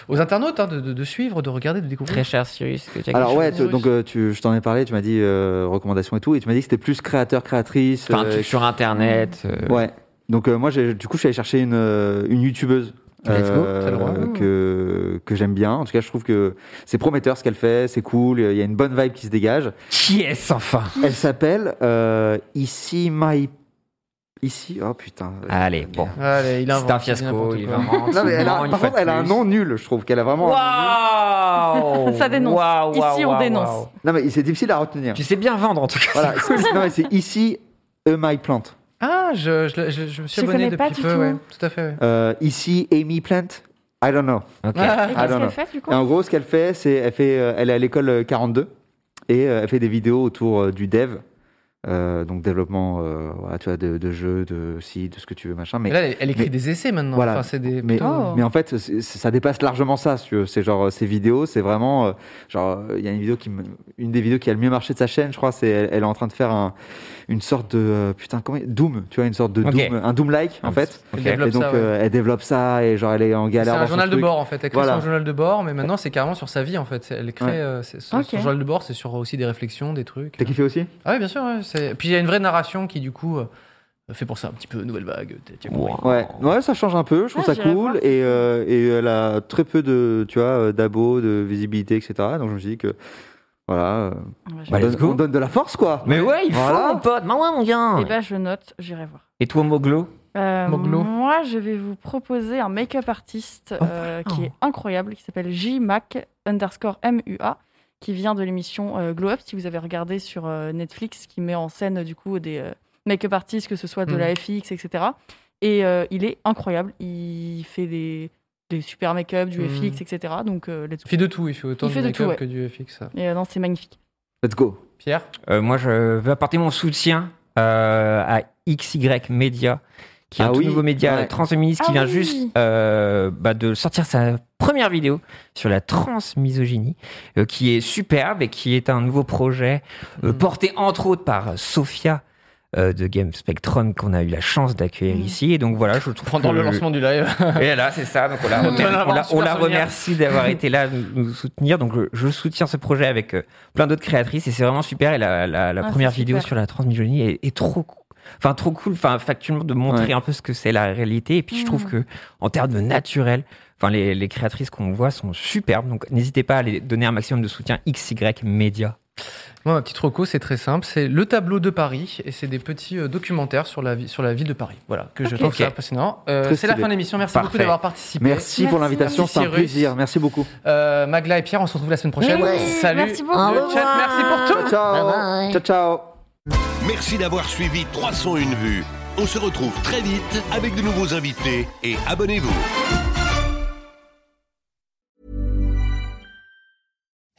Speaker 1: aux internautes hein, de, de- de suivre, de regarder, de découvrir
Speaker 3: Très cher Cyrus. que tu as
Speaker 2: Alors
Speaker 3: quelque
Speaker 2: ouais,
Speaker 3: chose
Speaker 2: tu- donc euh, tu, je t'en ai parlé, tu m'as dit euh, recommandations et tout, et tu m'as dit que c'était plus créateur créatrice.
Speaker 3: Enfin, un
Speaker 2: euh,
Speaker 3: truc sur internet. euh,
Speaker 2: Ouais. Donc euh, moi, j'ai- du coup, je suis allé chercher une, euh, une youtubeuse. euh,
Speaker 3: Let's go,
Speaker 1: très drôle.
Speaker 2: que que j'aime bien. En tout cas, je trouve que c'est prometteur ce qu'elle fait, c'est cool. Il y a une bonne vibe qui se dégage.
Speaker 3: Qui est-ce enfin
Speaker 2: Elle s'appelle euh, ici my ici. Oh putain.
Speaker 3: Allez, bon.
Speaker 1: Allez, il invente,
Speaker 3: C'est un
Speaker 1: il dit
Speaker 3: fiasco.
Speaker 1: n'importe
Speaker 3: Il
Speaker 1: quoi.
Speaker 3: invente,
Speaker 2: Non mais
Speaker 3: il
Speaker 2: elle a,
Speaker 3: ment une
Speaker 2: par
Speaker 3: fois
Speaker 2: contre, elle a
Speaker 3: de
Speaker 2: un
Speaker 3: plus.
Speaker 2: nom nul, je trouve. Qu'elle a vraiment. un nom nul.
Speaker 3: Waouh
Speaker 4: Ça dénonce.
Speaker 3: Waouh, waouh,
Speaker 4: Ici, on
Speaker 3: waouh,
Speaker 4: dénonce.
Speaker 3: waouh.
Speaker 2: Non mais c'est difficile à retenir.
Speaker 3: Tu sais bien vendre en tout cas.
Speaker 2: Voilà. c'est- non mais c'est ici e my plant.
Speaker 1: Ah, je, je, je- je me suis
Speaker 4: Je
Speaker 1: abonné
Speaker 4: connais pas
Speaker 1: depuis
Speaker 4: du
Speaker 1: peu,
Speaker 4: tout.
Speaker 1: ouais. Tout à fait. ouais.
Speaker 2: Euh, ici Amy Plant. I don't know.
Speaker 3: Ok.
Speaker 4: Et
Speaker 2: Ah,
Speaker 4: qu'est-ce
Speaker 2: non, non.
Speaker 4: qu'elle fait, du coup
Speaker 2: Et en gros, ce qu'elle fait, c'est elle fait, euh, elle est à l'école euh, 42 et euh, elle fait des vidéos autour euh, du dev, euh, donc développement, euh, voilà, tu vois, de, de jeux, de si, de ce que tu veux, machin. Mais
Speaker 1: Et là, elle, elle écrit
Speaker 2: mais-
Speaker 1: des essais maintenant.
Speaker 2: Voilà.
Speaker 1: Enfin, c'est des.
Speaker 2: mais,
Speaker 1: plutôt-
Speaker 4: Oh.
Speaker 2: mais en fait, c'est- c'est- ça dépasse largement ça. si tu veux. C'est genre euh, ces vidéos, c'est vraiment euh, genre euh, il y a une vidéo qui, me- une des vidéos qui a le mieux marché de sa chaîne, je crois, c'est elle, elle est en train de faire un- une sorte de euh, putain comment il- Doom, tu vois, une sorte de
Speaker 3: Ok.
Speaker 2: Doom, un Doom like en fait.
Speaker 1: Elle
Speaker 3: Ok.
Speaker 1: développe
Speaker 2: Et donc
Speaker 1: ça, ouais.
Speaker 2: euh, elle développe ça et genre elle est en
Speaker 1: C'est
Speaker 2: galère. dans
Speaker 1: un
Speaker 2: son
Speaker 1: journal de
Speaker 2: truc.
Speaker 1: bord en fait. Elle crée
Speaker 2: Voilà.
Speaker 1: son journal de bord, mais maintenant c'est carrément sur sa vie en fait. C'est- Elle crée
Speaker 2: Ouais.
Speaker 1: euh, c'est- son,
Speaker 4: Ok.
Speaker 1: son journal de bord, c'est sur aussi des réflexions, des trucs.
Speaker 2: T'as kiffé aussi
Speaker 1: Ah oui, bien sûr. ouais, c'est- Puis il y a une vraie narration qui du coup euh, fait penser un petit peu nouvelle vague. t'as- t'as compris.
Speaker 2: Ouais, ouais, ça change un peu, je trouve ça
Speaker 4: Ah, j'irai
Speaker 2: cool.
Speaker 4: voir.
Speaker 2: Et, euh, et elle a très peu de, tu vois, euh, d'abos, de visibilité, etc. Donc je me dis que, voilà, euh,
Speaker 4: Ouais,
Speaker 2: on,
Speaker 3: Bah, let's
Speaker 2: donne,
Speaker 3: go.
Speaker 2: on donne de la force, quoi.
Speaker 3: Ah Mais ouais, il faut
Speaker 2: Voilà.
Speaker 3: mon pote. Mais ouais, mon
Speaker 4: je-
Speaker 3: gars.
Speaker 4: Eh ben, je note, j'irai voir.
Speaker 3: Et toi, Moglo
Speaker 4: Euh,
Speaker 1: Moglo. Oh.
Speaker 4: moi, je vais vous proposer un make-up artiste euh, qui est incroyable, qui s'appelle JMAC underscore MUA, qui vient de l'émission euh, Glow Up, si vous avez regardé sur euh, Netflix, qui met en scène euh, du coup des euh, make-up artistes, que ce soit de
Speaker 1: Mm.
Speaker 4: la FX, etc. Et euh, il est incroyable, il fait des, des super make-up, du
Speaker 1: Mm.
Speaker 4: FX, etc. Donc, euh, let's
Speaker 1: Il
Speaker 4: go.
Speaker 1: fait de tout. Il fait autant
Speaker 4: Il fait
Speaker 1: du
Speaker 4: de
Speaker 1: make-up
Speaker 4: tout, ouais.
Speaker 1: que du FX.
Speaker 4: Et, euh, non, c'est magnifique.
Speaker 2: Let's go.
Speaker 1: Pierre.
Speaker 3: Euh, Moi, je veux apporter mon soutien euh, à XY Media, qui est
Speaker 2: Ah
Speaker 3: un
Speaker 2: oui,
Speaker 3: tout nouveau média
Speaker 2: ouais.
Speaker 3: transféministe qui
Speaker 4: Ah
Speaker 3: vient
Speaker 4: oui.
Speaker 3: juste euh, bah, de sortir sa première vidéo sur la transmisogynie, euh, qui est superbe et qui est un nouveau projet euh,
Speaker 1: Mm.
Speaker 3: porté entre autres par euh, Sophia euh, de Game Spectrum qu'on a eu la chance d'accueillir
Speaker 4: Mm.
Speaker 3: ici. Et donc voilà, je trouve
Speaker 1: Pendant
Speaker 3: que-
Speaker 1: le lancement du live.
Speaker 3: et là, c'est ça. Donc on la, remer-
Speaker 1: doit l'avoir
Speaker 3: on la-
Speaker 1: un super
Speaker 3: on la
Speaker 1: souvenir.
Speaker 3: remercie d'avoir été là, nous, nous soutenir. Donc je, je soutiens ce projet avec euh, plein d'autres créatrices et c'est vraiment super. Et la, la- la
Speaker 4: Ah,
Speaker 3: première
Speaker 4: c'est
Speaker 3: vidéo
Speaker 4: super.
Speaker 3: sur la transmisogynie est, est trop cool. Enfin, trop cool, enfin, factuellement, de montrer
Speaker 2: Ouais.
Speaker 3: un peu ce que c'est la réalité. Et puis, je trouve
Speaker 4: Mm.
Speaker 3: que, en termes de naturel, enfin, les, les créatrices qu'on voit sont superbes. Donc, n'hésitez pas à les donner un maximum de soutien XY Media.
Speaker 1: Moi, ma petite roco, c'est très simple. C'est le tableau de Paris et c'est des petits euh, documentaires sur la, vie, sur la ville de Paris. Voilà, que je
Speaker 3: Ok.
Speaker 1: trouve ça
Speaker 3: Ok.
Speaker 1: passionnant. Euh,
Speaker 2: Très
Speaker 1: c'est la
Speaker 2: stylé.
Speaker 1: fin de l'émission. Merci beaucoup
Speaker 3: Parfait.
Speaker 1: d'avoir participé.
Speaker 2: Merci, pour
Speaker 4: Merci.
Speaker 2: l'invitation, c'est un
Speaker 1: Cyrus.
Speaker 2: plaisir. Merci beaucoup.
Speaker 1: Euh, Magla et Pierre, on se retrouve la semaine prochaine.
Speaker 8: Oui,
Speaker 1: Salut.
Speaker 4: merci beaucoup.
Speaker 8: Au
Speaker 1: Le chat,
Speaker 8: revoir.
Speaker 1: merci pour tout.
Speaker 2: Ciao, ciao.
Speaker 8: Bye bye.
Speaker 2: Ciao, ciao.
Speaker 9: Merci d'avoir suivi 301 vues. On se retrouve très vite avec de nouveaux invités et abonnez-vous.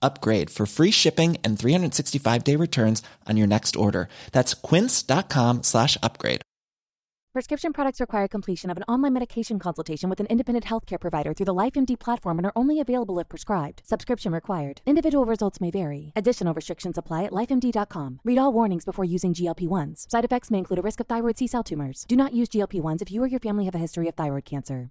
Speaker 8: upgrade for free shipping and 365-day returns on your next order. That's quince.com slash upgrade.
Speaker 10: Prescription products require completion of an online medication consultation with an independent healthcare provider through the LifeMD platform and are only available if prescribed. Subscription required. Individual results may vary. Additional restrictions apply at lifemd.com. Read all warnings before using GLP-1s. Side effects may include a risk of thyroid C-cell tumors. Do not use GLP-1s if you or your family have a history of thyroid cancer.